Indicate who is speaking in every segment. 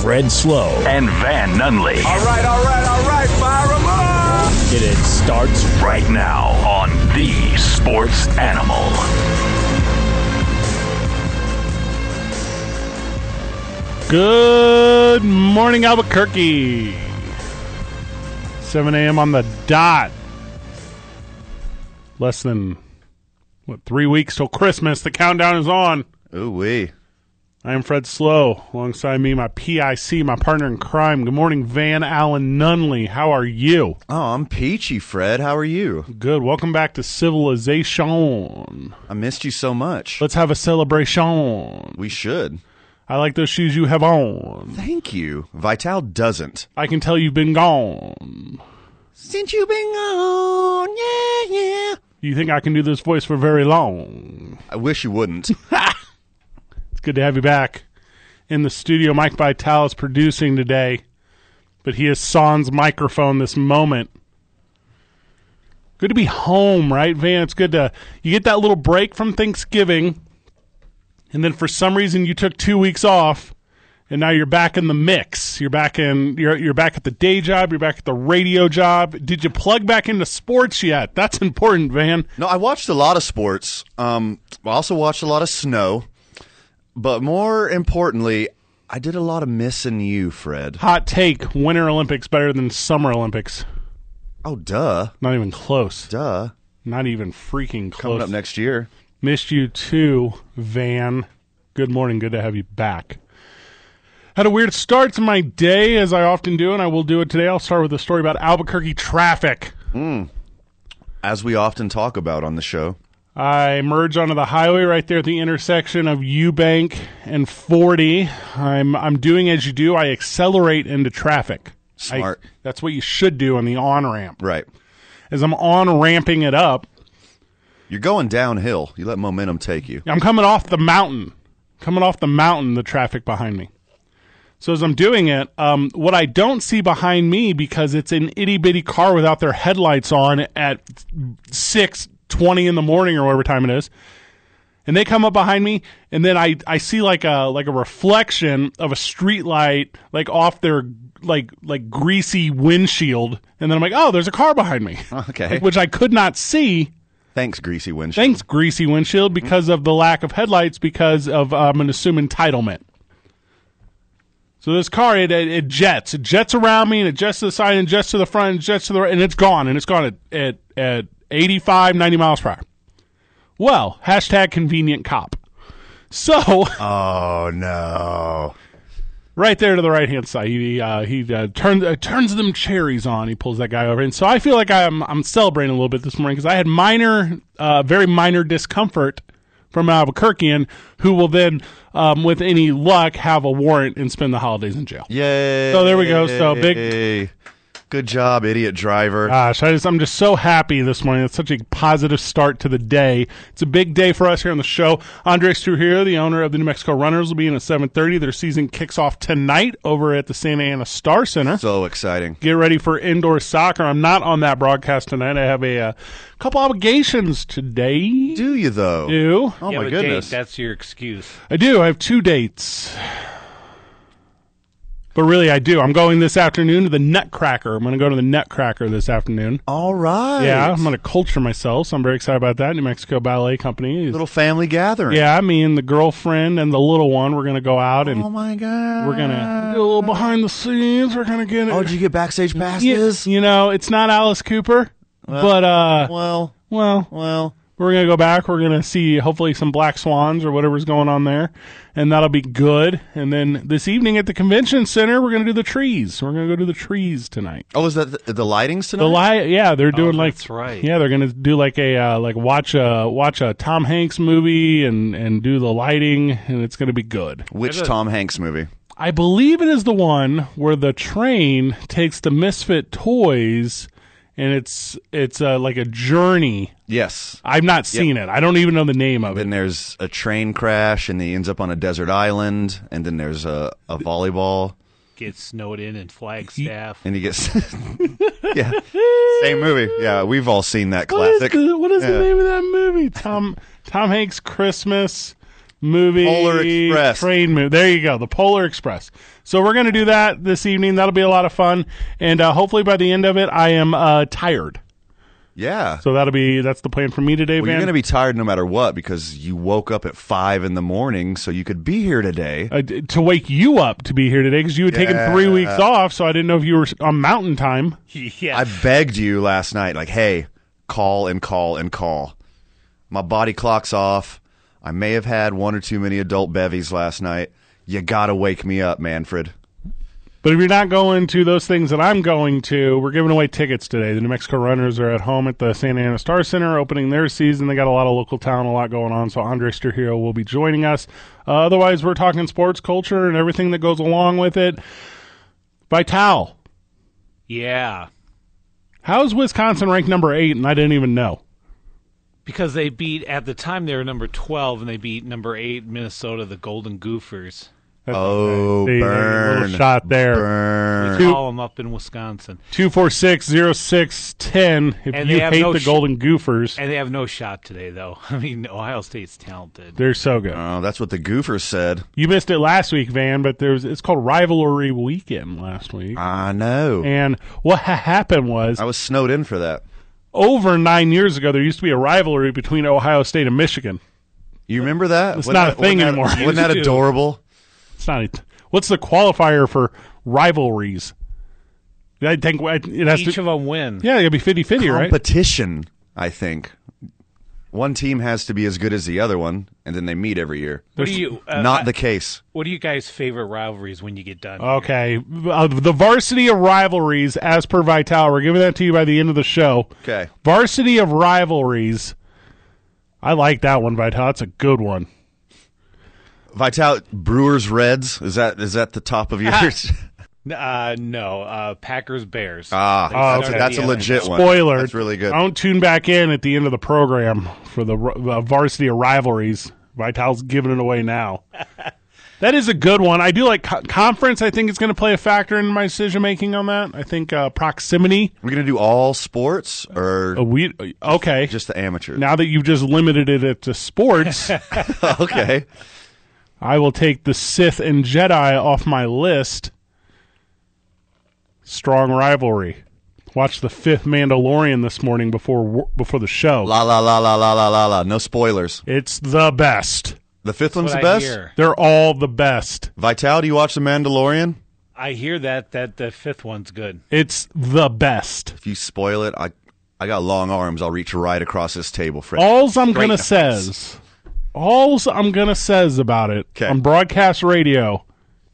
Speaker 1: Fred Slow.
Speaker 2: and Van Nunley.
Speaker 3: All right, all right, all right, fire 'em up!
Speaker 1: It, it starts
Speaker 2: Right now on The Sports Animal.
Speaker 4: Good morning, Albuquerque. 7 a.m. on the dot. Less than, what, three weeks till Christmas. The countdown is on.
Speaker 5: Ooh wee.
Speaker 4: I am Fred Slow. Alongside me, my PIC, my partner in crime. Good morning, Van Allen Nunley. How are you?
Speaker 5: Oh, I'm peachy, Fred. How are you?
Speaker 4: Good. Welcome back to Civilization.
Speaker 5: I missed you so much.
Speaker 4: Let's have a celebration.
Speaker 5: We should.
Speaker 4: I like those shoes you have on.
Speaker 5: Thank you. Vital doesn't.
Speaker 4: I can tell you've been gone.
Speaker 5: Since you've been gone, yeah, yeah.
Speaker 4: You think I can do this voice for very long?
Speaker 5: I wish you wouldn't.
Speaker 4: It's good to have you back in the studio. Mike Vitale is producing today, but he is sans microphone this moment. Good to be home, right, Van? It's good to you get that little break from Thanksgiving, and then for some reason you took two weeks off, and now you're back in the mix. You're back in you're you're back at the day job. You're back at the radio job. Did you plug back into sports yet? That's important, Van.
Speaker 5: no, I watched a lot of sports. Um, I also watched a lot of snow. But more importantly, I did a lot of missing you, Fred.
Speaker 4: Hot take: Winter Olympics better than Summer Olympics.
Speaker 5: Oh, duh.
Speaker 4: Not even close.
Speaker 5: Duh.
Speaker 4: Not even freaking close.
Speaker 5: Coming up next year.
Speaker 4: Missed you too, Van. Good morning. Good to have you back. Had a weird start to my day, as I often do, and I will do it today. I'll start with a story about Albuquerque traffic.
Speaker 5: As we often talk about on the show.
Speaker 4: I merge onto the highway right there at the intersection of Eubank and 40. I'm I'm doing as you do. I accelerate into traffic. I-
Speaker 5: Smart.
Speaker 4: that's what you should do on the on ramp.
Speaker 5: Right.
Speaker 4: As I'm on ramping it up,
Speaker 5: You're going downhill. You let momentum take you.
Speaker 4: I'm coming off the mountain. Coming off the mountain, the traffic behind me. So as I'm doing it, um, what I don't see behind me because it's an itty bitty car without their headlights on at six twenty in the morning or whatever time it is, and they come up behind me, and then I, I see like a like a reflection of a street light like off their like like greasy windshield, and then I'm like, oh, there's a car behind me,
Speaker 5: Okay.
Speaker 4: which I could not see
Speaker 5: Thanks, Greasy Windshield.
Speaker 4: thanks greasy windshield because of the lack of headlights because of um, an assumed entitlement so this car it, it, it jets it jets around me and it jets to the side and jets to the front and jets to the right and it's gone and it's gone at, at, at 85 90 miles per hour well hashtag convenient cop so
Speaker 5: Oh, no.
Speaker 4: right there to the right hand side. He uh, he uh, turns uh, turns them cherries on. He pulls that guy over, and so I feel like I'm I'm celebrating a little bit this morning because I had minor, uh, very minor discomfort from an Albuquerquean who will then, um, with any luck, have a warrant and spend the holidays in jail.
Speaker 5: Yay.
Speaker 4: So there we go. So big- Ah.
Speaker 5: Good job, idiot driver.
Speaker 4: Gosh, I just, I'm just so happy this morning. It's such a positive start to the day. It's a big day for us here on the show. Andre Trujillo, the owner of the New Mexico Runners, will be in at 7.30. Their season kicks off tonight over at the Santa Ana Star Center.
Speaker 5: so exciting.
Speaker 4: get ready for indoor soccer. I'm not on that broadcast tonight. I have a, uh couple obligations today.
Speaker 5: Do you though?
Speaker 4: Do
Speaker 5: Oh
Speaker 6: Yeah,
Speaker 5: my
Speaker 6: but
Speaker 5: goodness.
Speaker 6: Jake, that's your excuse.
Speaker 4: I do? I have two dates. But really, I do. I'm going this afternoon to the Nutcracker. I'm going to go to the Nutcracker this afternoon.
Speaker 5: All right.
Speaker 4: Yeah, I'm going to culture myself, so I'm very excited about that. New Mexico Ballet Company. Is,
Speaker 5: little family gathering.
Speaker 4: yeah, me and the girlfriend and the little one, we're going to go out and
Speaker 5: Oh my god.
Speaker 4: we're going to do a little behind the scenes. We're going to get it.
Speaker 5: Oh, did you get backstage
Speaker 4: Yeah,
Speaker 5: passes?
Speaker 4: you know, it's not Alice Cooper, but uh,
Speaker 5: Well,
Speaker 4: well,
Speaker 5: well.
Speaker 4: we're gonna go back. We're gonna see hopefully some black swans or whatever's going on there, and that'll be good. And then this evening at the convention center, we're gonna do the trees. We're gonna go to the trees tonight.
Speaker 5: Oh, is that the, the lightings tonight?
Speaker 4: The light, yeah, they're doing like
Speaker 6: Oh, that's right.
Speaker 4: Yeah, they're gonna do like a uh, like watch a watch a Tom Hanks movie and and do the lighting, and it's gonna be good.
Speaker 5: Which Tom Hanks movie?
Speaker 4: I believe it is the one where the train takes the misfit toys, and it's it's uh, like a journey.
Speaker 5: Yes.
Speaker 4: I've not seen it. I don't even know the name of it.
Speaker 5: Then there's a train crash, and he ends up on a desert island, and then there's a, a volleyball,
Speaker 6: Get snowed in in Flagstaff.
Speaker 5: and he gets. yeah. Same movie. Yeah, we've all seen that
Speaker 4: What is
Speaker 5: classic.
Speaker 4: the, what is the
Speaker 5: Yeah.
Speaker 4: name of that movie? Tom Tom Hanks Christmas movie
Speaker 5: Polar Express.
Speaker 4: train movie. There you go, the Polar Express. So we're going to do that this evening. That'll be a lot of fun, and uh, hopefully by the end of it, I am uh, tired.
Speaker 5: Yeah.
Speaker 4: So that'll be that's the plan for me today,
Speaker 5: well, you're
Speaker 4: Van.
Speaker 5: going to be tired no matter what because you woke up at five in the morning so you could be here today.
Speaker 4: uh, d- to wake you up to be here today because you had taken three
Speaker 5: Yeah.
Speaker 4: weeks off, so I didn't know if you were s- on mountain time.
Speaker 6: yeah.
Speaker 5: I begged you last night, like, hey, call and call and call. My body clock's off. I may have had one or too many adult bevies last night. You got to wake me up, Manfred.
Speaker 4: But if you're not going to those things that I'm going to, we're giving away tickets today. The New Mexico Runners are at home at the Santa Ana Star Center opening their season. They got a lot of local talent, a lot going on. So Andre Sturhiro will be joining us. Uh, otherwise, we're talking sports culture and everything that goes along with it. Vital,
Speaker 6: yeah.
Speaker 4: how's Wisconsin ranked number eight? And I didn't even know.
Speaker 6: Because they beat at the time they were number twelve and they beat number eight Minnesota, the Golden Gophers.
Speaker 4: That's-
Speaker 5: Oh,
Speaker 4: See,
Speaker 5: burn.
Speaker 4: little shot there.
Speaker 5: Burn.
Speaker 6: We call them up in Wisconsin,
Speaker 4: Two four six zero six ten. If
Speaker 6: And
Speaker 4: you
Speaker 6: they have
Speaker 4: hate
Speaker 6: no
Speaker 4: the
Speaker 6: sh-
Speaker 4: Golden Gophers,
Speaker 6: and they have no shot today, though. I mean, Ohio State's talented.
Speaker 4: they're so good.
Speaker 5: Oh, that's what the goofers said.
Speaker 4: You missed it last week, Van, but there's it's called Rivalry Weekend last week.
Speaker 5: I know.
Speaker 4: And what ha- happened was
Speaker 5: I was snowed in for that.
Speaker 4: over nine years ago, there used to be a rivalry between Ohio State and Michigan.
Speaker 5: You remember that?
Speaker 4: It's
Speaker 5: Wasn't
Speaker 4: not a
Speaker 5: that-
Speaker 4: thing
Speaker 5: wasn't that-
Speaker 4: anymore.
Speaker 5: Wasn't that
Speaker 4: Used to.
Speaker 5: adorable?
Speaker 4: It's not. A, what's the qualifier for rivalries? I think I- it has
Speaker 6: Each
Speaker 4: to.
Speaker 6: of them win.
Speaker 4: yeah, it'll be 50-50, right?
Speaker 5: Competition, I think. One team has to be as good as the other one, and then they meet every year.
Speaker 6: What do you? Uh,
Speaker 5: Not
Speaker 6: I-
Speaker 5: the case.
Speaker 6: What are you guys' favorite rivalries when you get done?
Speaker 4: Okay, uh, the varsity of rivalries, as per Vital, we're giving that to you by the end of the show.
Speaker 5: Okay.
Speaker 4: Varsity of Rivalries. I like that one, Vital. That's a good one.
Speaker 5: Vital Brewers Reds is that is that the top of yours?
Speaker 6: N- Uh, no, uh, Packers Bears.
Speaker 5: ah, that's,
Speaker 4: okay.
Speaker 5: a, that's a
Speaker 6: Yeah.
Speaker 5: legit one.
Speaker 4: Spoiler. Oh.
Speaker 5: That's really good.
Speaker 4: Don't tune back in at the end of the program for the uh, Varsity of Rivalries. Vital's giving it away now. that is a good one. I do like co- conference. I think it's going to play a factor in my decision making on that. I think uh, proximity.
Speaker 5: We're gonna do all sports or
Speaker 4: Uh, we okay.
Speaker 5: just the amateur.
Speaker 4: now that you've just limited it uh, to sports,
Speaker 5: okay.
Speaker 4: I will take the Sith and Jedi off my list. Strong rivalry. Watched the fifth Mandalorian this morning before wo- before the show.
Speaker 5: La la la la la la la la. No spoilers.
Speaker 4: It's the best.
Speaker 5: The fifth one's
Speaker 6: But
Speaker 5: the
Speaker 6: I
Speaker 5: best.
Speaker 6: hear.
Speaker 4: They're all the best.
Speaker 5: Vital, do you watch The Mandalorian?
Speaker 6: I hear that that the fifth one's good.
Speaker 4: It's the best.
Speaker 5: If you spoil it, I I got long arms. I'll reach right across this table, Fred.
Speaker 4: All's I'm
Speaker 5: Great
Speaker 4: gonna
Speaker 5: advice.
Speaker 4: says. All's I'm gonna says about it
Speaker 5: 'Kay.
Speaker 4: on broadcast radio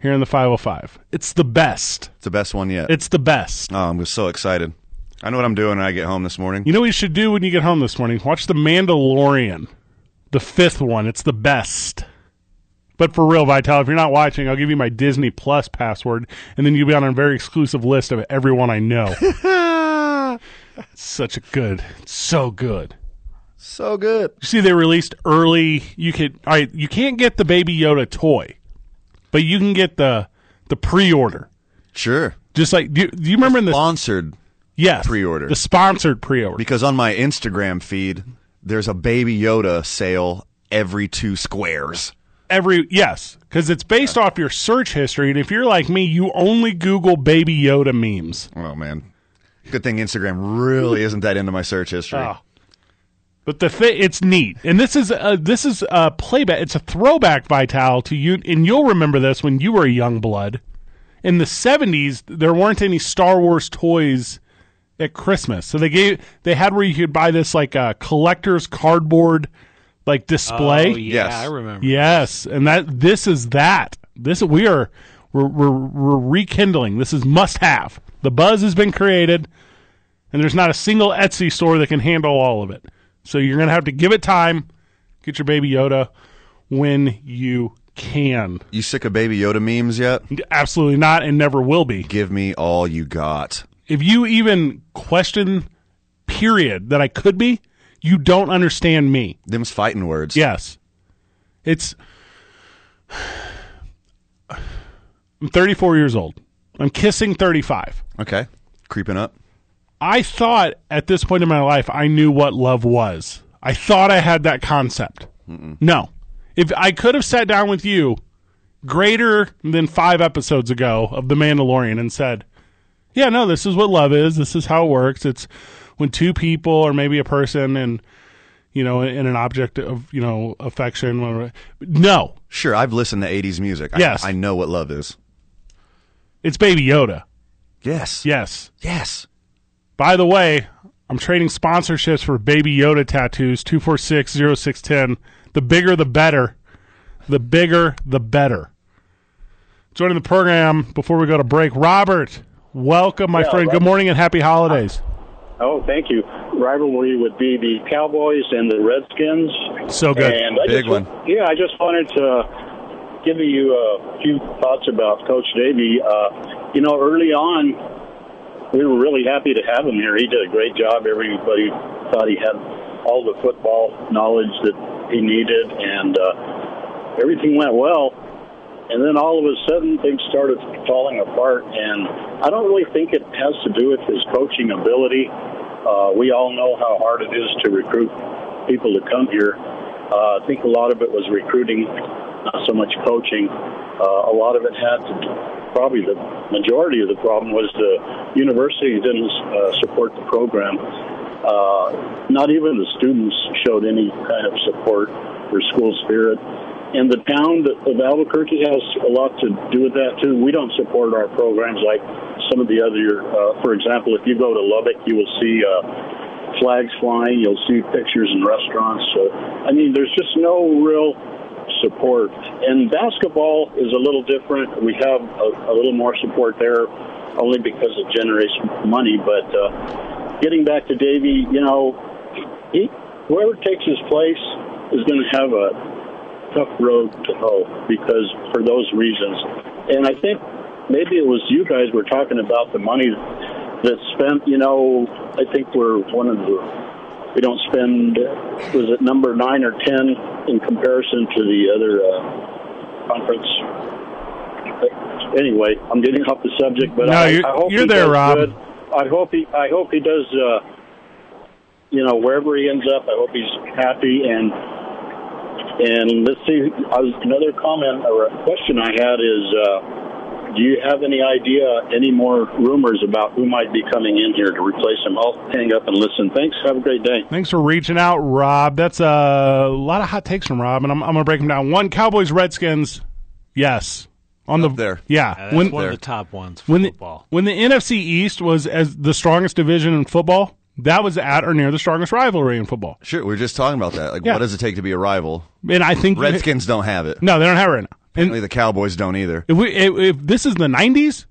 Speaker 4: here in the 505. It's the best.
Speaker 5: It's the best one yet.
Speaker 4: It's the best.
Speaker 5: oh, I'm so excited. I know what I'm doing when I get home this morning.
Speaker 4: You know what you should do when you get home this morning? Watch The Mandalorian, the fifth one. It's the best. But for real, Vital, if you're not watching, I'll give you my Disney Plus password, and then you'll be on a very exclusive list of everyone I know. It's Such a good, so good.
Speaker 5: So good.
Speaker 4: You see, they released early. You could, all right, you can't get the Baby Yoda toy, but you can get the the pre-order.
Speaker 5: Sure.
Speaker 4: Just like, do, do you remember in the
Speaker 5: Sponsored
Speaker 4: yes
Speaker 5: pre-order.
Speaker 4: the sponsored pre-order?
Speaker 5: because on my Instagram feed, there's a Baby Yoda sale every two squares.
Speaker 4: every yes because it's based off your search history and if you're like me you only google baby yoda memes
Speaker 5: Oh man, good thing Instagram really isn't that into my search history.
Speaker 4: Oh. but the thi it's neat and this is a, this is a playback it's a throwback vital to you and you'll remember this when you were a young blood in the 70s there weren't any star wars toys at christmas so they gave they had where you could buy this like a collector's cardboard like display
Speaker 6: Oh, yeah,
Speaker 5: Yes.
Speaker 6: I remember.
Speaker 4: Yes, and that this is that. This we are we're, we're, we're rekindling. This is must have. The buzz has been created, and there's not a single Etsy store that can handle all of it. So you're gonna have to give it time. Get your baby Yoda when you can.
Speaker 5: You sick of Baby Yoda memes yet?
Speaker 4: Absolutely not, and never will be.
Speaker 5: Give me all you got.
Speaker 4: If you even question, period, that I could be, you don't understand me.
Speaker 5: Them's fighting words.
Speaker 4: Yes. It's I'm 34 years old. I'm kissing 35.
Speaker 5: Okay. Creeping up.
Speaker 4: I thought at this point in my life I knew what love was. I thought I had that concept. No. If I could have sat down with you greater than five episodes ago of The Mandalorian and said, yeah, no, this is what love is. This is how it works. It's when two people or maybe a person and, you know, and an object of, you know, affection. whatever. No,
Speaker 5: Sure, I've listened to 80s music. I-
Speaker 4: Yes.
Speaker 5: I, know what love is.
Speaker 4: it's Baby Yoda.
Speaker 5: Yes.
Speaker 4: Yes.
Speaker 5: Yes.
Speaker 4: By the way, I'm trading sponsorships for Baby Yoda tattoos, 2460610. The bigger, the better. The bigger, the better. Joining the program before we go to break, Robert, welcome, my friend. Good morning and happy holidays.
Speaker 1: Oh, thank you. Rivalry would be the Cowboys and the Redskins.
Speaker 4: So good.
Speaker 1: And I
Speaker 5: Big
Speaker 1: just,
Speaker 5: one.
Speaker 1: Yeah, I just wanted to give you a few thoughts about Coach Davey. Uh, you know, early on, we were really happy to have him here. He did a great job. Everybody thought he had all the football knowledge that he needed, and uh, everything went well. And then all of a sudden, things started falling apart. And I don't really think it has to do with his coaching ability. Uh, we all know how hard it is to recruit people to come here. Uh, I think a lot of it was recruiting, not so much coaching. Uh, a lot of it had to probably the majority of the problem was the university didn't uh, support the program. Uh, not even the students showed any kind of support or school spirit. And the town of Albuquerque has a lot to do with that too. We don't support our programs like some of the other. Uh, for example, if you go to Lubbock, you will see uh, flags flying. You'll see pictures in restaurants. So, I mean, there's just no real support. And basketball is a little different. We have a, a little more support there, only because it generates money. But uh, getting back to Davey, you know, he whoever takes his place is going to have a tough road to hoe because for those reasons. And I think maybe it was you guys were talking about the money that's spent. You know, I think we're one of the we don't spend was it number nine or ten in comparison to the other uh, conference. Anyway, I'm getting off the subject, but
Speaker 4: No,
Speaker 1: I,
Speaker 4: you're-
Speaker 1: I hope
Speaker 4: you're
Speaker 1: he
Speaker 4: there,
Speaker 1: does
Speaker 4: Rob.
Speaker 1: Good. I hope he I hope he does. Uh, you know, wherever he ends up, I hope he's happy and and let's see. I was, another comment or a question I had is, uh, do you have any idea, any more rumors about who might be coming in here to replace him? I'll hang up and listen. Thanks. Have a great day.
Speaker 4: Thanks for reaching out, Rob. That's a lot of hot takes from Rob, and I'm, I'm going to break them down. One, Cowboys, Redskins. Yes. On
Speaker 5: Up
Speaker 4: the
Speaker 5: there.
Speaker 4: Yeah.
Speaker 6: Uh, That's
Speaker 4: When-
Speaker 6: one of the top ones for
Speaker 4: when the,
Speaker 6: football.
Speaker 4: when the NFC East was as the strongest division in football, that was at or near the strongest rivalry in football.
Speaker 5: Sure, we were just talking about that. Like,
Speaker 4: Yeah.
Speaker 5: what does it take to be a rival?
Speaker 4: And I think
Speaker 5: Redskins don't have it.
Speaker 4: No, they don't have it right now. And
Speaker 5: Apparently the Cowboys don't either.
Speaker 4: if, we, if, if this is the '90s,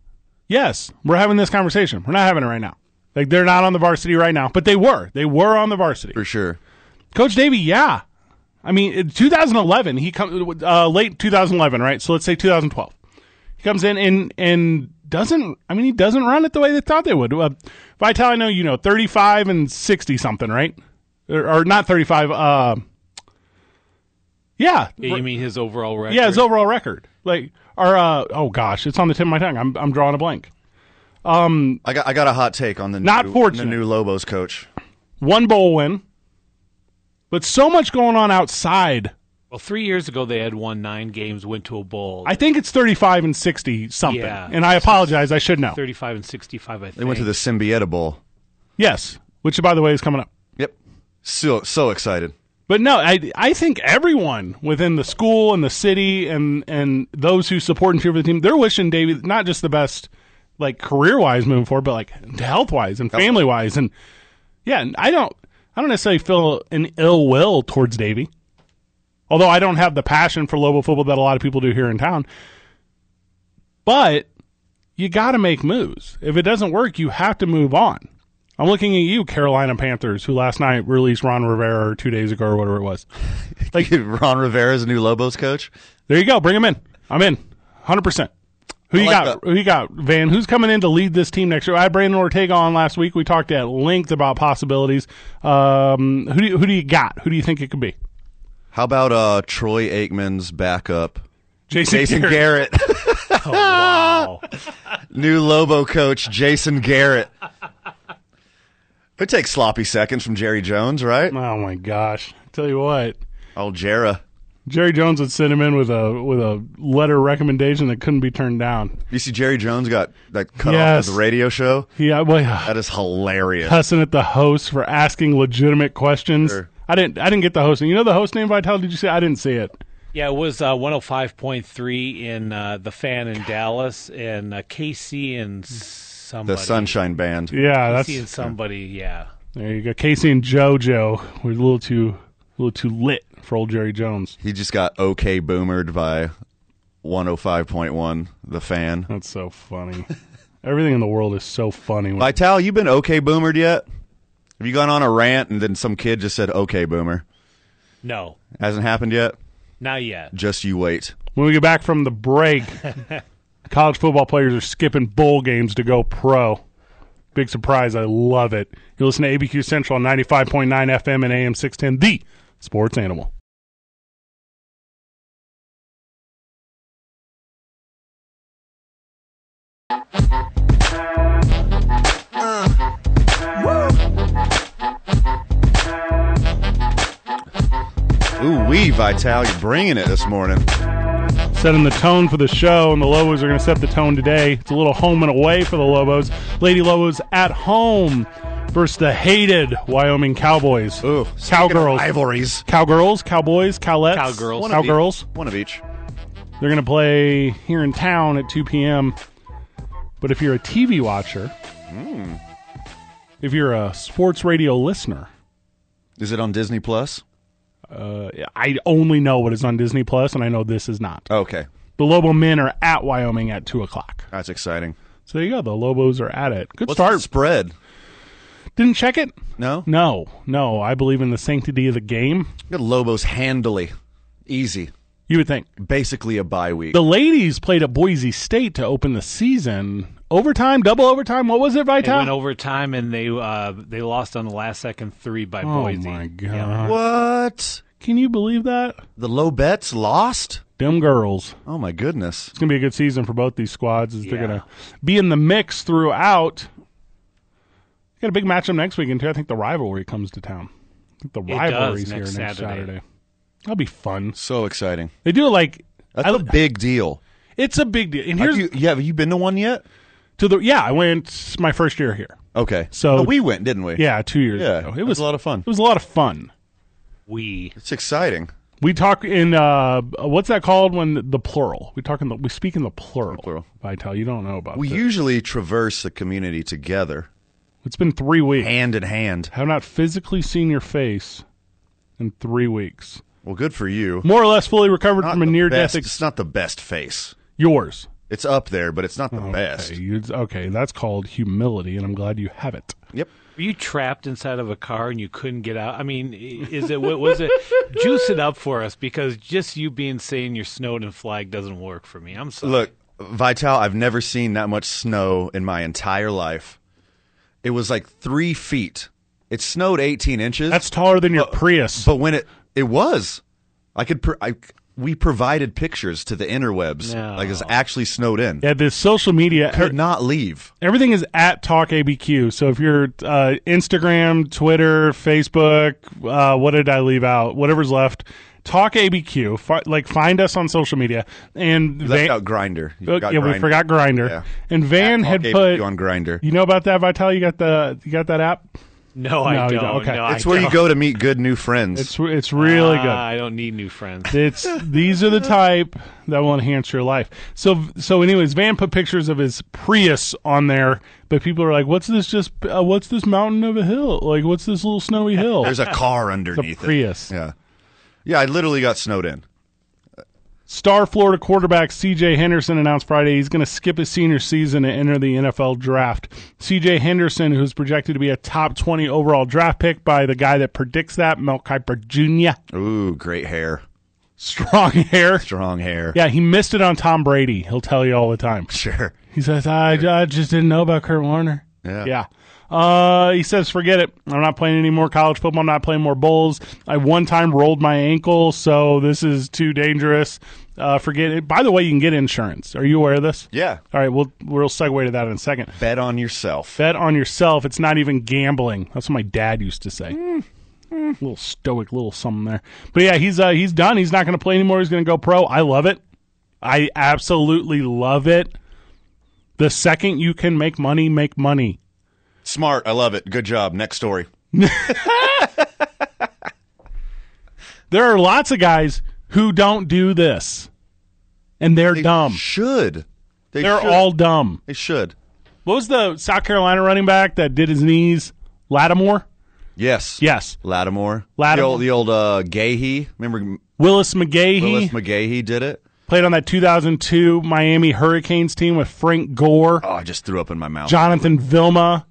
Speaker 4: yes, we're having this conversation. We're not having it right now. Like they're not on the varsity right now, but they were. They were on the varsity.
Speaker 5: For sure.
Speaker 4: Coach Davey, yeah. I mean, in 2011, he comes uh, late 2011, right? So let's say 2012. He comes in and and doesn't. I mean, he doesn't run it the way they thought they would. Uh, Vital, I know you know 35 and 60 something, right? Or, or not 35. Uh, yeah,
Speaker 6: Yeah, you mean his overall record?
Speaker 4: yeah, his overall record. Like, or uh, oh gosh, it's on the tip of my tongue. I'm I'm drawing a blank.
Speaker 5: I got I got a hot take on the
Speaker 4: Not
Speaker 5: new,
Speaker 4: fortunate.
Speaker 5: the new Lobos coach.
Speaker 4: One bowl win, but so much going on outside.
Speaker 6: Well, three years ago they had won nine games, went to a bowl.
Speaker 4: I think it's 35 and 60 something.
Speaker 6: Yeah.
Speaker 4: And I apologize. I should know.
Speaker 6: Thirty-five and sixty-five. I think
Speaker 5: They went to the Symbieta Bowl.
Speaker 4: Yes. Which, by the way, is coming up.
Speaker 5: Yep. So so excited.
Speaker 4: But no, I, I think everyone within the school and the city and, and those who support and cheer for the team, they're wishing Davey not just the best, like career wise moving forward, but like health wise and family wise. And yeah, and I don't, I don't necessarily feel an ill will towards Davey. Although I don't have the passion for Lobo football that a lot of people do here in town. But you got to make moves. If it doesn't work, you have to move on. I'm looking at you, Carolina Panthers, who last night released Ron Rivera or two days ago or whatever it was.
Speaker 5: Ron Rivera's new Lobos coach.
Speaker 4: There you go. Bring him in. I'm in. 100%. Who you
Speaker 5: like
Speaker 4: got?
Speaker 5: that.
Speaker 4: Who you got, Van? Who's coming in to lead this team next year? I had Brandon Ortega on last week. We talked at length about possibilities. Um, who do you, who do you got? Who do you think it could be?
Speaker 5: How about uh, Troy Aikman's backup?
Speaker 4: Jason,
Speaker 5: Jason
Speaker 4: Garrett.
Speaker 5: Garrett.
Speaker 6: Oh, wow.
Speaker 5: new Lobo coach, Jason Garrett. Could take sloppy seconds from Jerry Jones, right?
Speaker 4: Oh my gosh! Tell you what,
Speaker 5: Old Jera.
Speaker 4: Jerry Jones would send him in with a with a letter recommendation that couldn't be turned down.
Speaker 5: You see, Jerry Jones got like cut
Speaker 4: Yes.
Speaker 5: off at the radio show.
Speaker 4: Yeah, uh, well, yeah.
Speaker 5: That is hilarious.
Speaker 4: cussing at the host for asking legitimate questions.
Speaker 5: Sure.
Speaker 4: I didn't. I didn't get the host. name. You know the host name, Vital? Did you see? I didn't see it.
Speaker 6: Yeah, it was uh, 105.3 in uh, the fan in Dallas and uh, KC and somebody.
Speaker 5: The Sunshine Band.
Speaker 4: Yeah, that's
Speaker 6: KC and somebody, yeah.
Speaker 4: there. You go, Casey and JoJo. We're a little too, a little too lit for old Jerry Jones.
Speaker 5: He just got okay boomered by 105.1, the fan.
Speaker 4: That's so funny. Everything in the world is so funny. When,
Speaker 5: Vital, you been okay boomered yet? Have you gone on a rant and then some kid just said okay boomer?
Speaker 6: No,
Speaker 5: Hasn't happened yet.
Speaker 6: not yet.
Speaker 5: Just you wait.
Speaker 4: when we get back from the break, college football players are skipping bowl games to go pro. Big surprise. I love it. You listen to ABQ Central on 95.9 FM and AM 610, the sports animal.
Speaker 5: Ooh wee, Vital, you're bringing it this morning.
Speaker 4: setting the tone for the show, and the Lobos are going to set the tone today. It's a little home and away for the Lobos. Lady Lobos at home versus the hated Wyoming Cowboys.
Speaker 5: Ooh, speaking of
Speaker 4: Cowgirls.
Speaker 5: rivalries.
Speaker 4: Cowgirls, Cowboys, Cowlettes.
Speaker 6: Cowgirls.
Speaker 5: One of
Speaker 4: Cowgirls.
Speaker 5: each. One of each.
Speaker 4: They're going to play here in town at 2 p.m. But if you're a TV watcher,
Speaker 5: Hmm.
Speaker 4: if you're a sports radio listener,
Speaker 5: Is it on Disney Plus?
Speaker 4: I only know what is on Disney Plus, and I know this is not.
Speaker 5: Okay,
Speaker 4: The Lobo men are at Wyoming at 2 o'clock.
Speaker 5: that's exciting.
Speaker 4: So there you go. The Lobos are at it. Good
Speaker 5: What's
Speaker 4: start.
Speaker 5: the spread?
Speaker 4: Didn't check it?
Speaker 5: No,
Speaker 4: No, no. I believe in the sanctity of the game.
Speaker 5: Good Lobos handily, easy,
Speaker 4: You would think.
Speaker 5: basically a bye week.
Speaker 4: The ladies played at Boise State to open the season. Overtime, double overtime. What was it,
Speaker 6: They went
Speaker 4: Vital?
Speaker 6: overtime and they uh, they lost on the last second three by
Speaker 4: Oh,
Speaker 6: Boise.
Speaker 4: my God.
Speaker 5: what?
Speaker 4: Can you believe that?
Speaker 5: The Lobets lost?
Speaker 4: Them girls.
Speaker 5: Oh my goodness!
Speaker 4: It's going to be a good season for both these squads. As They're
Speaker 6: Yeah.
Speaker 4: going to be in the mix throughout. Got a big matchup next weekend, too. I think the rivalry comes to town. I think the
Speaker 6: does,
Speaker 4: rivalry's here
Speaker 6: next
Speaker 4: next
Speaker 6: Saturday.
Speaker 4: Saturday. That'll be fun.
Speaker 5: So exciting.
Speaker 4: They do it like.
Speaker 5: That's
Speaker 4: I-
Speaker 5: a big deal.
Speaker 4: it's a big deal. And
Speaker 5: Have
Speaker 4: here's
Speaker 5: you, yeah, have you been to one yet?
Speaker 4: to the yeah. I went my first year here.
Speaker 5: Okay,
Speaker 4: So-
Speaker 5: But we went, didn't we?
Speaker 4: Yeah, two years
Speaker 5: yeah.
Speaker 4: ago.
Speaker 5: It was a lot of fun.
Speaker 4: It was a lot of fun.
Speaker 6: We.
Speaker 5: It's exciting.
Speaker 4: We talk in uh, what's that called when the, the plural? We talk in the we speak in the plural.
Speaker 5: plural.
Speaker 4: Vital, you don't know about.
Speaker 5: We
Speaker 4: this.
Speaker 5: usually traverse the community together,
Speaker 4: it's been three weeks.
Speaker 5: hand in hand.
Speaker 4: Have not physically seen your face in three weeks.
Speaker 5: Well, good for you.
Speaker 4: More or less fully recovered
Speaker 5: Not
Speaker 4: from a
Speaker 5: the
Speaker 4: near
Speaker 5: best-
Speaker 4: death. Ex-
Speaker 5: It's not the best face.
Speaker 4: yours.
Speaker 5: It's up there, but it's not the best.
Speaker 4: Okay, you- okay, that's called humility, and I'm glad you have it.
Speaker 5: Yep.
Speaker 6: Were you trapped inside of a car and you couldn't get out? I mean, i- is it what was it? Juice it up for us because just you being saying you're snowed and flag doesn't work for me. I'm sorry.
Speaker 5: Look, Vital, I've never seen that much snow in my entire life. It was like three feet. It snowed 18 inches.
Speaker 4: That's taller than your Prius.
Speaker 5: Uh, but when it it was, I could pr- I we provided pictures to the interwebs
Speaker 6: No.
Speaker 5: like it's actually snowed in.
Speaker 4: yeah, this social media.
Speaker 5: Could not leave.
Speaker 4: Everything is at Talk ABQ. So if you're uh, Instagram, Twitter, Facebook, uh, what did I leave out? Whatever's left, Talk ABQ. Fi- like find us on social media. And
Speaker 5: Left
Speaker 4: Van-
Speaker 5: out Grinder.
Speaker 4: Uh, yeah, we forgot Grinder.
Speaker 5: Yeah.
Speaker 4: And Van had put.
Speaker 5: you on Grinder.
Speaker 4: You know about that, Vital? You got the you got that app?
Speaker 6: no, I
Speaker 4: No, you
Speaker 6: don't.
Speaker 4: don't. Okay.
Speaker 6: No, I
Speaker 5: It's where you
Speaker 6: don't.
Speaker 5: go to meet good new friends.
Speaker 4: It's re- it's really
Speaker 5: Uh,
Speaker 6: Ah,
Speaker 4: good.
Speaker 6: I don't need new friends.
Speaker 4: It's these are the type that will enhance your life. So so anyways, Van put pictures of his Prius on there, but people are like, "What's this? Just uh, what's this mountain of a hill? Like what's this little snowy hill?"
Speaker 5: There's a car underneath it.
Speaker 4: Prius.
Speaker 5: Yeah. Yeah, I literally got snowed in.
Speaker 4: Star Florida quarterback CJ Henderson announced Friday he's going to skip his senior season and enter the NFL draft. CJ Henderson, who's projected to be a top 20 overall draft pick by the guy that predicts that, Mel Kiper Jr.,
Speaker 5: Ooh, great hair.
Speaker 4: strong hair.
Speaker 5: Strong hair.
Speaker 4: Yeah, he missed it on Tom Brady. He'll tell you all the time.
Speaker 5: Sure.
Speaker 4: He says, I, I just didn't know about Kurt Warner.
Speaker 5: Yeah.
Speaker 4: Yeah. Uh, he says, forget it. I'm not playing any more college football. I'm not playing more bowls. I one time rolled my ankle, so this is too dangerous. Uh, forget it. By the way, you can get insurance. Are you aware of this?
Speaker 5: Yeah.
Speaker 4: All right, we'll we'll segue to that in a second.
Speaker 5: Bet on yourself. Mm.
Speaker 4: Bet on yourself. It's not even gambling. That's what my dad used to say. little stoic, little something there. But yeah, he's uh, he's done. He's not going to play anymore. He's going to go pro. I love it. I absolutely love it. The second you can make money, make money.
Speaker 5: Smart. I love it. Good job. Next story.
Speaker 4: There are lots of guys who don't do this, and they're
Speaker 5: They
Speaker 4: dumb.
Speaker 5: Should. They
Speaker 4: They're
Speaker 5: should.
Speaker 4: all dumb.
Speaker 5: They should.
Speaker 4: What was the South Carolina running back that did his knees? Lattimore.
Speaker 5: Yes.
Speaker 4: Yes.
Speaker 5: Lattimore.
Speaker 4: Lattimore.
Speaker 5: The old, the old uh, Gahey. Remember
Speaker 4: Willis McGahee
Speaker 5: Willis McGahee did it?
Speaker 4: played on that 2002 Miami Hurricanes team with Frank Gore,
Speaker 5: Oh, I just threw up in my mouth.
Speaker 4: Jonathan Vilma,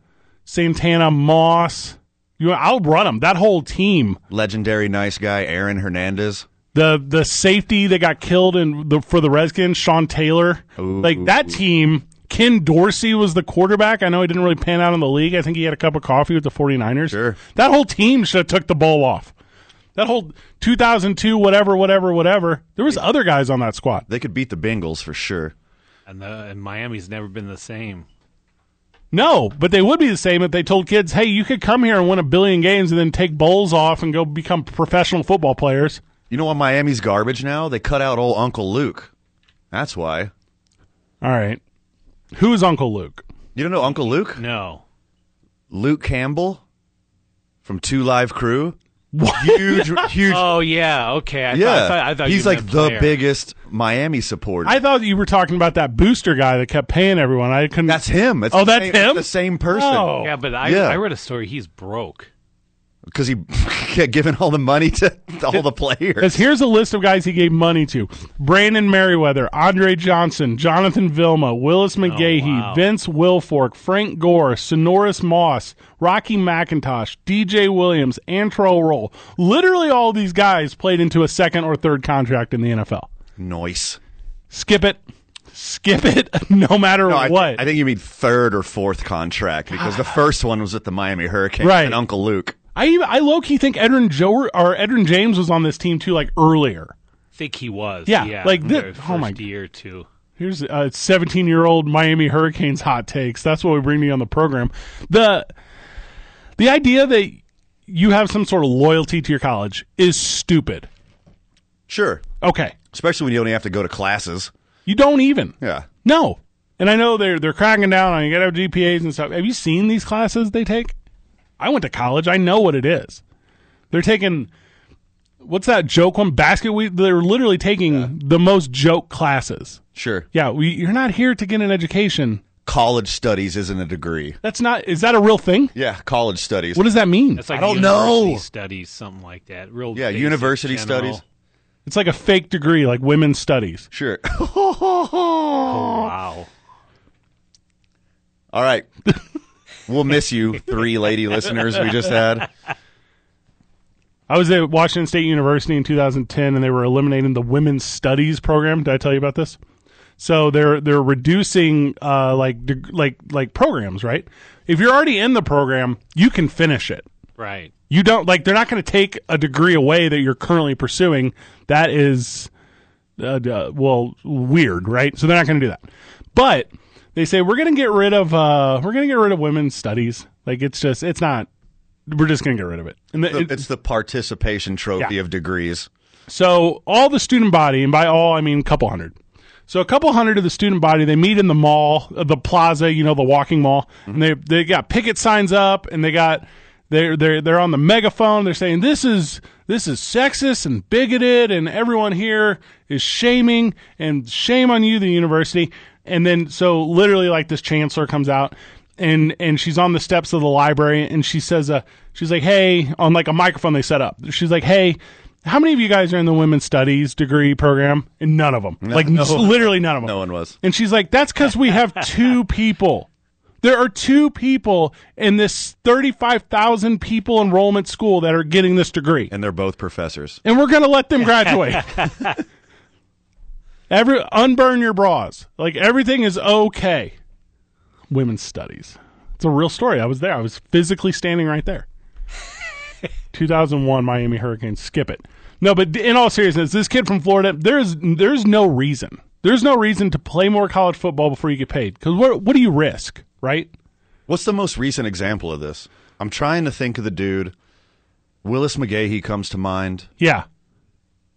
Speaker 4: Santana Moss. You, I'll run them. That whole team.
Speaker 5: Legendary nice guy Aaron Hernandez.
Speaker 4: the the safety that got killed in the for the Redskins, Sean Taylor, like that team. Ken Dorsey was the quarterback. I know he didn't really pan out in the league. I think he had a cup of coffee with the 49ers.
Speaker 5: Sure.
Speaker 4: That whole team should have took the bowl off. That whole 2002 whatever whatever whatever. There was other guys on that squad.
Speaker 5: They could beat the Bengals for sure.
Speaker 6: And, the, and Miami's never been the same.
Speaker 4: No, but they would be the same if they told kids, "Hey, you could come here and win a billion games and then take bowls off and go become professional football players."
Speaker 5: You know why Miami's garbage now? They cut out old Uncle Luke. That's why.
Speaker 4: All right. Who is Uncle Luke?
Speaker 5: You don't know Uncle Luke?
Speaker 6: No.
Speaker 5: Luke Campbell from Two Live Crew. Huge, huge.
Speaker 6: Oh yeah. Okay. I
Speaker 5: yeah,
Speaker 6: Thought, I thought, I thought
Speaker 5: he's
Speaker 6: you
Speaker 5: like
Speaker 6: meant
Speaker 5: the
Speaker 6: player.
Speaker 5: biggest Miami supporter.
Speaker 4: I thought you were talking about that booster guy that kept paying everyone. I couldn't.
Speaker 5: that's him. It's
Speaker 4: Oh,
Speaker 5: the
Speaker 4: that's
Speaker 5: same,
Speaker 4: him?
Speaker 5: The same person.
Speaker 4: Oh.
Speaker 6: Yeah, but I,
Speaker 5: Yeah.
Speaker 6: I read a story. He's broke.
Speaker 5: because he kept giving all the money to all the players.
Speaker 4: Because here's a list of guys he gave money to: Brandon Merriweather, Andre Johnson, Jonathan Vilma, Willis McGahee,
Speaker 6: wow.
Speaker 4: Vince Wilfork, Frank Gore, Sonoris Moss, Rocky McIntosh, DJ Williams, Antro Roll. Literally, all these guys played into a second or third contract in the NFL.
Speaker 5: Noise.
Speaker 4: Skip it, skip it, no matter
Speaker 5: No, I, thi-
Speaker 4: what.
Speaker 5: I think you mean third or fourth contract because the first one was with the Miami Hurricanes
Speaker 4: Right.
Speaker 5: and Uncle Luke.
Speaker 4: I even, I low key think Edrin Joe or Edrin James was on this team too, like earlier.
Speaker 6: think he was.
Speaker 4: Yeah, like thi-
Speaker 6: their
Speaker 4: oh my-
Speaker 6: first year too.
Speaker 4: Here's uh, 17 year old Miami Hurricanes hot takes. That's what we bring to you on the program. The the idea that you have some sort of loyalty to your college is stupid.
Speaker 5: Sure,
Speaker 4: Okay,
Speaker 5: especially when you only have to go to classes.
Speaker 4: you don't even.
Speaker 5: Yeah,
Speaker 4: No, and I know they're they're cracking down on you. Got to have GPAs and stuff. Have you seen these classes they take? I went to college. I know what it is. They're taking what's that joke one basket? We they're literally taking the most joke classes.
Speaker 5: sure.
Speaker 4: Yeah, we, you're not here to get an education.
Speaker 5: College studies isn't a degree.
Speaker 4: That's not. Is that a real thing?
Speaker 5: Yeah, college studies.
Speaker 4: What does that mean?
Speaker 6: That's like
Speaker 5: don't
Speaker 6: university
Speaker 5: know.
Speaker 6: Studies something like that. Real.
Speaker 5: Yeah,
Speaker 6: basic,
Speaker 5: university
Speaker 6: general.
Speaker 5: studies.
Speaker 4: it's like a fake degree, like women's studies.
Speaker 5: Sure.
Speaker 6: Wow.
Speaker 5: All right. We'll miss you, three lady listeners we just had.
Speaker 4: I was at Washington State University in 2010, and they were eliminating the women's studies program. Did I tell you about this? So they're they're reducing uh, like deg- like like programs, right? If you're already in the program, you can finish it.
Speaker 6: Right.
Speaker 4: You don't like they're not going to take a degree away that you're currently pursuing. That is, uh, d- uh, well, weird, right? So they're not going to do that. But they say we're going to get rid of uh, we're going to get rid of women's studies. Like it's just it's not. We're just going to get rid of it. And the, it-
Speaker 5: It's the participation trophy
Speaker 4: Yeah.
Speaker 5: of degrees.
Speaker 4: so all the student body, and by all I mean a couple hundred. So a couple hundred of the student body, they meet in the mall, uh, the plaza, you know, the walking mall, and they they got picket signs up, and they got they're they're they're on the megaphone. They're saying this is this is sexist and bigoted, and everyone here is shaming and shame on you, the university. And then so literally like this chancellor comes out, and and she's on the steps of the library and she says uh she's like hey on like a microphone they set up she's like hey how many of you guys are in the women's studies degree program and none of them like
Speaker 5: no.
Speaker 4: s- literally none of them
Speaker 5: No one was.
Speaker 4: and she's like that's because we have two people there are two people in this 35,000 people enrollment school that are getting this degree
Speaker 5: And they're both professors.
Speaker 4: and we're going to let them graduate. Every unburn your bras. Like everything is okay. Women's studies. It's a real story. I was there. I was physically standing right there. 2001 Miami Hurricanes. Skip it. No, but in all seriousness, this kid from Florida, there's there's no reason. There's no reason to play more college football before you get paid. Because what what do you risk, right?
Speaker 5: What's the most recent example of this? I'm trying to think of the dude Willis McGahee comes to mind.
Speaker 4: Yeah.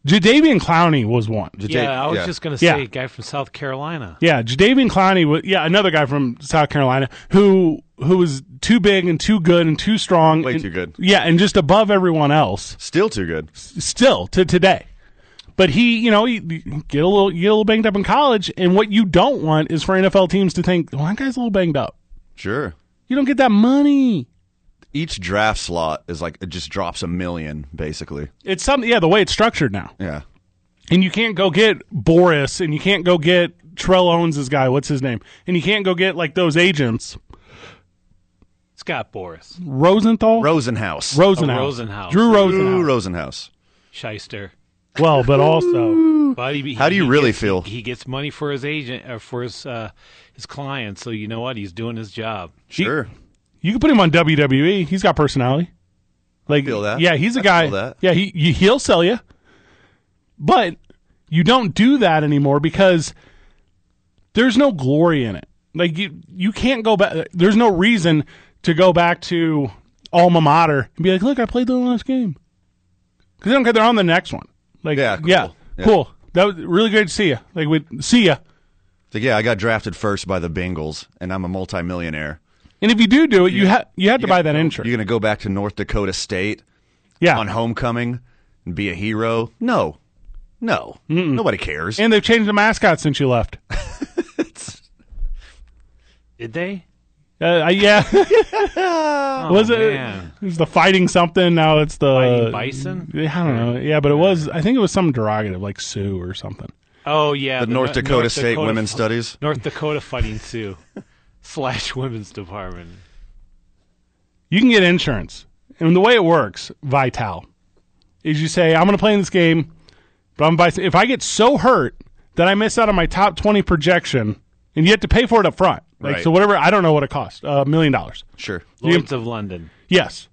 Speaker 4: Jadavian Clowney was one.
Speaker 5: They-
Speaker 6: yeah, I was
Speaker 5: yeah.
Speaker 6: just gonna say,
Speaker 4: Yeah.
Speaker 6: guy from South Carolina.
Speaker 4: Yeah, Jadavian Clowney was yeah another guy from South Carolina who who was too big and too good and too strong.
Speaker 5: Way
Speaker 4: and-
Speaker 5: too good.
Speaker 4: Yeah, and just above everyone else
Speaker 5: Still too good.
Speaker 4: still to today. But he, you know, he, he get a little you get a little banged up in college, and what you don't want is for NFL teams to think, well, that guy's a little banged up.
Speaker 5: Sure.
Speaker 4: You don't get that money.
Speaker 5: Each draft slot is like it just drops a million, basically.
Speaker 4: It's something. Yeah, the way it's structured now,
Speaker 5: Yeah.
Speaker 4: and you can't go get Boris, and you can't go get Trell Owens' this guy. What's his name? And you can't go get like those agents
Speaker 6: Scott Boris,
Speaker 4: Rosenthal,
Speaker 5: Rosenhaus.
Speaker 4: Rosenhaus.
Speaker 6: Oh, Rosenhaus.
Speaker 4: Drew Rosenhaus.
Speaker 5: Ooh, Rosenhaus.
Speaker 6: shyster.
Speaker 4: Well, but also,
Speaker 6: But he,
Speaker 5: How do you
Speaker 6: he
Speaker 5: really
Speaker 6: gets-
Speaker 5: feel?
Speaker 6: He, he gets money for his agent or for his uh, his client, so you know what? He's doing his job.
Speaker 5: Sure.
Speaker 4: you can put him on WWE. He's got personality. Like,
Speaker 5: feel that.
Speaker 4: yeah, he's a
Speaker 5: I
Speaker 4: guy.
Speaker 5: feel that.
Speaker 4: Yeah, he you, he'll sell you. But you don't do that anymore because there's no glory in it. Like you, you can't go back. There's no reason to go back to alma mater and be like, look, I played the last game because they don't care. They're on the next one. Like,
Speaker 5: Yeah, cool.
Speaker 4: yeah,
Speaker 5: Yeah.
Speaker 4: cool. That was really great to see you. Like, we see you.
Speaker 5: It's like, yeah, I got drafted first by the Bengals, and I'm a multimillionaire.
Speaker 4: And if you do do it, you have you have to buy that Ah. insurance.
Speaker 5: You're going to go back to North Dakota State
Speaker 4: yeah,
Speaker 5: on homecoming and be a hero? No. No. Nobody cares.
Speaker 4: And they've changed the mascot since you left.
Speaker 6: Did they? Oh,
Speaker 4: Uh, I- yeah, was it?
Speaker 6: man.
Speaker 4: It was the fighting something. Now it's the
Speaker 6: Fighting bison?
Speaker 4: I don't know. Yeah, but it was. I think it was some derogative like Sue or something.
Speaker 6: Oh yeah,
Speaker 5: the North
Speaker 6: Nor-
Speaker 5: Dakota State
Speaker 6: Dakota
Speaker 5: Women's
Speaker 6: fi-
Speaker 5: Studies.
Speaker 6: North Dakota Fighting Sioux slash Women's Department.
Speaker 4: You can get insurance, and the way it works, Vital, is you say I'm going to play in this game, but I'm vice. If I get so hurt that I miss out on my top twenty projection, and you have to pay for it up front, like
Speaker 5: Right.
Speaker 4: so whatever. I don't know what it costs. uh, A million dollars.
Speaker 5: Sure.
Speaker 6: Lords of London.
Speaker 4: Yes.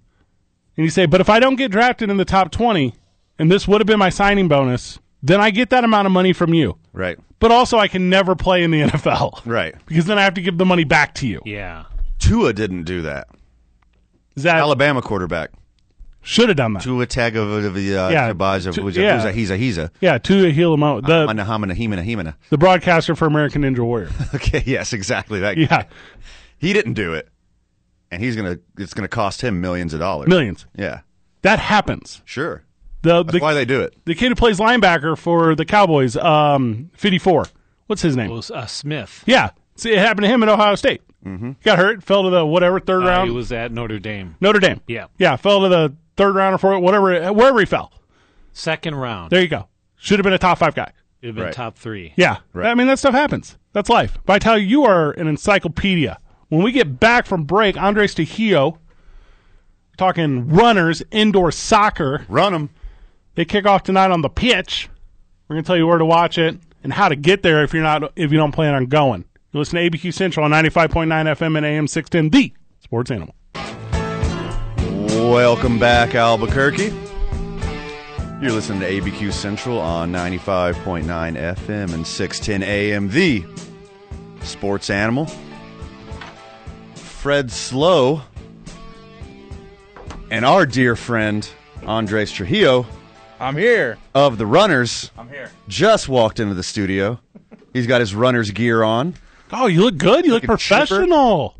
Speaker 4: And you say, but if I don't get drafted in the top 20, and this would have been my signing bonus, then I get that amount of money from you.
Speaker 5: Right.
Speaker 4: But also, I can never play in the NFL.
Speaker 5: Right.
Speaker 4: Because then I have to give the money back to you.
Speaker 6: Yeah.
Speaker 5: Tua didn't do that.
Speaker 4: Is that
Speaker 5: Alabama quarterback.
Speaker 4: should have done that?
Speaker 5: Tua Tagovailoa.
Speaker 4: Yeah,
Speaker 5: Tabaza-
Speaker 4: Tu-
Speaker 5: who's
Speaker 4: yeah. Uh,
Speaker 5: a he's a he's a
Speaker 4: yeah, Tua Hilamo, the
Speaker 5: Mana, hamana, hemana, hemana.
Speaker 4: the broadcaster for American Ninja Warrior.
Speaker 5: Okay, yes, exactly. That guy.
Speaker 4: Yeah,
Speaker 5: he didn't do it, and he's gonna it's gonna cost him millions of dollars.
Speaker 4: millions.
Speaker 5: Yeah,
Speaker 4: That happens.
Speaker 5: sure.
Speaker 4: The
Speaker 5: That's
Speaker 4: the,
Speaker 5: why they do it.
Speaker 4: the kid who plays linebacker for the Cowboys, um, fifty four. What's his name?
Speaker 6: Well, uh, Smith.
Speaker 4: yeah, see, it happened to him at Ohio State. Mm-hmm. Got hurt, fell to the whatever third
Speaker 6: Uh,
Speaker 4: round.
Speaker 6: he was at Notre Dame.
Speaker 4: Notre Dame.
Speaker 6: Yeah.
Speaker 4: Yeah, fell to the third round or fourth, whatever, wherever he fell.
Speaker 6: Second round.
Speaker 4: There you go. Should have been a top five guy.
Speaker 6: It'd have been
Speaker 5: Right.
Speaker 6: top three.
Speaker 4: Yeah.
Speaker 5: Right.
Speaker 4: I mean, that stuff happens. That's life. Vital, you are an encyclopedia. When we get back from break, Andres Tejillo, talking runners, indoor soccer.
Speaker 5: Run him.
Speaker 4: They kick off tonight on the pitch. We're going to tell you where to watch it and how to get there if you're not if you don't plan on going. You listen to ABQ Central on 95.9 FM and AM 610, the sports animal.
Speaker 5: Welcome back, Albuquerque. You're listening to ABQ Central on 95.9 FM and 610 AM, the sports animal. Fred Slow and our dear friend, Andres Trujillo
Speaker 7: I'm here.
Speaker 5: of the Runners,
Speaker 7: I'm here.
Speaker 5: just walked into the studio. He's got his runner's gear on.
Speaker 4: Oh, you look good. You look
Speaker 5: Looking chipper.
Speaker 4: professional.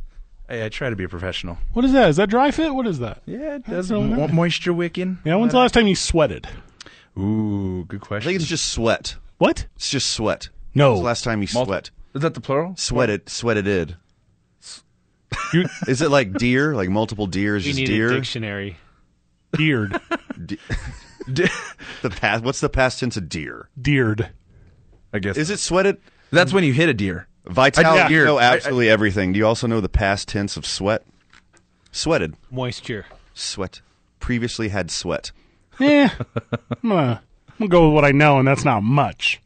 Speaker 7: Hey, I try to be a professional.
Speaker 4: What is that? Is that dry fit? What is that?
Speaker 7: Yeah, it
Speaker 4: does
Speaker 7: does
Speaker 4: all
Speaker 7: mo-
Speaker 4: right.
Speaker 7: moisture wicking.
Speaker 4: Yeah, when's the last time you sweated?
Speaker 7: Ooh, good
Speaker 5: I think
Speaker 7: question.
Speaker 5: it's just sweat.
Speaker 4: What?
Speaker 5: It's just sweat.
Speaker 4: No.
Speaker 5: When's the last time you
Speaker 7: Multi-
Speaker 5: sweat.
Speaker 7: Is that the plural?
Speaker 5: Sweated, sweated it.
Speaker 4: You
Speaker 5: Is it like deer? Like multiple deer is
Speaker 6: We
Speaker 5: just
Speaker 6: need
Speaker 5: deer?
Speaker 6: a dictionary.
Speaker 4: deared.
Speaker 5: The past. What's the past tense of deer?
Speaker 4: Deared.
Speaker 7: I guess.
Speaker 5: Is it sweated?
Speaker 7: That's when you hit a deer.
Speaker 5: Vital,
Speaker 7: I- yeah.
Speaker 5: you know
Speaker 7: I- I-
Speaker 5: absolutely everything. Do you also know the past tense of sweat? Sweated,
Speaker 6: Moisture.
Speaker 5: sweat. Previously had sweat.
Speaker 4: Eh. I'm gonna, I'm gonna go with what I know, and that's not much.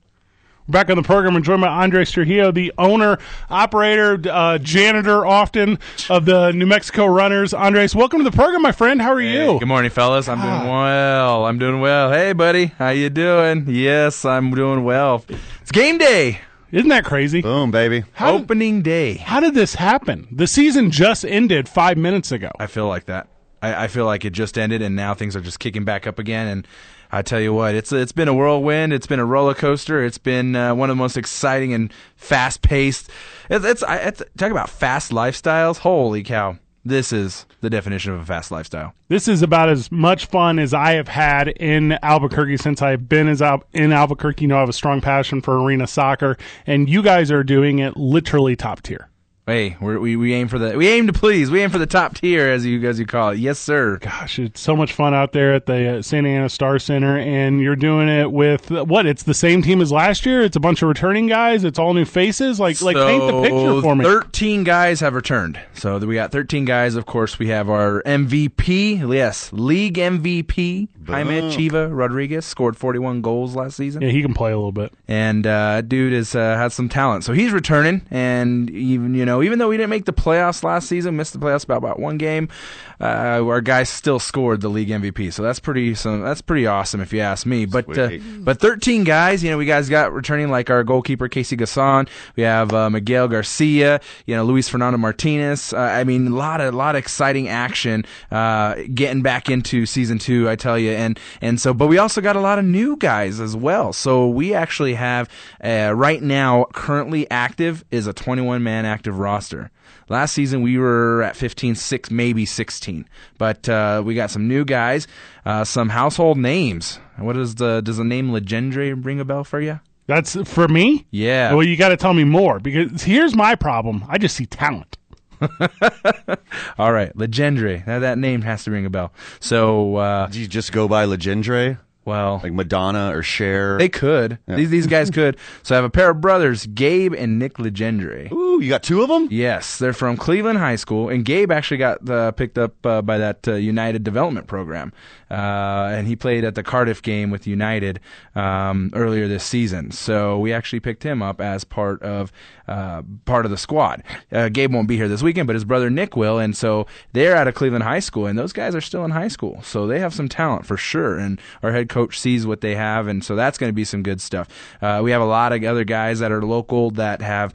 Speaker 4: We're back on the program and joined by Andres Trujillo, the owner, operator, uh, janitor often of the New Mexico Runners. Andres, welcome to the program, my friend. How are you?
Speaker 7: Hey, good morning, fellas. I'm doing well. I'm doing well. Hey, buddy, how you doing? Yes, I'm doing well. It's game day,
Speaker 4: Isn't that crazy?
Speaker 5: Boom, baby.
Speaker 4: How did,
Speaker 7: opening day.
Speaker 4: how did this happen? The season just ended five minutes ago.
Speaker 7: I feel like that. I, I feel like it just ended, and now things are just kicking back up again. And I tell you what, it's it's been a whirlwind. It's been a roller coaster. It's been uh, one of the most exciting and fast paced. It's, it's, I- it's talk about fast lifestyles. Holy cow! This is the definition of a fast lifestyle.
Speaker 4: This is about as much fun as I have had in Albuquerque since I've been as Al- in Albuquerque. You know, I have a strong passion for arena soccer, and you guys are doing it literally top tier.
Speaker 7: Hey, we're, we we aim for the we aim to please. We aim for the top tier, as you as you call it. Yes, sir.
Speaker 4: Gosh, it's so much fun out there at the uh, Santa Ana Star Center, and you're doing it with uh, what? It's the same team as last year. It's a bunch of returning guys. It's all new faces. Like, like paint the picture
Speaker 7: So,
Speaker 4: for me.
Speaker 7: 13 guys have returned. So we got 13 guys. Of course, we have our MVP. Yes, league MVP. Jaime Chiva Rodriguez scored 41 goals last season.
Speaker 4: yeah, he can play a little bit.
Speaker 7: And uh, dude has uh, had some talent. So he's returning. And even, you know, even though we didn't make the playoffs last season, missed the playoffs by about one game, uh, our guy still scored the league MVP. So that's pretty some, that's pretty awesome if you ask me. But uh,
Speaker 5: Sweet.
Speaker 7: but 13 guys, you know, we guys got returning like our goalkeeper Casey Gasson. We have uh, Miguel Garcia, you know, Luis Fernando Martinez. Uh, I mean, a lot of lot of exciting action uh, getting back into season two, I tell you. And and so, but we also got a lot of new guys as well. So we actually have uh, right now currently active is a 21 man active roster. Last season we were at 15, six, maybe 16, but uh, we got some new guys, uh, some household names. What does the does the name Legendre ring a bell for you?
Speaker 4: That's for me.
Speaker 7: Yeah.
Speaker 4: Well, Oh, you got to tell me more because here's my problem. I just see talent.
Speaker 7: All right, Legendre. Now that name has to ring a bell. So, uh,
Speaker 5: Do you just go by Legendre,
Speaker 7: well,
Speaker 5: like Madonna or Cher?
Speaker 7: they could. These these guys could. So I have a pair of brothers, Gabe and Nick Legendre.
Speaker 5: Ooh, you got two of them.
Speaker 7: Yes, they're from Cleveland High School, and Gabe actually got uh, picked up uh, by that uh, United Development Program, uh, and he played at the Cardiff game with United um, earlier this season. So we actually picked him up as part of uh, part of the squad. Uh, Gabe won't be here this weekend, but his brother Nick will, and so they're out of Cleveland High School, and those guys are still in high school, so they have some talent for sure. And our head coach sees what they have, and so that's going to be some good stuff. Uh, we have a lot of other guys that are local that have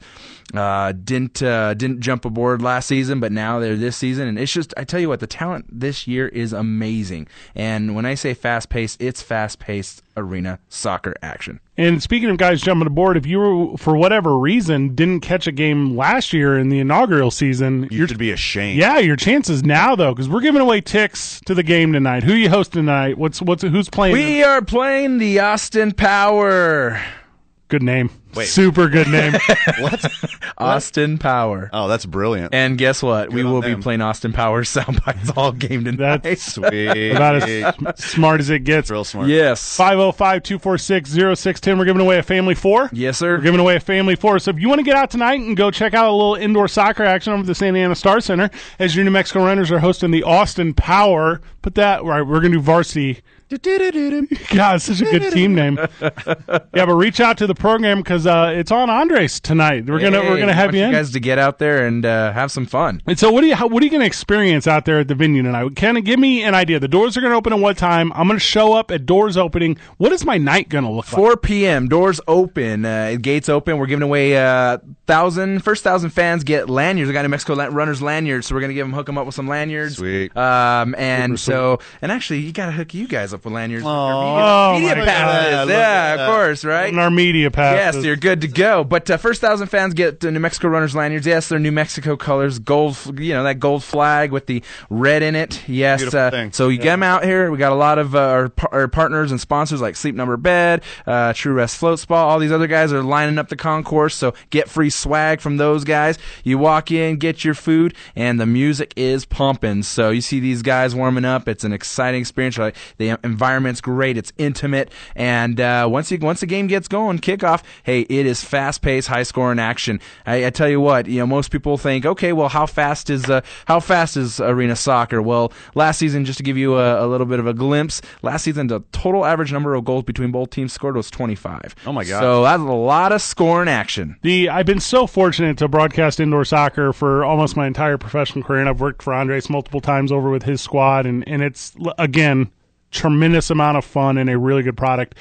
Speaker 7: uh, didn't uh, didn't jump aboard last season, but now they're this season, and it's just I tell you what, the talent this year is amazing. And when I say fast paced, it's fast paced arena soccer action.
Speaker 4: And speaking of guys jumping aboard, if you were, for whatever reason didn't catch a game last year in the inaugural season,
Speaker 5: You
Speaker 4: your-
Speaker 5: should be ashamed.
Speaker 4: yeah, your chances now though, because we're giving away ticks to the game tonight. Who you hosting tonight? What's what's who's playing?
Speaker 7: We are playing the Austin Power.
Speaker 4: good name,
Speaker 5: Wait.
Speaker 4: super good name.
Speaker 5: What?
Speaker 7: Austin Power.
Speaker 4: Uh,
Speaker 5: Oh, that's brilliant.
Speaker 7: And guess what? we
Speaker 5: on
Speaker 7: will
Speaker 5: them.
Speaker 7: be playing Austin Power soundbites all game tonight.
Speaker 4: That's
Speaker 5: Sweet.
Speaker 4: about as smart as it gets.
Speaker 5: real smart.
Speaker 7: yes.
Speaker 4: 505-246-0610. We're giving away a family four.
Speaker 7: Yes, sir.
Speaker 4: We're giving away a family four. So if you want to get out tonight and go check out a little indoor soccer action over at the Santa Ana Star Center, as your New Mexico Runners are hosting the Austin Power, put that right. We're gonna do varsity. God, it's such a good team name. yeah, but reach out to the program because uh, it's on Andres tonight. We're gonna we're
Speaker 7: Hey,
Speaker 4: gonna have
Speaker 7: want
Speaker 4: you
Speaker 7: you
Speaker 4: in.
Speaker 7: guys to get out there and uh, have some fun.
Speaker 4: And so, what do you how, what are you going to experience out there at the venue tonight? Kind of give me an idea. The doors are going to open at what time? I'm going to show up at doors opening. What is my night going to look like?
Speaker 7: 4 p.m. Doors open. Uh, gates open. We're giving away uh, thousand first thousand fans get lanyards. I got New Mexico lan- runners lanyards, so we're gonna give them hook them up with some lanyards.
Speaker 5: Sweet.
Speaker 7: Um, and so and actually, you gotta hook you guys up with lanyards. with your
Speaker 4: Oh,
Speaker 7: media,
Speaker 4: my
Speaker 7: media passes.
Speaker 5: God. I love
Speaker 7: Yeah,
Speaker 5: that.
Speaker 7: of course, right?
Speaker 4: in our media pass.
Speaker 7: Yes, you're good to go. But uh, first thousand fans get the New Mexico runners lanyards. Yes, they're New Mexico colors, gold. f- You know that gold flag with the red in it. Yes,
Speaker 5: Beautiful
Speaker 7: uh,
Speaker 5: thing.
Speaker 7: so you get 'em get them out here. We got a lot of uh, our, par- our partners and sponsors like Sleep Number Bed, uh, True Rest Float Spa. All these other guys are lining up the concourse. So get free swag from those guys. You walk in, get your food, and the music is pumping. So you see these guys warming up. It's an exciting experience. Like the environment's great. It's intimate, and uh, once you once the game gets going, kickoff. Hey, it is fast paced, high scoring action. I, I tell you what, you know, most people think, okay, well, how fast is uh, how fast is arena soccer? Well, last season, just to give you a, a little bit of a glimpse, last season the total average number of goals between both teams scored was 25.
Speaker 5: Oh, my God.
Speaker 7: So that's a lot of scoring action.
Speaker 4: The I've been so fortunate to broadcast indoor soccer for almost my entire professional career, and I've worked for Andres multiple times over with his squad, and and it's l- again tremendous amount of fun and a really good product.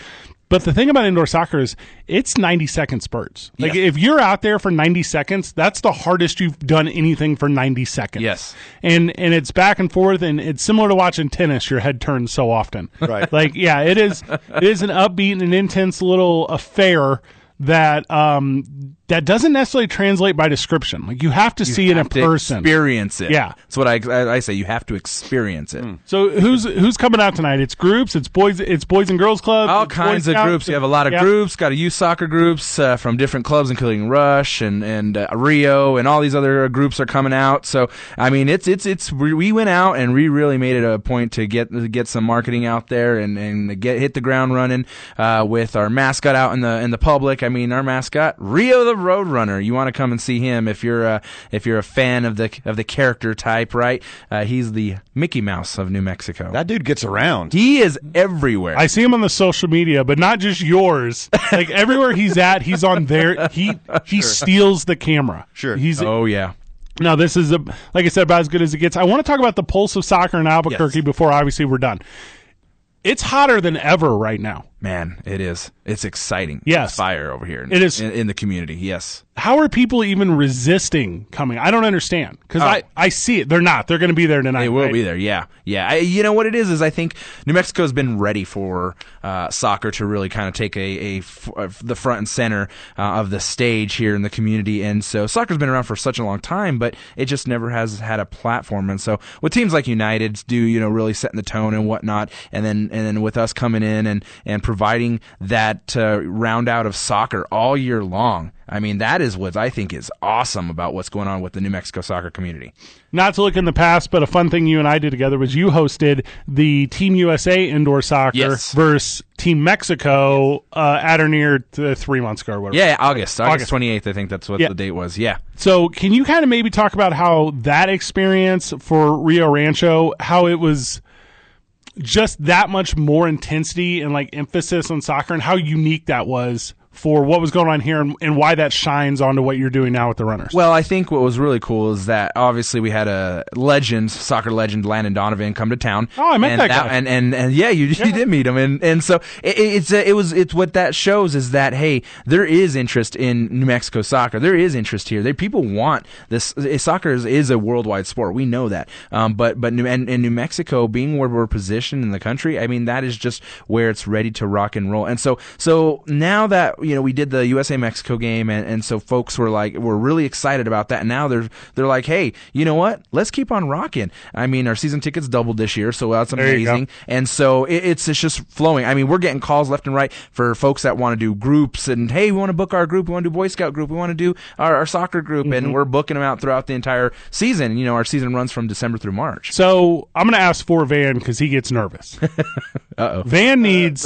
Speaker 4: But the thing about indoor soccer is it's 90 second spurts. Like
Speaker 7: Yes.
Speaker 4: if you're out there for 90 seconds, that's the hardest you've done anything for 90 seconds.
Speaker 7: Yes.
Speaker 4: And and it's back and forth and it's similar to watching tennis, your head turns so often.
Speaker 5: Right.
Speaker 4: like yeah, it is it is an upbeat and intense little affair that um that doesn't necessarily translate by description. Like you have to see it in
Speaker 7: have to
Speaker 4: person.
Speaker 7: experience it.
Speaker 4: Yeah.
Speaker 7: that's what I, I, I say. You have to experience
Speaker 5: Hmm.
Speaker 7: it.
Speaker 4: So who's who's coming out tonight? It's groups. It's boys. It's boys and girls clubs.
Speaker 7: All
Speaker 4: it's Boy
Speaker 7: kinds of
Speaker 4: Scouts,
Speaker 7: groups. You have a lot of
Speaker 4: yeah.
Speaker 7: groups. Got a youth soccer groups uh, from different clubs, including Rush and and uh, Rio, and all these other groups are coming out. So I mean, it's it's it's we we went out and we really made it a point to get to get some marketing out there and and get hit the ground running uh, with our mascot out in the in the public. I mean, our mascot Rio the Roadrunner. You want to come and see him if you're uh, if you're a fan of the of the character type, right? Uh, he's the Mickey Mouse of New Mexico.
Speaker 5: That dude gets around.
Speaker 7: he is everywhere.
Speaker 4: I see him on the social media, but not just yours. Like everywhere he's at, he's on there. He he steals the camera.
Speaker 5: Sure.
Speaker 4: He's
Speaker 7: oh yeah.
Speaker 4: Now this is a like I said about as good as it gets. I want to talk about the pulse of soccer in Albuquerque
Speaker 7: Yes.
Speaker 4: before obviously we're done. It's hotter than ever right now.
Speaker 7: Man, it is. It's exciting.
Speaker 4: Yes.
Speaker 7: It's fire over here. In,
Speaker 4: It is.
Speaker 7: in, in the community. Yes,
Speaker 4: How are people even resisting coming? I don't understand because I I see it. They're not. They're going to be there tonight.
Speaker 7: Oh. they will
Speaker 4: right?
Speaker 7: be there. Yeah, yeah. I, you know what it is is I think New Mexico's been ready for uh, soccer to really kind of take a, a f- uh, the front and center uh, of the stage here in the community, and so soccer's been around for such a long time, but it just never has had a platform. And so with teams like United do, you know, really setting the tone and whatnot, and then and then with us coming in and and providing that uh, round out of soccer all year long. I mean, that is what I think is awesome about what's going on with the New Mexico soccer community.
Speaker 4: not to look in the past, but a fun thing you and I did together was you hosted the Team USA indoor soccer
Speaker 7: Yes.
Speaker 4: versus Team Mexico uh, at or near th- three months ago or whatever.
Speaker 7: Yeah, August.
Speaker 4: August.
Speaker 7: August twenty eighth, I think that's what
Speaker 4: Yeah.
Speaker 7: the date was. Yeah.
Speaker 4: So, can you kind of maybe talk about how that experience for Rio Rancho, how it was just that much more intensity and like emphasis on soccer and how unique that was for what was going on here and, and why that shines onto what you're doing now with the runners?
Speaker 7: Well, I think what was really cool is that obviously we had a legend, soccer legend, Landon Donovan, come to town.
Speaker 4: Oh, I met
Speaker 7: and
Speaker 4: that guy.
Speaker 7: And and, and yeah, you, you did meet him, and and so it, it- it's a, it was it's what that shows is that hey, there is interest in New Mexico soccer. There is interest here. They people want this. eh, Soccer is, is a worldwide sport. We know that. Um, but but New, and, and New Mexico being where we're positioned in the country, I mean that is just where it's ready to rock and roll. And so so now that you know we did the USA Mexico game, and, and so folks were like were really excited about that. And now they're they're like, hey, you know what? Let's keep on rocking. I mean, our season tickets doubled this year, so that's
Speaker 4: There you go.
Speaker 7: amazing. And so it, it's it's just flowing. I mean, we're getting calls left and right for folks that want to do groups, and hey, we want to book our group, we want to do Boy Scout group, we want to do our, our soccer group, and we're booking them out throughout the entire season. You know, our season runs from December through March.
Speaker 4: so, I'm going to ask for Van because he gets nervous. Uh-oh. Van needs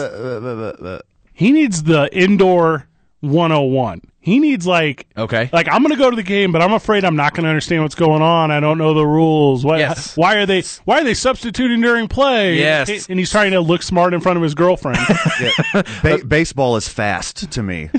Speaker 4: he needs the indoor 101 he needs like
Speaker 7: Okay.
Speaker 4: like i'm gonna go to the game but i'm afraid i'm not gonna understand what's going on i don't know the rules what
Speaker 7: Yes.
Speaker 4: why are they why are they substituting during play
Speaker 7: Yes.
Speaker 4: and he's trying to look smart in front of his girlfriend
Speaker 5: Ba- baseball is fast to me.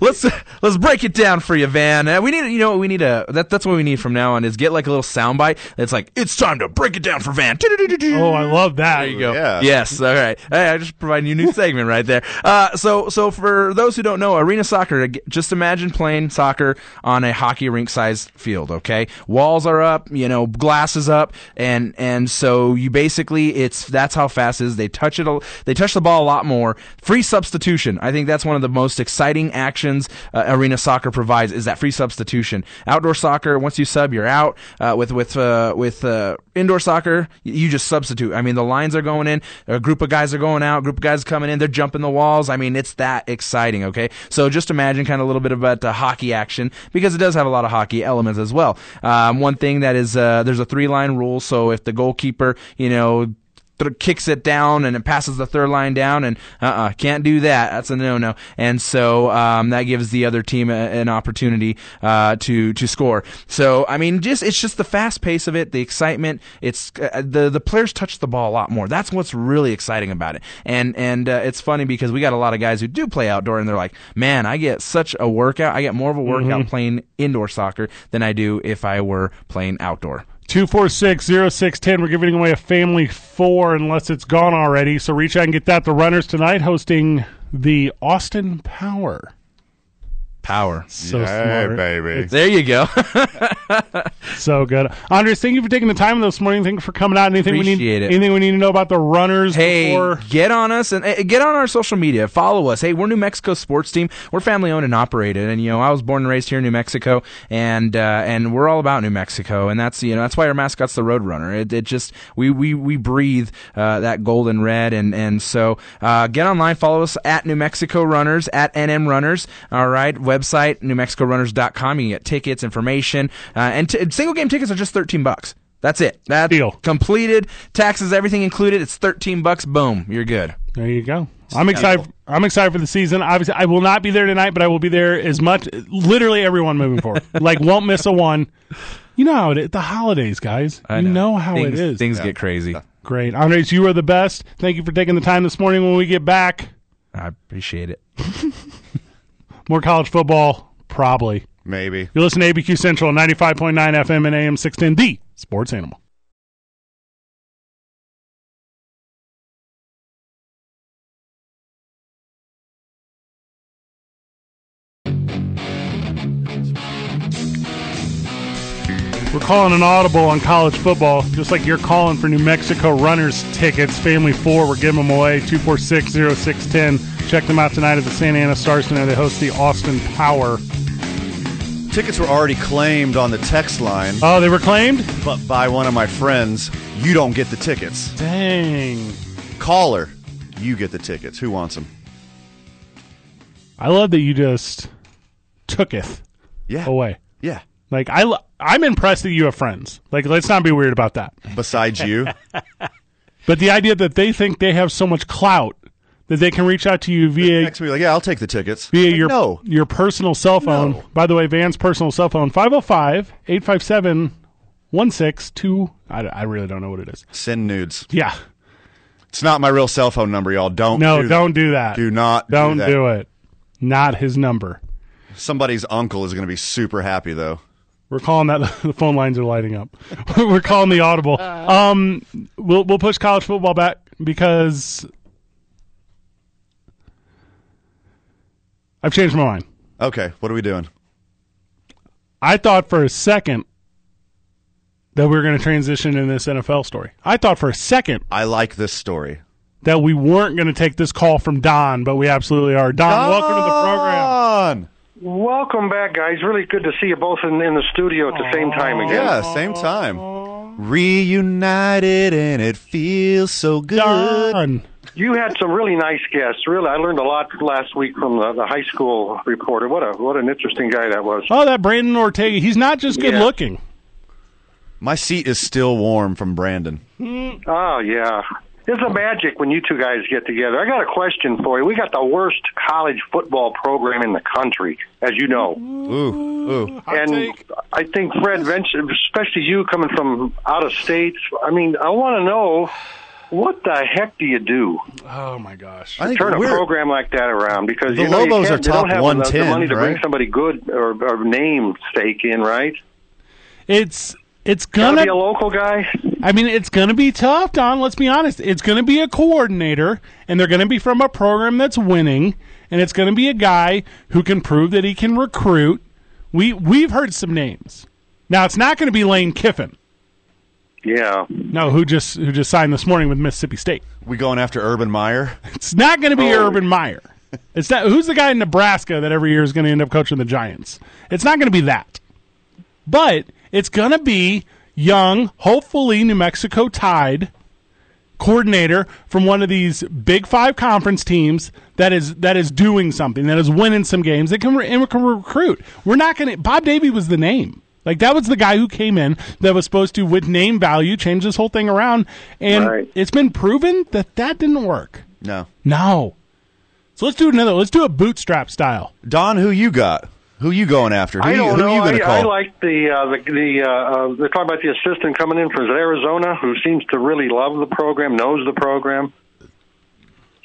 Speaker 7: let's let's break it down for you, Van. Uh, we need you know what we need a that that's what we need from now on is get like a little soundbite. It's like it's time to break it down for Van.
Speaker 4: oh i love that
Speaker 7: There you go.
Speaker 5: Yeah.
Speaker 7: Yes. All right. Hey, I just provided you a new segment right there. Uh, so, so for those who don't know, arena soccer. ag- Just imagine playing soccer on a hockey rink-sized field. Okay, walls are up, you know, glass is up, and and so you basically it's that's how fast it is. They touch it. a- They touch the ball a lot more. Free substitution. I think that's one of the most exciting actions uh, arena soccer provides is that free substitution. Outdoor soccer, once you sub, you're out. Uh, with with uh, with uh, indoor soccer, y- you just substitute. I mean, the lines are going in. A group of guys are going out. group of guys coming in. They're jumping the walls. I mean, it's that exciting. Okay, so just imagine kind of a little bit about the hockey action because it does have a lot of hockey elements as well. Um, one thing that is uh, there's a three line rule. So if the goalkeeper, you know th- kicks it down and it passes the third line down and uh-uh can't do that that's a no-no and so um, that gives the other team a, an opportunity uh, to to score so i mean just it's just the fast pace of it the excitement it's uh, the the players touch the ball a lot more that's what's really exciting about it and and uh, it's funny because we got a lot of guys who do play outdoor and they're like man i get such a workout i get more of a workout playing indoor soccer than i do if i were playing outdoor
Speaker 4: 246-0610. We're giving away a family four unless it's gone already. So reach out and get that. The runners tonight hosting the Austin Power.
Speaker 7: Power.
Speaker 4: So
Speaker 5: Hey,
Speaker 4: smart.
Speaker 5: baby.
Speaker 7: There you go.
Speaker 4: So good. Andres, thank you for taking the time this morning. Thank you for coming out. Anything we
Speaker 7: Appreciate
Speaker 4: need
Speaker 7: it.
Speaker 4: anything we need to know about the runners
Speaker 7: Hey,
Speaker 4: before
Speaker 7: get on us and eh, get on our social media. Follow us. Hey, we're New Mexico sports team. We're family owned and operated. And you know, I was born and raised here in New Mexico, and uh, and we're all about New Mexico. And that's you know that's why our mascot's the Roadrunner. It, it just we we we breathe uh, that golden red. And and so uh, get online. Follow us at New Mexico Runners at NM Runners. All right, website newmexicorunners.com. You can get tickets, information, uh, and t- single game tickets are just thirteen bucks. That's it. That's
Speaker 4: Deal.
Speaker 7: completed taxes everything included it's 13 bucks boom you're good
Speaker 4: There you go. I'm excited. I'm excited for the season. Obviously, I will not be there tonight, but I will be there as much. Literally, everyone moving forward, like won't miss a one. You know how it is. The holidays, guys. You know how
Speaker 7: things,
Speaker 4: it is.
Speaker 7: things get crazy
Speaker 4: Great, Andres, you are the best. Thank you for taking the time this morning. When we get back,
Speaker 7: i appreciate it
Speaker 4: more college football, probably.
Speaker 5: Maybe.
Speaker 4: You listen to ABQ Central, 95.9 FM and AM 610, the sports animal. We're calling an audible on college football, just like you're calling for New Mexico runners tickets. Family four, we're giving them away. 246-0610. Check them out tonight at the Santa Ana Star Center. They host the Austin Power.
Speaker 5: Tickets were already claimed on the text line,
Speaker 4: Oh, they were claimed?
Speaker 5: but by one of my friends, you don't get the tickets.
Speaker 4: Dang.
Speaker 5: Caller, you get the tickets. Who wants them?
Speaker 4: I love that you just tooketh
Speaker 5: Yeah.
Speaker 4: away.
Speaker 5: Yeah.
Speaker 4: Like I lo- I'm impressed that you have friends. Like let's not be weird about that.
Speaker 5: Besides you,
Speaker 4: But the idea that they think they have so much clout that they can reach out to you via
Speaker 5: next week, like, yeah, I'll take the tickets.
Speaker 4: via
Speaker 5: Like,
Speaker 4: your
Speaker 5: no.
Speaker 4: your personal cell phone.
Speaker 5: No.
Speaker 4: By the way, Van's personal cell phone 505-857-1620. I, I really don't know what it is.
Speaker 5: Send nudes.
Speaker 4: Yeah.
Speaker 5: It's not my real cell phone number, y'all. Don't.
Speaker 4: No,
Speaker 5: do that.
Speaker 4: don't do that.
Speaker 5: Do not. do,
Speaker 4: Don't
Speaker 5: that.
Speaker 4: do it. Not his number.
Speaker 5: Somebody's uncle is going to be super happy though.
Speaker 4: We're calling that the phone lines are lighting up. We're calling the audible. Um, we'll we'll push college football back because I've changed my mind.
Speaker 5: Okay, what are we doing?
Speaker 4: I thought for a second that we were going to transition in this NFL story. I thought for a second
Speaker 5: I like this story.
Speaker 4: that we weren't going to take this call from Don, but we absolutely are. Don, welcome to the program.
Speaker 5: program.
Speaker 8: Welcome back, guys. Really good to see you both in, in the studio at the same time again.
Speaker 5: Yeah, same time. Reunited and it feels so good.
Speaker 4: Don,
Speaker 8: You had some really nice guests. Really, I learned a lot last week from the, the high school reporter. What a what an interesting guy that was.
Speaker 4: oh, that Brandon Ortega. He's not just good
Speaker 8: Yeah.
Speaker 4: looking.
Speaker 5: My seat is still warm from Brandon.
Speaker 8: Oh yeah. It's a magic when you two guys get together. I got a question for you. We got the worst college football program in the country, as you know.
Speaker 5: Ooh, ooh.
Speaker 8: and I think Fred, Venture- especially you coming from out of state, I mean, I want to know what the heck do you do?
Speaker 4: Oh my gosh.
Speaker 5: I think
Speaker 8: turn a
Speaker 5: we're-
Speaker 8: program like that around because
Speaker 5: The
Speaker 8: you know, you
Speaker 5: Lobos
Speaker 8: can't-
Speaker 5: are
Speaker 8: they don't
Speaker 5: top
Speaker 8: have
Speaker 5: 110,
Speaker 8: the money to bring
Speaker 5: right?
Speaker 8: somebody good or, or name stake in, right?
Speaker 4: It's it's gonna
Speaker 8: Got to be a local guy.
Speaker 4: I mean, it's going to be tough, Don. Let's be honest. It's going to be a coordinator, and they're going to be from a program that's winning, and it's going to be a guy who can prove that he can recruit. We we've heard some names. Now it's not going to be Lane Kiffin,
Speaker 8: Yeah,
Speaker 4: no, who just who just signed this morning with Mississippi State.
Speaker 5: We going after Urban Meyer?
Speaker 4: It's not going to be
Speaker 8: Oh.
Speaker 4: Urban Meyer. It's not who's the guy in Nebraska that every year is going to end up coaching the Giants. It's not going to be that, but it's going to be young, hopefully New Mexico tied coordinator from one of these Big Five conference teams that is that is doing something that is winning some games that can re- and can recruit. We're not going to. Bob Davy was the name. Like that was the guy who came in that was supposed to, with name value, change this whole thing around, and
Speaker 8: Right.
Speaker 4: it's been proven that that didn't work.
Speaker 5: No.
Speaker 4: No. So let's do another. Let's do a bootstrap style.
Speaker 5: Don, who you got? Who you going after? Who
Speaker 8: I
Speaker 5: you,
Speaker 8: don't
Speaker 5: who
Speaker 8: know.
Speaker 5: you
Speaker 8: I,
Speaker 5: gonna call?
Speaker 8: I like the uh, the the uh, uh, they're talking about the assistant coming in from Arizona, who seems to really love the program, knows the program.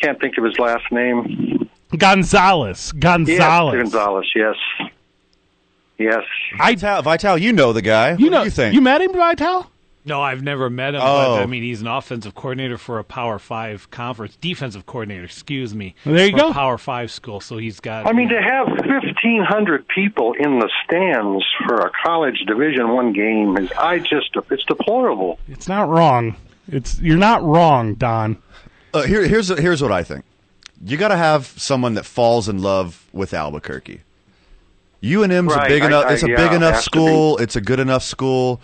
Speaker 8: Can't think of his last name.
Speaker 4: Gonzalez.
Speaker 8: Yes,
Speaker 4: Gonzalez.
Speaker 8: Gonzalez. Yes, yes.
Speaker 5: Vital, Vital, you know the guy.
Speaker 4: You
Speaker 5: What do
Speaker 4: know,
Speaker 5: you think?
Speaker 4: you met him, Vital?
Speaker 6: No, I've never met him.
Speaker 5: Oh.
Speaker 6: But, I mean, he's an offensive coordinator for a Power Five conference, defensive coordinator. Excuse me.
Speaker 4: Well, there you
Speaker 6: for a
Speaker 4: go.
Speaker 6: Power Five school. So he's got.
Speaker 8: I mean, to have fifteen hundred people in the stands for a college Division One game is I just it's deplorable.
Speaker 4: It's not wrong. It's you're not wrong, Don.
Speaker 5: Uh, here, here's here's what I think. You got to have someone that falls in love with Albuquerque. U and M's a
Speaker 8: Right,
Speaker 5: big
Speaker 8: I-
Speaker 5: enough.
Speaker 8: I-
Speaker 5: it's a
Speaker 8: yeah,
Speaker 5: big enough
Speaker 8: has to
Speaker 5: school. It's a good enough school.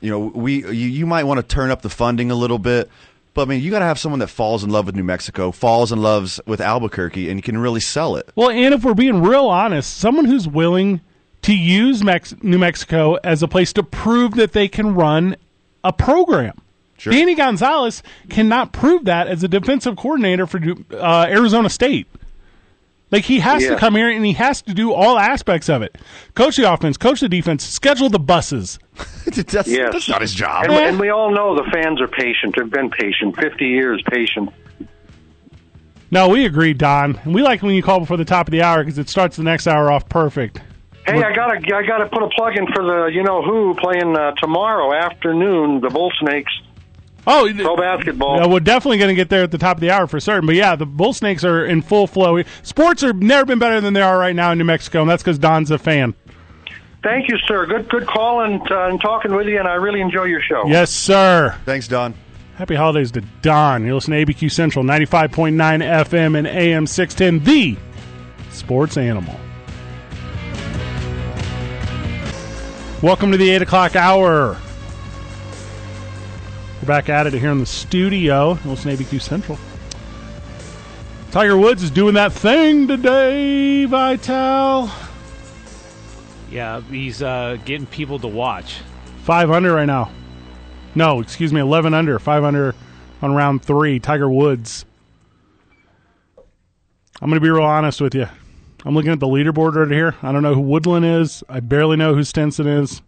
Speaker 5: You know, we you, you might want to turn up the funding a little bit, but I mean, you got to have someone that falls in love with New Mexico, falls in loves with Albuquerque, and can really sell it.
Speaker 4: Well, and if we're being real honest, someone who's willing to use Mex- New Mexico as a place to prove that they can run a program.
Speaker 5: Sure.
Speaker 4: Danny Gonzalez cannot prove that as a defensive coordinator for uh, Arizona State. Like he has to
Speaker 8: Yeah.
Speaker 4: come here and he has to do all aspects of it: coach the offense, coach the defense, schedule the buses.
Speaker 5: that's,
Speaker 8: Yes.
Speaker 5: that's not his job.
Speaker 8: And, and we all know the fans are patient. They've been patient, fifty years patient.
Speaker 4: No, we agree, Don, and we like when you call before the top of the hour because it starts the next hour off perfect.
Speaker 8: Hey, I gotta I gotta put a plug in for the you know who playing uh, tomorrow afternoon the Bull Snakes
Speaker 4: Oh,
Speaker 8: pro basketball.
Speaker 4: Yeah, we're definitely going to get there at the top of the hour for certain. But yeah, the bull snakes are in full flow. Sports have never been better than they are right now in New Mexico, and that's because Don's a fan.
Speaker 8: Thank you, sir. Good good call and, uh, and talking with you, and I really enjoy your show.
Speaker 4: Yes, sir.
Speaker 5: Thanks, Don.
Speaker 4: Happy holidays to Don. You're listening to ABQ Central, 95.9 FM and AM 610, the sports animal. Welcome to the 8 o'clock hour. We're back at it here in the studio. You're listening to ABQ Central. Tiger Woods is doing that thing today, Vital.
Speaker 6: Yeah, he's uh, getting people to watch.
Speaker 4: Five under right now. No, excuse me, eleven under. Five under on round three. Tiger Woods. I'm gonna be real honest with you. I'm looking at the leaderboard right here. I don't know who Woodland is. I barely know who Stenson is.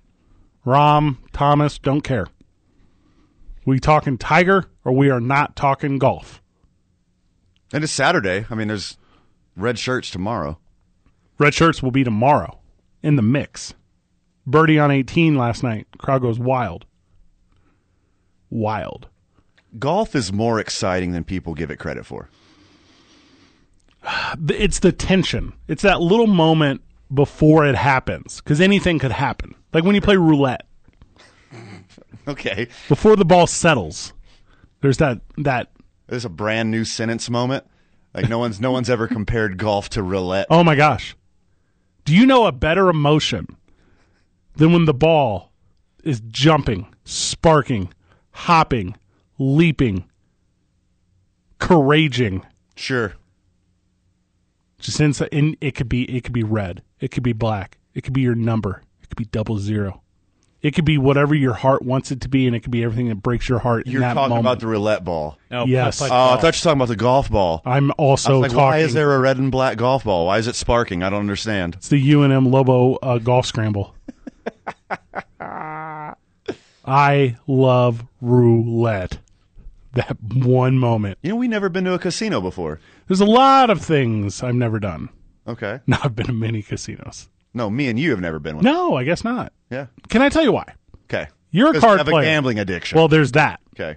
Speaker 4: Rom, Thomas, don't care. We talking Tiger or we are not talking golf.
Speaker 5: And it's Saturday. I mean, there's red shirts tomorrow.
Speaker 4: Red shirts will be tomorrow in the mix. Birdie on 18 last night. Crowd goes wild. Wild.
Speaker 5: Golf is more exciting than people give it credit for.
Speaker 4: th- it's the tension. It's that little moment before it happens because anything could happen. Like when you play roulette,
Speaker 5: Okay,
Speaker 4: before the ball settles, there's that that
Speaker 5: this is a brand new sentence moment. Like no one's no one's ever compared golf to roulette.
Speaker 4: oh my gosh. Do you know a better emotion than when the ball is jumping, sparking, hopping, leaping, couraging?
Speaker 5: Sure.
Speaker 4: Just inside, and it could be it could be red, it could be black, it could be your number, it could be double zero, it could be whatever your heart wants it to be, and it could be everything that breaks your heart.
Speaker 5: You're
Speaker 4: in that
Speaker 5: talking
Speaker 4: moment.
Speaker 5: about the roulette ball.
Speaker 6: No,
Speaker 4: Yes.
Speaker 6: putt-putt
Speaker 5: Oh, I
Speaker 6: golf.
Speaker 5: thought you were talking about the golf ball.
Speaker 4: I'm
Speaker 5: I
Speaker 4: also
Speaker 5: was like,
Speaker 4: talking.
Speaker 5: why is there a red and black golf ball? Why is it sparking? I don't understand.
Speaker 4: It's the UNM Lobo uh, golf scramble. I love roulette. That one moment.
Speaker 5: You know, we never been to a casino before.
Speaker 4: There's a lot of things I've never done.
Speaker 5: Okay.
Speaker 4: No, I've been to many casinos.
Speaker 5: No, me and you have never been one.
Speaker 4: No, I guess not.
Speaker 5: Yeah.
Speaker 4: Can I tell you why?
Speaker 5: Okay.
Speaker 4: You're a
Speaker 5: Because you
Speaker 4: card
Speaker 5: have
Speaker 4: player.
Speaker 5: a gambling addiction.
Speaker 4: Well, there's that.
Speaker 5: okay.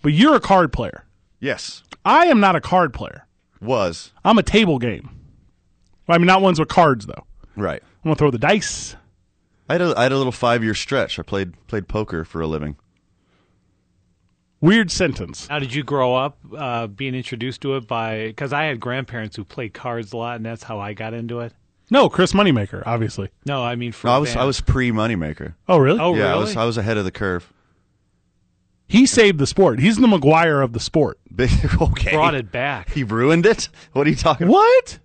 Speaker 4: But you're a card player.
Speaker 5: Yes.
Speaker 4: I am not a card player.
Speaker 5: Was.
Speaker 4: I'm a table game. I mean, not ones with cards though.
Speaker 5: Right.
Speaker 4: I'm gonna throw the dice.
Speaker 5: I had a, I had a little five year stretch. I played played poker for a living.
Speaker 4: Weird sentence.
Speaker 6: How did you grow up uh, being introduced to it by? Because I had grandparents who played cards a lot, and that's how I got into it.
Speaker 4: No, Chris Moneymaker, obviously.
Speaker 6: No, I mean, for
Speaker 5: No, I was
Speaker 6: fans.
Speaker 5: I was pre moneymaker.
Speaker 4: Oh, really?
Speaker 6: Oh,
Speaker 5: yeah, I
Speaker 6: really?
Speaker 5: was I was ahead of the curve.
Speaker 4: He saved the sport. He's the McGuire of the sport.
Speaker 5: Big okay.
Speaker 6: brought it back.
Speaker 5: He ruined it? What are you talking about?
Speaker 4: What?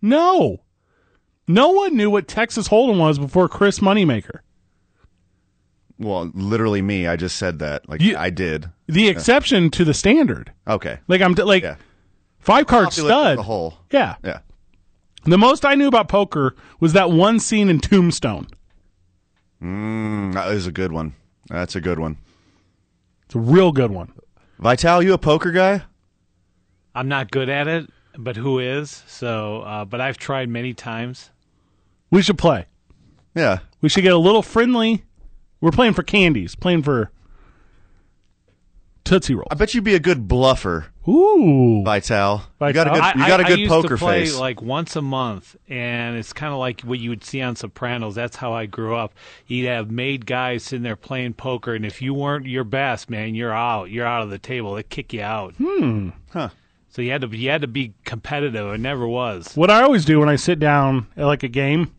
Speaker 4: No. No one knew what Texas Hold'em was before Chris Moneymaker.
Speaker 5: Well, literally me. I just said that. Like
Speaker 4: You-
Speaker 5: I did.
Speaker 4: The exception to the standard.
Speaker 5: Okay.
Speaker 4: Like I'm like
Speaker 5: Yeah.
Speaker 4: five card
Speaker 5: Populate with
Speaker 4: stud.
Speaker 5: The whole.
Speaker 4: Yeah.
Speaker 5: Yeah.
Speaker 4: The most I knew about poker was that one scene in Tombstone.
Speaker 5: Mm, that is a good one. That's a good one.
Speaker 4: It's a real good one.
Speaker 5: Vital, you a poker guy?
Speaker 6: I'm not good at it, but who is? So, uh, but I've tried many times.
Speaker 4: We should play.
Speaker 5: Yeah.
Speaker 4: We should get a little friendly. We're playing for candies, playing for Tootsie Roll.
Speaker 5: I bet you'd be a good bluffer,
Speaker 4: Ooh.
Speaker 5: Vital. You
Speaker 4: Vital.
Speaker 5: got a good,
Speaker 4: I-
Speaker 5: you got a
Speaker 6: Oh, I- I
Speaker 5: good
Speaker 6: used
Speaker 5: poker
Speaker 6: to play
Speaker 5: face.
Speaker 6: Like once a month, and it's kind of like what you would see on Sopranos. That's how I grew up. You'd have made guys sitting there playing poker, and if you weren't your best, man, you're out. You're out of the table. They kick you out. Hmm.
Speaker 5: Huh.
Speaker 6: So you had to you had to be competitive. I never was.
Speaker 4: What I always do when I sit down at like a game,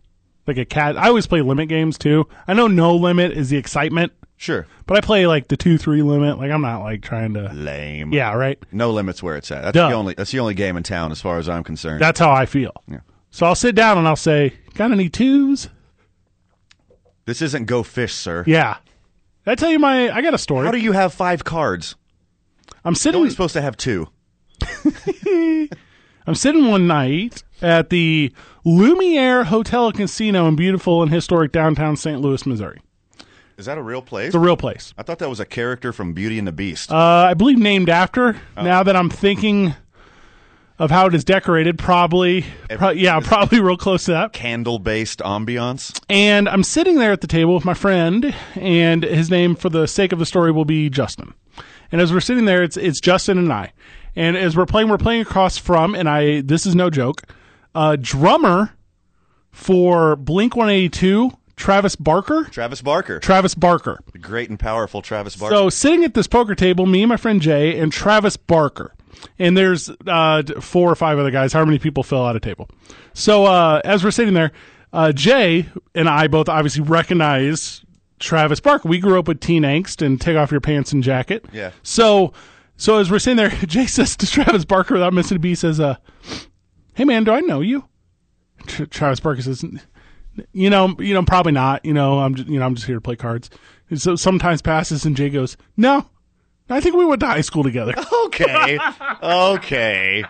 Speaker 4: like a cat, I always play limit games too. I know no limit is the excitement,
Speaker 5: sure.
Speaker 4: but I play like the two three limit. Like I'm not like trying to.
Speaker 5: Lame.
Speaker 4: Yeah, right.
Speaker 5: No limits where it's at. That's
Speaker 4: Duh.
Speaker 5: the only that's the only game in town as far as I'm concerned.
Speaker 4: That's how I feel. So I'll sit down and I'll say, "Got any twos?
Speaker 5: this isn't go fish, sir.
Speaker 4: Yeah. Did I tell you my. I got a story.
Speaker 5: How do you have five cards?
Speaker 4: I'm
Speaker 5: You're
Speaker 4: sitting.
Speaker 5: only supposed to have two.
Speaker 4: I'm sitting one night at the Lumiere Hotel and Casino in beautiful and historic downtown St. Louis, Missouri.
Speaker 5: Is that a real place?
Speaker 4: It's a real place.
Speaker 5: I thought that was a character from Beauty and the Beast.
Speaker 4: Uh, I believe named after. Now that I'm thinking of how it is decorated, probably, pro- yeah, probably real close to that.
Speaker 5: Candle based ambiance.
Speaker 4: And I'm sitting there at the table with my friend, and his name, for the sake of the story, will be Justin. And as we're sitting there, it's it's Justin and I. And as we're playing, we're playing across from, and I this is no joke, a drummer for Blink 182, Travis Barker.
Speaker 5: Travis Barker.
Speaker 4: Travis Barker.
Speaker 5: the great and powerful Travis Barker.
Speaker 4: So sitting at this poker table, me and my friend Jay and Travis Barker, and there's uh, d- four or five other guys. How many people fill out a table? So uh, as we're sitting there, uh, Jay and I both obviously recognize Travis Barker. We grew up with teen angst and take off your pants and jacket.
Speaker 5: Yeah.
Speaker 4: So so as we're sitting there, Jay says to Travis Barker without missing a beat, says, uh, "Hey man, do I know you?" Tr Travis Barker says, "N- "You know, you know, probably not. You know, I'm just, you know, I'm just here to play cards." And so sometimes passes, and Jay goes, "No, I think we went to high school together."
Speaker 5: okay. okay.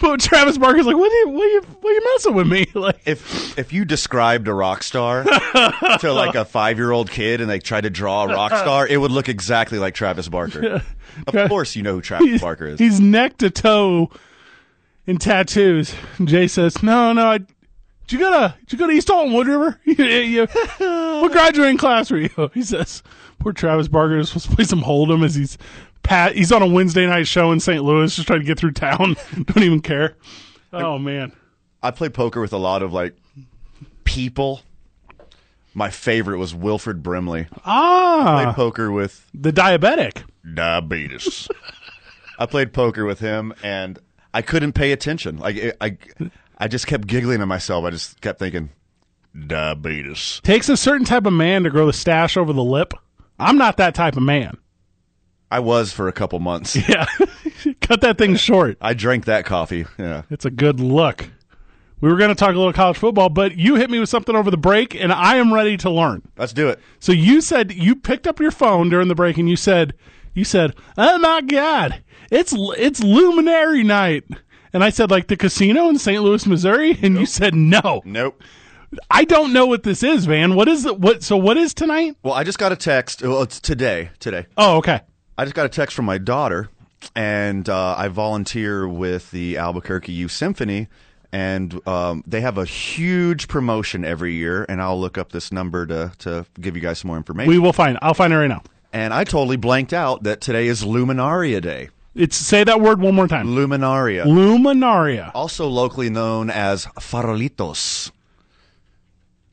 Speaker 4: but Travis Barker's like, "What are you, what are you, what are you messing with me?" Like,
Speaker 5: If if you described a rock star to like a five year old kid and they tried to draw a rock star, it would look exactly like Travis Barker. Of course you know who Travis Barker is.
Speaker 4: he's neck to toe in tattoos. And Jay says, "No, no, I." Did you go to did you go to East Alton Wood River? You- you- what graduating class were you? He says, "Poor Travis Barker is supposed to play some hold'em as he's pat. He's on a Wednesday night show in St. Louis, just trying to get through town. Don't even care." Oh man,
Speaker 5: I play poker with a lot of like people. My favorite was Wilfred Brimley. I played
Speaker 4: ah,
Speaker 5: poker with
Speaker 4: the diabetic.
Speaker 5: diabetes. I played poker with him, and I couldn't pay attention. Like it- I, I just kept giggling to myself. I just kept thinking, diabetes.
Speaker 4: takes a certain type of man to grow the stash over the lip. I'm not that type of man.
Speaker 5: I was for a couple months.
Speaker 4: Yeah. Cut that thing short.
Speaker 5: I drank that coffee. Yeah,
Speaker 4: It's a good look. We were going to talk a little college football, but you hit me with something over the break, and I am ready to learn.
Speaker 5: let's do it.
Speaker 4: So you said you picked up your phone during the break, and you said, "You said, oh my god, it's it's luminary night." And I said, like the casino in St. Louis, Missouri, and you said, no,
Speaker 5: Nope.
Speaker 4: I don't know what this is, man. What is it? What? So what is tonight?
Speaker 5: Well, I just got a text. Well, it's today. Today.
Speaker 4: Oh, okay.
Speaker 5: I just got a text from my daughter, and uh, I volunteer with the Albuquerque Youth Symphony, and um, they have a huge promotion every year. And I'll look up this number to to give you guys some more information.
Speaker 4: We will find. I'll find it right now.
Speaker 5: and I totally blanked out that today is Luminaria Day.
Speaker 4: It's say that word one more
Speaker 5: Mm.
Speaker 4: time.
Speaker 5: Luminaria,
Speaker 4: Luminaria.
Speaker 5: also locally known as farolitos.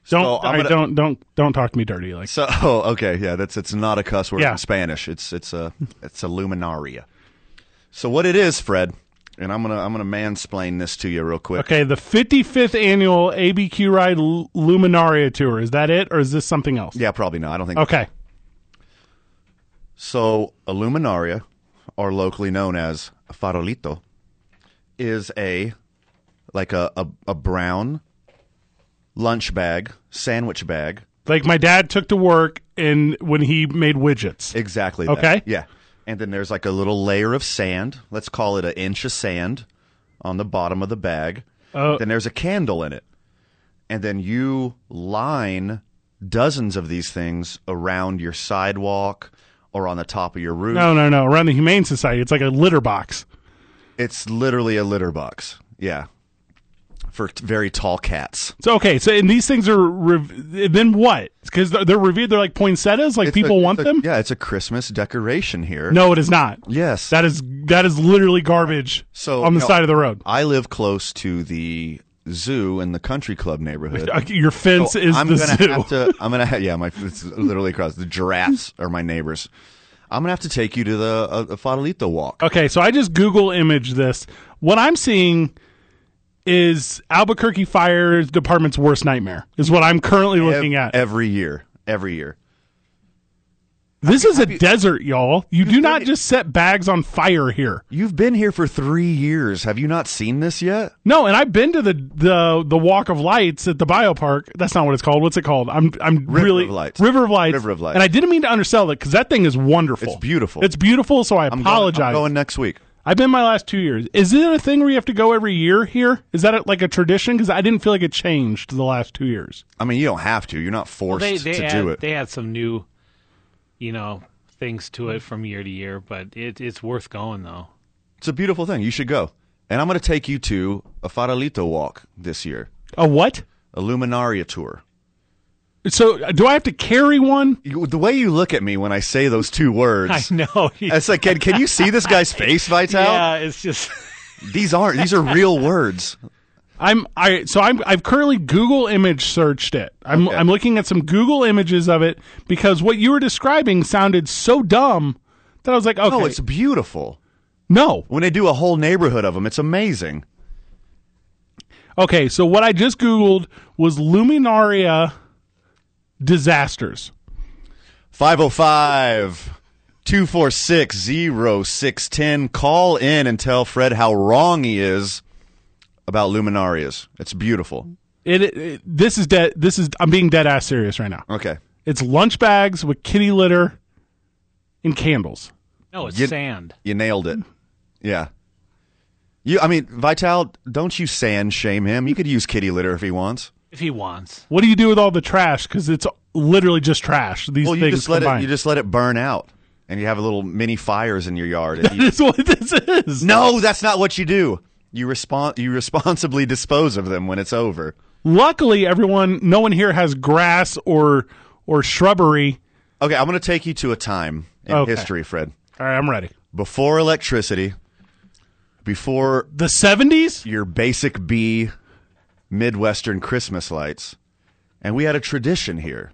Speaker 4: Don't
Speaker 5: I'm
Speaker 4: all right,
Speaker 5: gonna-
Speaker 4: don't don't don't talk to me dirty. Like
Speaker 5: So, oh, okay, yeah, that's it's not a cuss word
Speaker 4: Yeah.
Speaker 5: in Spanish. It's it's a it's a luminaria. So what it is, Fred, and I'm gonna I'm gonna mansplain this to you real quick.
Speaker 4: okay, the 55th annual ABQ Ride Lu- Luminaria tour. Is that it, or is this something else?
Speaker 5: Yeah, probably not. I don't think
Speaker 4: Okay.
Speaker 5: So, a luminaria, or locally known as farolito, is a like a, a, a brown lunch bag, sandwich bag.
Speaker 4: Like my dad took to work, and when he made widgets,
Speaker 5: Exactly.
Speaker 4: Okay.
Speaker 5: That. Yeah. And then there's like a little layer of sand. Let's call it an inch of sand on the bottom of the bag.
Speaker 4: Oh.
Speaker 5: Then there's a candle in it. And then you line dozens of these things around your sidewalk or on the top of your roof.
Speaker 4: no, no, no, around the Humane Society, it's like a litter box.
Speaker 5: It's literally a litter box. Yeah. for t- very tall cats.
Speaker 4: So okay, so and these things are rev- then what? Because they're, they're revered. They're like poinsettias. Like
Speaker 5: It's a-
Speaker 4: people
Speaker 5: it's
Speaker 4: want
Speaker 5: a-
Speaker 4: them.
Speaker 5: Yeah, it's a Christmas decoration here.
Speaker 4: No, it is not.
Speaker 5: Yes.
Speaker 4: That is that is literally garbage.
Speaker 5: So,
Speaker 4: on the
Speaker 5: no.
Speaker 4: side of the road,
Speaker 5: I live close to the zoo in the country club neighborhood.
Speaker 4: Uh, your fence
Speaker 5: So
Speaker 4: is
Speaker 5: I'm
Speaker 4: the
Speaker 5: gonna
Speaker 4: zoo.
Speaker 5: have to. I'm gonna. Ha- yeah, my it's literally across. The giraffes are my neighbors. I'm gonna have to take you to the uh, the Farolito walk.
Speaker 4: Okay, so I just Google image this. What I'm seeing is Albuquerque Fire Department's worst nightmare. Is what I'm currently looking
Speaker 5: Ev-
Speaker 4: at.
Speaker 5: every year, every year.
Speaker 4: this is a desert, y'all. You do not just set bags on fire here.
Speaker 5: You've been here for three years. Have you not seen this yet?
Speaker 4: No, and I've been to the the the Walk of Lights at the Biopark. That's not what it's called. What's it called? I'm I'm
Speaker 5: River
Speaker 4: really
Speaker 5: of Lights.
Speaker 4: River of Lights.
Speaker 5: River of Lights.
Speaker 4: And I didn't mean to undersell it because that thing is wonderful.
Speaker 5: It's beautiful.
Speaker 4: It's beautiful. So I
Speaker 5: I'm
Speaker 4: apologize.
Speaker 5: Going, I'm going next week.
Speaker 4: I've been my last two years. Is it a thing where you have to go every year here? Is that a, like a tradition? Because I didn't feel like it changed the last two years.
Speaker 5: I mean, you don't have to. You're not forced
Speaker 6: they they
Speaker 5: to
Speaker 6: add,
Speaker 5: do it.
Speaker 6: they add some new, you know, things to it from year to year, but it, it's worth going though.
Speaker 5: it's a beautiful thing. You should go. And I'm going to take you to a Farolito walk this year,
Speaker 4: A what?
Speaker 5: a Luminaria tour.
Speaker 4: So uh, do I have to carry one?
Speaker 5: You, the way you look at me when I say those two
Speaker 6: I
Speaker 5: words,
Speaker 6: know.
Speaker 5: it's like, can, can you see this guy's face, Vital?
Speaker 6: yeah, it's just
Speaker 5: These aren't. These are real words.
Speaker 4: I'm I so I'm I've currently Google image searched it. I'm
Speaker 5: Okay.
Speaker 4: I'm looking at some Google images of it because what you were describing sounded so dumb that I was like, okay,
Speaker 5: No, it's beautiful.
Speaker 4: no.
Speaker 5: When they do a whole neighborhood of them, it's amazing.
Speaker 4: Okay, so what I just Googled was Luminaria disasters.
Speaker 5: 505 246 0610. Call in and tell Fred how wrong he is about luminarias. It's beautiful.
Speaker 4: It, it, it this is dead. This is I'm being dead ass serious right now.
Speaker 5: Okay.
Speaker 4: It's lunch bags with kitty litter and candles.
Speaker 6: no, it's
Speaker 5: You-
Speaker 6: sand.
Speaker 5: You nailed it. Yeah. You, I mean, Vital, don't you sand shame him. You could use kitty litter if he wants.
Speaker 6: If he wants,
Speaker 4: What do you do with all the trash? Because it's literally just trash. These
Speaker 5: Well,
Speaker 4: things
Speaker 5: you just let it.
Speaker 4: combined.
Speaker 5: You just let it burn out, and you have a little mini fires in your yard. And you-
Speaker 4: That's what this is.
Speaker 5: no, that's not what you do. You respond. You responsibly dispose of them when it's over.
Speaker 4: Luckily, everyone, no one here has grass or or shrubbery.
Speaker 5: Okay, I'm going to take you to a time in
Speaker 4: Okay.
Speaker 5: history, Fred.
Speaker 4: All right, I'm ready.
Speaker 5: Before electricity, before
Speaker 4: The '70s.
Speaker 5: your basic B Midwestern Christmas lights, and we had a tradition here.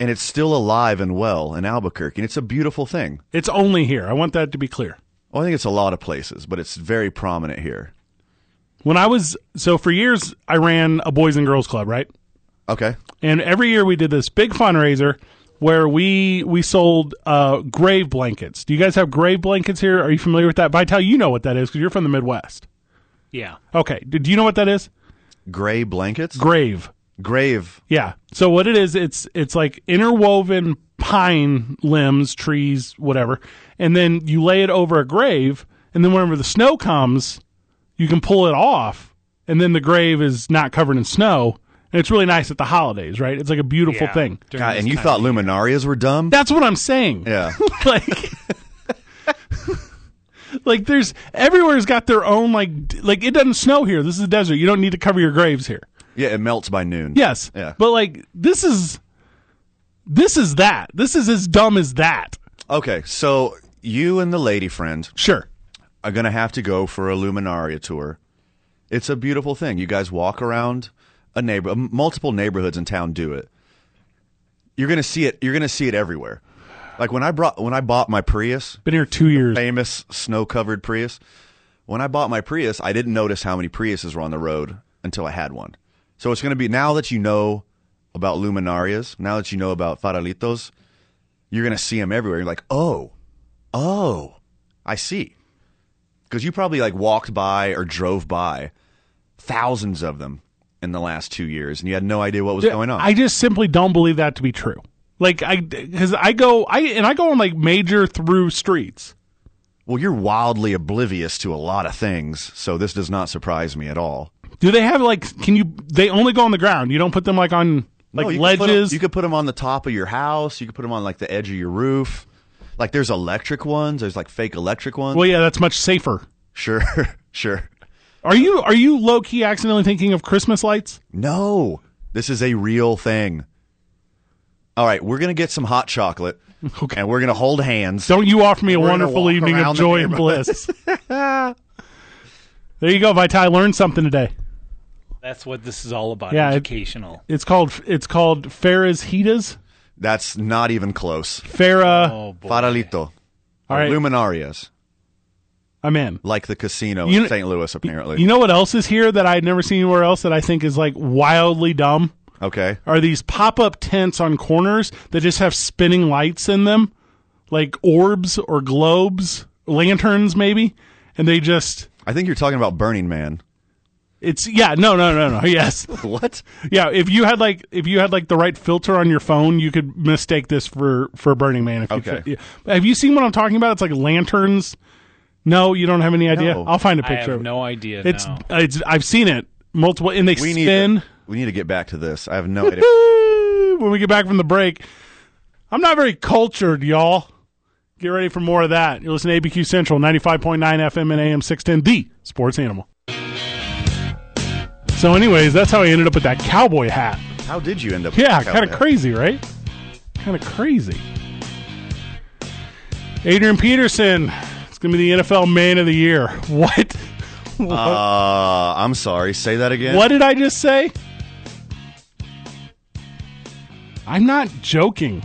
Speaker 5: And it's still alive and well in Albuquerque, and it's a beautiful thing.
Speaker 4: It's only here. I want that to be clear.
Speaker 5: Well, I think it's a lot of places, but it's very prominent here.
Speaker 4: When I was so for years, I ran a boys and girls club, right?
Speaker 5: Okay.
Speaker 4: And every year we did this big fundraiser where we we sold uh, grave blankets. Do you guys have grave blankets here? Are you familiar with that? Vital, you know what that is because you're from the Midwest.
Speaker 6: yeah.
Speaker 4: Okay. Do, do you know what that is?
Speaker 5: Gray blankets?
Speaker 4: Grave.
Speaker 5: Grave.
Speaker 4: Yeah. So what it is, it's it's like interwoven pine limbs, trees, whatever, and then you lay it over a grave, and then whenever the snow comes, you can pull it off, and then the grave is not covered in snow, and it's really nice at the holidays, right? It's like a beautiful
Speaker 6: yeah.
Speaker 4: thing.
Speaker 6: During
Speaker 5: God,
Speaker 6: this
Speaker 5: and you
Speaker 6: time.
Speaker 5: thought luminarias were dumb?
Speaker 4: That's what I'm saying.
Speaker 5: Yeah.
Speaker 4: like like there's everywhere's got their own like d- like it doesn't snow here this is a desert you don't need to cover your graves here
Speaker 5: Yeah, it melts by noon.
Speaker 4: yes
Speaker 5: Yeah.
Speaker 4: but like this is this is that this is as dumb as that
Speaker 5: Okay, so you and the lady friend
Speaker 4: sure
Speaker 5: are going to have to go for a luminaria tour. It's a beautiful thing. You guys walk around a neighbor, m- multiple neighborhoods in town do it. You're going to see it. You're going to see it everywhere. Like when I brought when I bought my Prius,
Speaker 4: been here two years
Speaker 5: famous snow-covered Prius. When I bought my Prius, I didn't notice how many Priuses were on the road until I had one. So it's going to be now that you know about luminarias, now that you know about faralitos, you're going to see them everywhere. You're like, oh, oh, I see. Because you probably like walked by or drove by thousands of them in the last two years, and you had no idea what was going on.
Speaker 4: i just simply don't believe that to be true like i because i go i and i go on like major through streets
Speaker 5: well, you're wildly oblivious to a lot of things, so this does not surprise me at all.
Speaker 4: do they have like can you they only go on the ground you don't put them like on
Speaker 5: No, Oh, you
Speaker 4: like
Speaker 5: could put 'em-
Speaker 4: ledges
Speaker 5: you could put them on the top of your house. You could put them on like the edge of your roof. Like there's electric ones. There's like fake electric ones.
Speaker 4: well yeah that's much safer
Speaker 5: Sure, sure.
Speaker 4: Are you are you low key accidentally thinking of Christmas lights?
Speaker 5: No, this is a real thing. All right, we're gonna get some hot chocolate,
Speaker 4: Okay.
Speaker 5: and we're gonna hold hands.
Speaker 4: Don't you offer me a
Speaker 5: We're gonna
Speaker 4: wonderful
Speaker 5: walk
Speaker 4: evening
Speaker 5: around
Speaker 4: of
Speaker 5: the
Speaker 4: joy and
Speaker 5: neighborhood.
Speaker 4: bliss? there you go, Vitai. Learned something today.
Speaker 6: That's what this is all about.
Speaker 4: Yeah, it-
Speaker 6: educational.
Speaker 4: It's called it's called Farah's Hitas.
Speaker 5: That's not even close.
Speaker 4: Farah.
Speaker 6: oh boy.
Speaker 5: Faralito,
Speaker 4: all right,
Speaker 5: luminarias,
Speaker 4: I'm in.
Speaker 5: like the casino
Speaker 4: You
Speaker 5: in
Speaker 4: kn-
Speaker 5: St. Louis, apparently.
Speaker 4: You know what else is here that I'd never seen anywhere else that I think is like wildly dumb?
Speaker 5: okay,
Speaker 4: Are these pop up tents on corners that just have spinning lights in them, like orbs or globes, lanterns maybe, and they just
Speaker 5: I think you're talking about Burning Man.
Speaker 4: it's yeah no no no no yes
Speaker 5: What?
Speaker 4: yeah if you had like if you had like the right filter on your phone you could mistake this for for Burning Man if
Speaker 5: Okay.
Speaker 4: you could- yeah. have you seen what I'm talking about it's like lanterns no you don't have any idea
Speaker 5: No.
Speaker 4: I'll find a
Speaker 6: I
Speaker 4: picture
Speaker 6: have
Speaker 4: of it.
Speaker 6: no idea.
Speaker 4: it's
Speaker 6: now.
Speaker 4: it's I've seen it multiple and they
Speaker 5: We need
Speaker 4: spin.
Speaker 5: to, we need to get back to this. I have no idea.
Speaker 4: when we get back from the break. I'm not very cultured, y'all. Get ready for more of that. You're listening to ABQ Central, 95.9 FM and AM 610, the sports animal. So, anyways, that's how I ended up with that cowboy hat.
Speaker 5: How did you end up?
Speaker 4: Yeah,
Speaker 5: with that
Speaker 4: kind of
Speaker 5: outfit?
Speaker 4: crazy, right? Kind of crazy. Adrian Peterson, it's going to be the NFL Man of the Year. What? What,
Speaker 5: Uh, I'm sorry. Say that again.
Speaker 4: what did I just say? I'm not joking.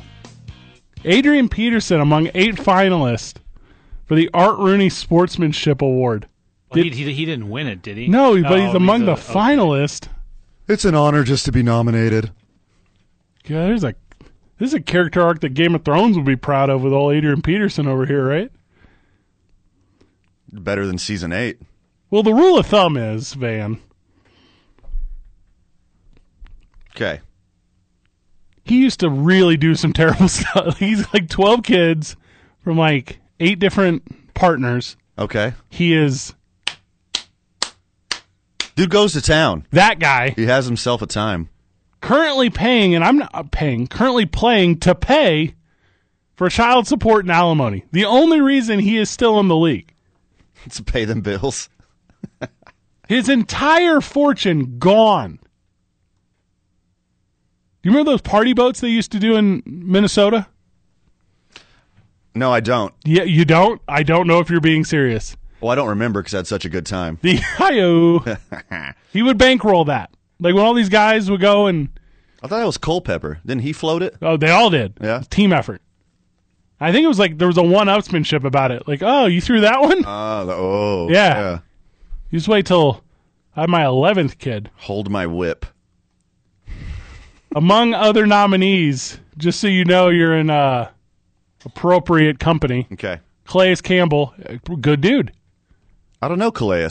Speaker 4: Adrian Peterson among eight finalists for the Art Rooney Sportsmanship Award.
Speaker 6: Well, he, he, he didn't win it, did he?
Speaker 4: No, but
Speaker 6: Oh,
Speaker 4: he's among
Speaker 6: a-
Speaker 4: the
Speaker 6: okay.
Speaker 4: finalists.
Speaker 5: It's an honor just to be nominated.
Speaker 4: God, there's a this is a character arc that Game of Thrones would be proud of with old Adrian Peterson over here, right?
Speaker 5: Better than season eight.
Speaker 4: Well, the rule of thumb is, Van,
Speaker 5: Okay.
Speaker 4: he used to really do some terrible stuff. He's like 12 kids from like eight different partners.
Speaker 5: Okay.
Speaker 4: He is
Speaker 5: Dude goes to town.
Speaker 4: that guy.
Speaker 5: He has himself a time.
Speaker 4: currently paying, and I'm not uh, paying, currently playing to pay for child support and alimony. The only reason he is still in the league.
Speaker 5: to pay them bills.
Speaker 4: His entire fortune gone. Do you remember those party boats they used to do in Minnesota?
Speaker 5: No, I don't.
Speaker 4: Yeah, you don't? I don't know if you're being serious.
Speaker 5: Well, I don't remember because I had such a good time.
Speaker 4: The IO, he would bankroll that. Like when all these guys would go and
Speaker 5: I thought that was Culpepper. Didn't he float it?
Speaker 4: Oh, they all did.
Speaker 5: Yeah.
Speaker 4: Team effort. I think it was like there was a one upsmanship about it. Like, oh, you threw that one?
Speaker 5: Uh, oh,
Speaker 4: Yeah. you just wait till I have my 11th kid.
Speaker 5: Hold my whip.
Speaker 4: Among other nominees, just so you know you're in uh, appropriate company,
Speaker 5: Okay.
Speaker 4: Clayus Campbell, uh, good dude.
Speaker 5: I don't know Calais.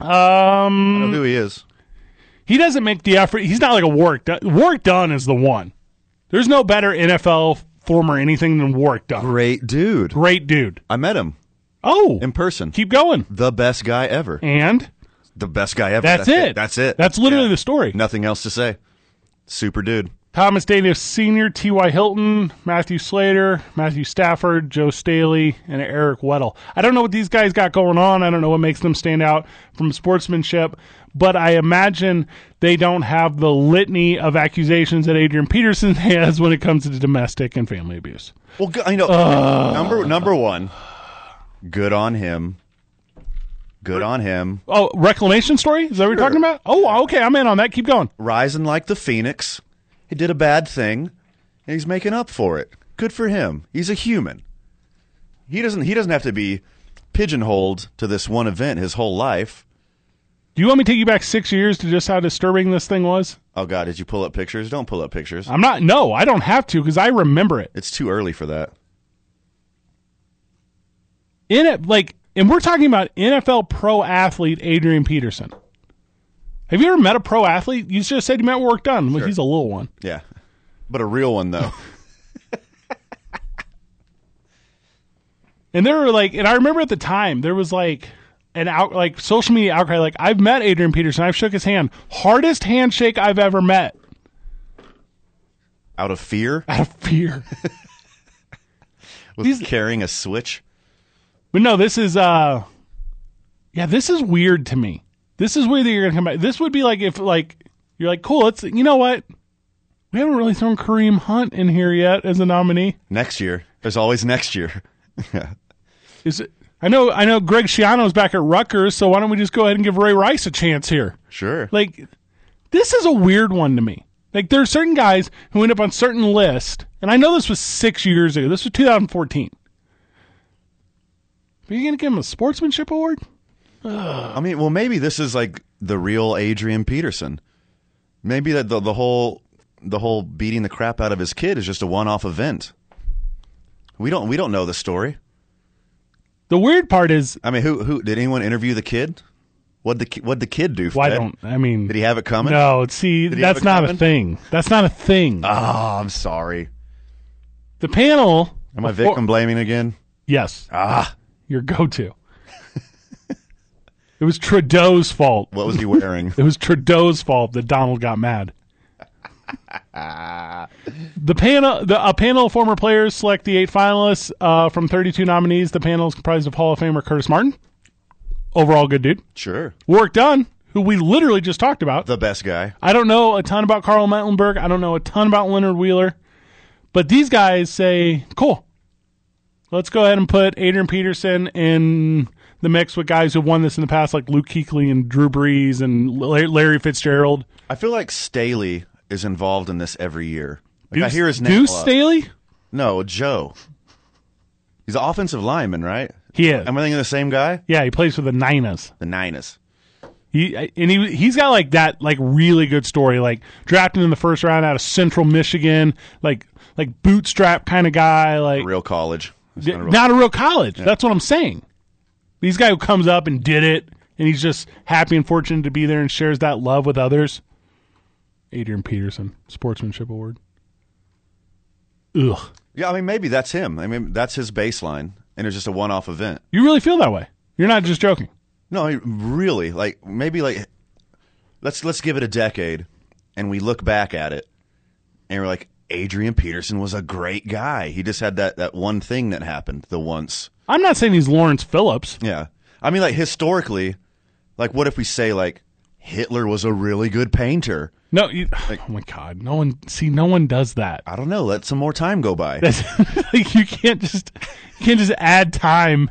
Speaker 5: I
Speaker 4: Um,
Speaker 5: don't know who he is.
Speaker 4: he doesn't make the effort. He's not like a work done. Work done is the one. There's no better NFL former anything than work done.
Speaker 5: Great dude.
Speaker 4: Great dude.
Speaker 5: I met him
Speaker 4: Oh,
Speaker 5: in person.
Speaker 4: keep going.
Speaker 5: The best guy ever.
Speaker 4: And
Speaker 5: The best guy ever.
Speaker 4: that's, it.
Speaker 5: That's it.
Speaker 4: That's literally
Speaker 5: Yeah.
Speaker 4: the story.
Speaker 5: Nothing else to say. Super dude.
Speaker 4: Thomas Daniels Sr., T.Y. Hilton, Matthew Slater, Matthew Stafford, Joe Staley, and Eric Weddle. I don't know what these guys got going on. I don't know what makes them stand out from sportsmanship, but I imagine they don't have the litany of accusations that Adrian Peterson has when it comes to domestic and family abuse.
Speaker 5: Well, go- you know, number number one. Good on him. Good on him.
Speaker 4: Oh, reclamation story? Is that what you're talking about? Oh, okay. I'm in on that. Keep going.
Speaker 5: rising like the phoenix. He did a bad thing, and he's making up for it. Good for him. He's a human. He doesn't. He doesn't have to be pigeonholed to this one event his whole life.
Speaker 4: Do you want me to take you back six years to just how disturbing this thing was?
Speaker 5: Oh God, did you pull up pictures? Don't pull up pictures.
Speaker 4: I'm not. No, I don't have to because I remember it.
Speaker 5: It's too early for that.
Speaker 4: in it like and we're talking about NFL pro athlete Adrian Peterson. Have you ever met a pro athlete? You just said you met work done. Well, he's a little one.
Speaker 5: Yeah, but a real one though.
Speaker 4: And there were like and I remember at the time there was like an out like social media outcry like I've met Adrian Peterson. I've shook his hand. Hardest handshake I've ever met
Speaker 5: Out of fear,
Speaker 4: out of fear.
Speaker 5: with carrying a switch.
Speaker 4: but no, this is uh yeah, this is weird to me. This is where that you're gonna come back. This would be like if like you're like, cool, let's you know what? We haven't really thrown Kareem Hunt in here yet as a nominee.
Speaker 5: Next year. There's always next year.
Speaker 4: Is it I know I know Greg Schiano's back at Rutgers, so why don't we just go ahead and give Ray Rice a chance here?
Speaker 5: Sure.
Speaker 4: Like this is a weird one to me. Like there are certain guys who end up on certain list, and I know this was six years ago. This was 2014. But you're gonna give him a sportsmanship award?
Speaker 5: I mean, well, maybe this is like the real Adrian Peterson. Maybe that the, the whole the whole beating the crap out of his kid is just a one off event. We don't we don't know the story.
Speaker 4: The weird part is
Speaker 5: I mean, who who did anyone interview the kid? What the ki- what the kid do?
Speaker 4: why
Speaker 5: Fred?
Speaker 4: don't I mean
Speaker 5: Did he have it coming?
Speaker 4: No, see
Speaker 5: he
Speaker 4: that's
Speaker 5: have it
Speaker 4: not a
Speaker 5: coming?
Speaker 4: thing. That's not a thing.
Speaker 5: Oh, I'm sorry.
Speaker 4: the panel
Speaker 5: Am I
Speaker 4: before-
Speaker 5: victim blaming again?
Speaker 4: Yes.
Speaker 5: Ah,
Speaker 4: Your go to. it was Trudeau's fault.
Speaker 5: what was he wearing?
Speaker 4: It was Trudeau's fault that Donald got mad. the panel, the, a panel of former players select the eight finalists uh, from 32 nominees. The panel is comprised of Hall of Famer Curtis Martin, overall good dude.
Speaker 5: sure,
Speaker 4: Warwick Dunn, who we literally just talked about.
Speaker 5: the best guy.
Speaker 4: I don't know a ton about Carl Mecklenburg. I don't know a ton about Leonard Wheeler. But these guys say, cool. Let's go ahead and put Adrian Peterson in the mix with guys who have won this in the past, like Luke Kuechly and Drew Brees and La- Larry Fitzgerald.
Speaker 5: I feel like Staley is involved in this every year. Like I
Speaker 4: Deuce,
Speaker 5: hear his name.
Speaker 4: Deuce
Speaker 5: a lot.
Speaker 4: Staley?
Speaker 5: No, Joe. He's an offensive lineman, right?
Speaker 4: He is.
Speaker 5: Am I thinking of the same guy?
Speaker 4: yeah, he plays for the Niners.
Speaker 5: The Niners.
Speaker 4: He and he he's got like that like really good story, like drafted in the first round out of Central Michigan, like like bootstrap kind of guy, like
Speaker 5: Real college. It's
Speaker 4: D-
Speaker 5: not a
Speaker 4: not,
Speaker 5: real-
Speaker 4: a real college. That's what I'm saying. These guy who comes up and did it, and he's just happy and fortunate to be there and shares that love with others. Adrian Peterson, sportsmanship award. Ugh,
Speaker 5: yeah, I mean, maybe that's him. I mean, that's his baseline, and it's just a one off event.
Speaker 4: you really feel that way? You're not just joking.
Speaker 5: No, I really, like maybe like let's let's give it a decade, and we look back at it, and we're like, Adrian Peterson was a great guy. He just had that that one thing that happened the once.
Speaker 4: I'm not saying he's Lawrence Phillips.
Speaker 5: Yeah, I mean, like historically, like what if we say like Hitler was a really good painter?
Speaker 4: No, you, oh my God, no one. See, no one does that.
Speaker 5: I don't know. Let some more time go by.
Speaker 4: That's like you can't just you can't just add time.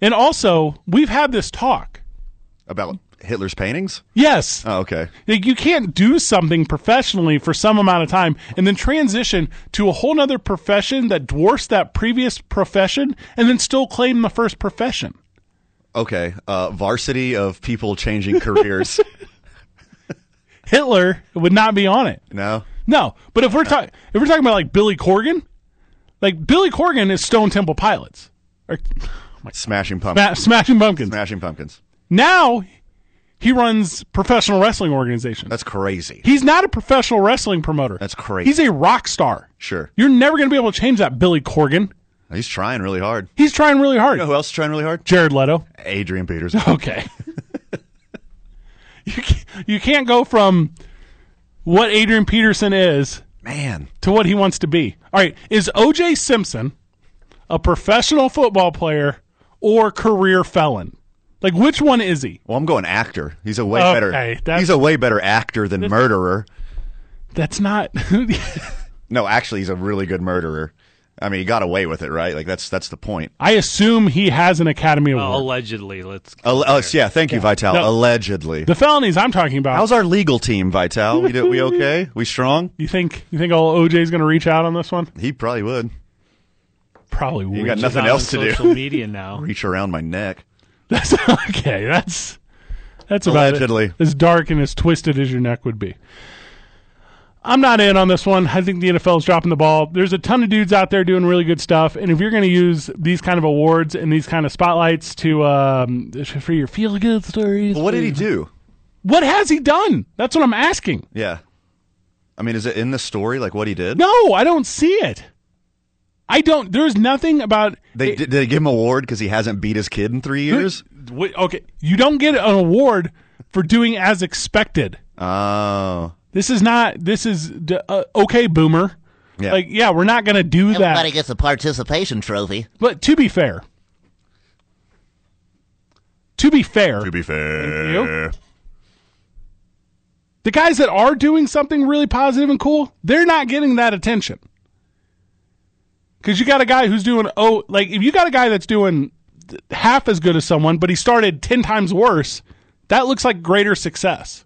Speaker 4: And also, we've had this talk.
Speaker 5: About Hitler's paintings?
Speaker 4: Yes,
Speaker 5: Oh, okay.
Speaker 4: Like you can't do something professionally for some amount of time and then transition to a whole nother profession that dwarfs that previous profession and then still claim the first profession.
Speaker 5: Okay. Uh, varsity of people changing careers.
Speaker 4: Hitler would not be on it.
Speaker 5: no?
Speaker 4: No. But if we're talking if we're talking about like Billy Corgan, like Billy Corgan is Stone Temple Pilots. Or
Speaker 5: Smashing pumpkins.
Speaker 4: Ma- Smashing Pumpkins.
Speaker 5: Smashing pumpkins.
Speaker 4: Now he runs professional wrestling organizations.
Speaker 5: That's crazy.
Speaker 4: He's not a professional wrestling promoter.
Speaker 5: That's crazy.
Speaker 4: He's a rock star.
Speaker 5: Sure.
Speaker 4: You're never going to be able to change that, Billy Corgan.
Speaker 5: He's trying really hard.
Speaker 4: He's trying really hard.
Speaker 5: You know who else is trying really hard?
Speaker 4: Jared Leto.
Speaker 5: Adrian Peterson.
Speaker 4: Okay. you can't, you can't go from what Adrian Peterson is
Speaker 5: Man.
Speaker 4: to what he wants to be. All right, is O.J. Simpson a professional football player or career felon? Like which one is he?
Speaker 5: Well, I'm going actor. He's a way
Speaker 4: Okay,
Speaker 5: better.
Speaker 4: that's-
Speaker 5: He's a way better actor than murderer.
Speaker 4: That's not
Speaker 5: No, actually, he's a really good murderer. I mean, he got away with it, right? Like that's that's the point.
Speaker 4: I assume he has an Academy Award.
Speaker 6: allegedly. Let's.
Speaker 5: Al- uh, yeah, thank you, Vital.
Speaker 4: No.
Speaker 5: Allegedly.
Speaker 4: the felonies I'm talking about.
Speaker 5: How's our legal team, Vital? We do, we okay? We strong?
Speaker 4: you think you think old OJ's going to reach out on this one?
Speaker 5: He probably would.
Speaker 4: Probably would.
Speaker 5: got
Speaker 6: It's
Speaker 5: nothing
Speaker 6: on
Speaker 5: else to do.
Speaker 6: Social media now.
Speaker 5: Reach around my neck.
Speaker 4: That's okay. That's that's about
Speaker 5: Allegedly.
Speaker 4: it. as dark and as twisted as your neck would be. I'm not in on this one. I think the NFL's dropping the ball. There's a ton of dudes out there doing really good stuff, and if you're going to use these kind of awards and these kind of spotlights to um, for your feel good stories,
Speaker 5: Well, what did he do?
Speaker 4: What has he done? That's what I'm asking.
Speaker 5: Yeah. I mean, is it in the story like what he did?
Speaker 4: No, I don't see it. I don't. There's nothing about
Speaker 5: They did, did they give him a award because he hasn't beat his kid in three years?
Speaker 4: Wait, okay. You don't get an award for doing as expected.
Speaker 5: Oh,
Speaker 4: This is not. This is d- uh, okay, boomer.
Speaker 5: yeah.
Speaker 4: Like, yeah, we're not going to do
Speaker 9: Everybody
Speaker 4: that.
Speaker 9: gets a participation trophy.
Speaker 4: But to be fair, to be fair,
Speaker 5: To be fair.
Speaker 4: Thank the guys that are doing something really positive and cool, they're not getting that attention. Because you got a guy who's doing, oh, like if you got a guy that's doing th- half as good as someone, but he started 10 times worse, that looks like greater success.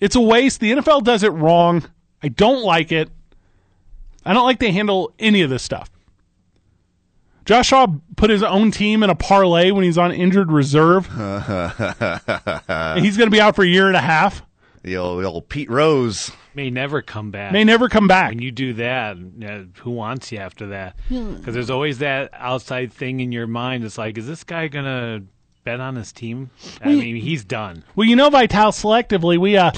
Speaker 4: It's a waste. The NFL does it wrong. I don't like it. I don't like they handle any of this stuff. Josh Shaw put his own team in a parlay when he's on injured reserve. And he's going to be out for a year and a half.
Speaker 5: The old, the old Pete Rose.
Speaker 6: May never come back.
Speaker 4: May never come back.
Speaker 6: when you do that, uh, who wants you after that? Because there's always that outside thing in your mind. It's like, is this guy gonna bet on his team? I mean, he's done.
Speaker 4: Well, you know, Vital selectively, we uh,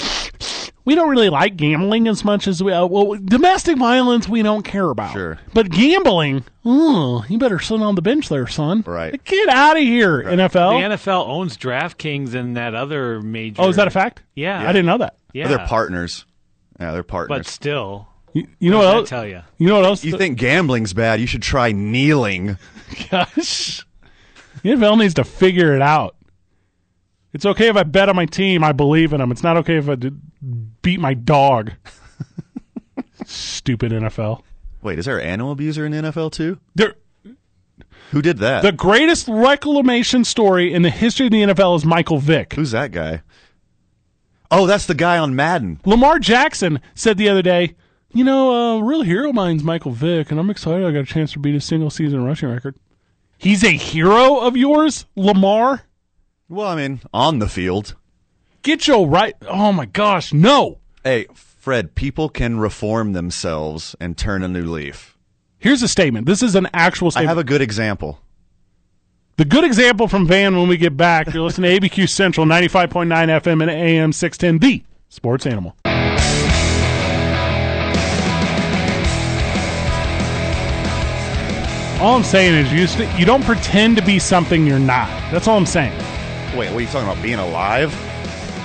Speaker 4: we don't really like gambling as much as we. Uh, well, domestic violence we don't care about.
Speaker 5: Sure.
Speaker 4: But gambling, oh, you better sit on the bench there, son.
Speaker 5: Right.
Speaker 4: Get out of here, NFL.
Speaker 6: The NFL owns DraftKings and that other major.
Speaker 4: oh, is that a fact?
Speaker 6: Yeah,
Speaker 4: I didn't know that.
Speaker 6: Yeah,
Speaker 5: They're partners. Yeah, they're partners.
Speaker 6: but still,
Speaker 4: You, you know
Speaker 6: what
Speaker 4: what
Speaker 6: did I
Speaker 4: else?
Speaker 6: tell you?
Speaker 4: You know what else?
Speaker 5: you think gambling's bad? You should try kneeling.
Speaker 4: Gosh. The NFL needs to figure it out. It's okay if I bet on my team. I believe in them. It's not okay if I d- beat my dog. Stupid NFL.
Speaker 5: Wait, is there an animal abuser in the NFL too?
Speaker 4: There,
Speaker 5: Who did that?
Speaker 4: the greatest reclamation story in the history of the NFL is Michael Vick.
Speaker 5: Who's that guy? Oh, that's the guy on Madden.
Speaker 4: Lamar Jackson said the other day, you know, uh, real hero of mine's Michael Vick, and I'm excited I got a chance to beat his single season rushing record. He's a hero of yours, Lamar?
Speaker 5: Well, I mean, on the field.
Speaker 4: Get your right. Oh my gosh, no.
Speaker 5: Hey, Fred, people can reform themselves and turn a new leaf.
Speaker 4: Here's a statement. This is an actual
Speaker 5: I
Speaker 4: statement.
Speaker 5: have a good example.
Speaker 4: the good example from Van when we get back. You're listening to ABQ Central, 95.9 FM and AM 610, the sports animal. All I'm saying is you, st- you don't pretend to be something you're not. That's all I'm saying.
Speaker 5: Wait, what are you talking about? Being alive?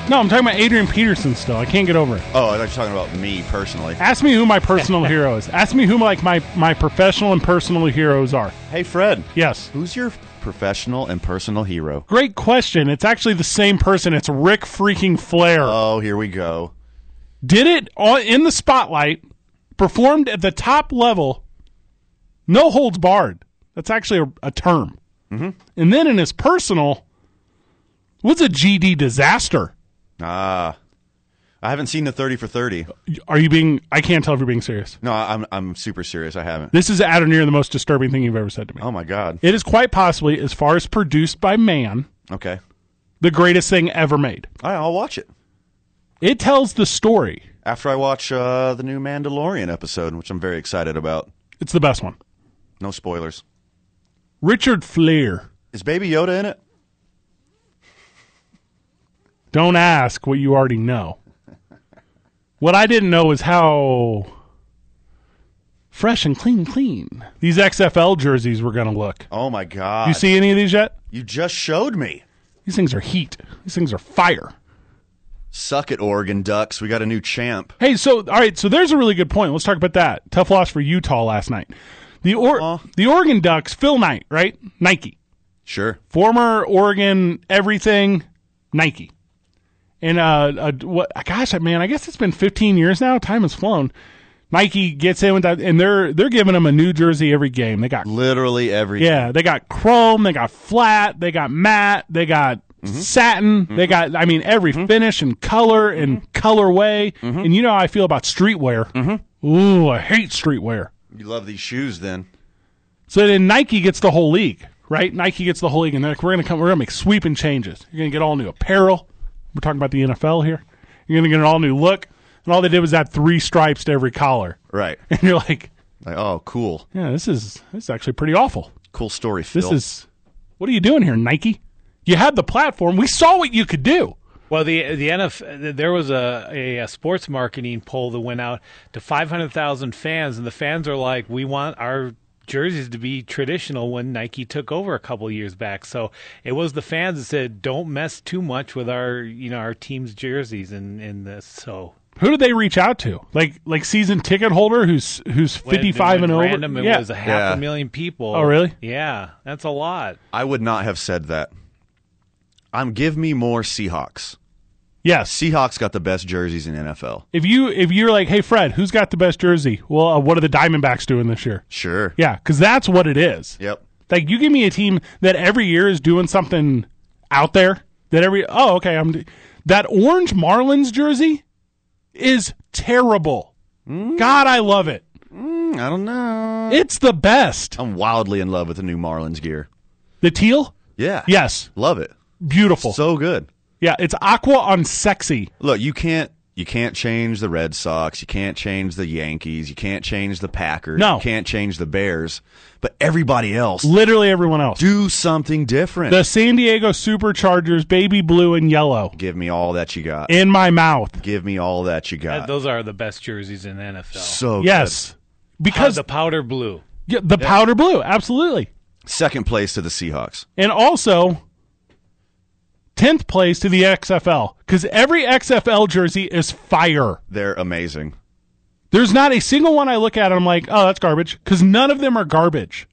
Speaker 4: No, I'm talking about Adrian Peterson still. I can't get over it.
Speaker 5: Oh, I thought you were talking about me personally.
Speaker 4: Ask me who my personal hero is. Ask me who like my, my professional and personal heroes are.
Speaker 5: Hey, Fred,
Speaker 4: Yes.
Speaker 5: who's your professional and personal hero?
Speaker 4: Great question. It's actually the same person. It's Rick freaking Flair.
Speaker 5: Oh, here we go.
Speaker 4: Did it on, in the spotlight, performed at the top level, no holds barred. That's actually a, a term. Mm-hmm. And then in his personal, was a GD disaster.
Speaker 5: Ah, I haven't seen the thirty for thirty.
Speaker 4: Are you being? I can't tell if you're being serious.
Speaker 5: No, I- I'm I'm super serious. I haven't.
Speaker 4: This is at or near the most disturbing thing you've ever said to me.
Speaker 5: Oh my god.
Speaker 4: It is quite possibly, as far as produced by man,
Speaker 5: Okay.
Speaker 4: the greatest thing ever made.
Speaker 5: All right, I'll watch it
Speaker 4: It tells the story.
Speaker 5: after I watch uh, the new Mandalorian episode, which I'm very excited about.
Speaker 4: It's the best one.
Speaker 5: No spoilers.
Speaker 4: Richard Flair.
Speaker 5: Is Baby Yoda in it?
Speaker 4: Don't ask what you already know. What I didn't know is how fresh and clean, clean these XFL jerseys were going to look.
Speaker 5: Oh my god.
Speaker 4: You see any of these yet?
Speaker 5: You just showed me.
Speaker 4: These things are heat. These things are fire.
Speaker 5: Suck it, Oregon Ducks. We got a new champ.
Speaker 4: Hey, so all right, so there's a really good point. Let's talk about that. Tough loss for Utah last night. The or-
Speaker 5: Aw.
Speaker 4: the Oregon Ducks, Phil Knight, right? Nike.
Speaker 5: Sure.
Speaker 4: former Oregon everything Nike. And uh, uh what gosh man, I guess it's been 15 years now. Time has flown. Nike gets in with that and they're they're giving them a new jersey every game. They got
Speaker 5: Literally every.
Speaker 4: yeah, they got chrome, they got flat, they got matte, they got satin, they got I mean every finish and color and colorway. And you know how I feel about streetwear. Ooh, I hate streetwear.
Speaker 5: You love these shoes, then.
Speaker 4: So then Nike gets the whole league, right? Nike gets the whole league, and they're like, we're gonna come, we're gonna make sweeping changes. You're gonna get all new apparel. We're talking about the NFL here. You're gonna get an all new look, and all they did was add three stripes to every collar,
Speaker 5: Right.
Speaker 4: and you're like,
Speaker 5: Like, oh, cool.
Speaker 4: yeah, this is this is actually pretty awful.
Speaker 5: Cool story, Phil.
Speaker 4: This is what are you doing here, Nike? You had the platform. We saw what you could do.
Speaker 6: Well, the the NF there was a, a, a sports marketing poll that went out to 500,000 fans, and the fans are like, we want our jerseys to be traditional when Nike took over a couple years back. So it was the fans that said, don't mess too much with our you know our team's jerseys and and this. So
Speaker 4: Who did they reach out to? Like like season ticket holder who's who's
Speaker 6: When-
Speaker 4: fifty five
Speaker 6: when
Speaker 4: and over.
Speaker 6: Random, it
Speaker 4: yeah.
Speaker 6: was a half
Speaker 5: Yeah.
Speaker 6: a million people.
Speaker 4: Oh, really?
Speaker 6: Yeah, that's a lot.
Speaker 5: I would not have said that. I'm give me more Seahawks.
Speaker 4: yes.
Speaker 5: Seahawks got the best jerseys in NFL.
Speaker 4: If you if you're like, hey Fred, who's got the best jersey? Well, uh, what are the Diamondbacks doing this year?
Speaker 5: Sure.
Speaker 4: Yeah, because that's what it is.
Speaker 5: Yep.
Speaker 4: Like you give me a team that every year is doing something out there. That every oh okay I'm d- that orange Marlins jersey is terrible. God, I love it.
Speaker 5: Mm, I don't know.
Speaker 4: It's the best.
Speaker 5: I'm wildly in love with the new Marlins gear.
Speaker 4: The teal,
Speaker 5: Yeah.
Speaker 4: yes,
Speaker 5: Love it.
Speaker 4: beautiful.
Speaker 5: So good.
Speaker 4: yeah, it's aqua on sexy.
Speaker 5: Look, you can't you can't change the Red Sox, you can't change the Yankees, you can't change the Packers,
Speaker 4: No.
Speaker 5: you can't change the Bears, but everybody else
Speaker 4: Literally everyone else.
Speaker 5: do something different.
Speaker 4: The San Diego Superchargers, baby blue and yellow,
Speaker 5: Give me all that you got.
Speaker 4: in my mouth.
Speaker 5: Give me all that you
Speaker 6: That-
Speaker 5: got.
Speaker 6: those are the best jerseys in the NFL.
Speaker 5: so
Speaker 4: Yes, because
Speaker 6: the powder blue.
Speaker 4: Yeah, the powder blue, absolutely.
Speaker 5: good. second place to the Seahawks.
Speaker 4: And also, 10th place to the XFL because every XFL jersey is fire.
Speaker 5: They're amazing.
Speaker 4: There's not a single one I look at and I'm like, oh, that's garbage because none of them are garbage.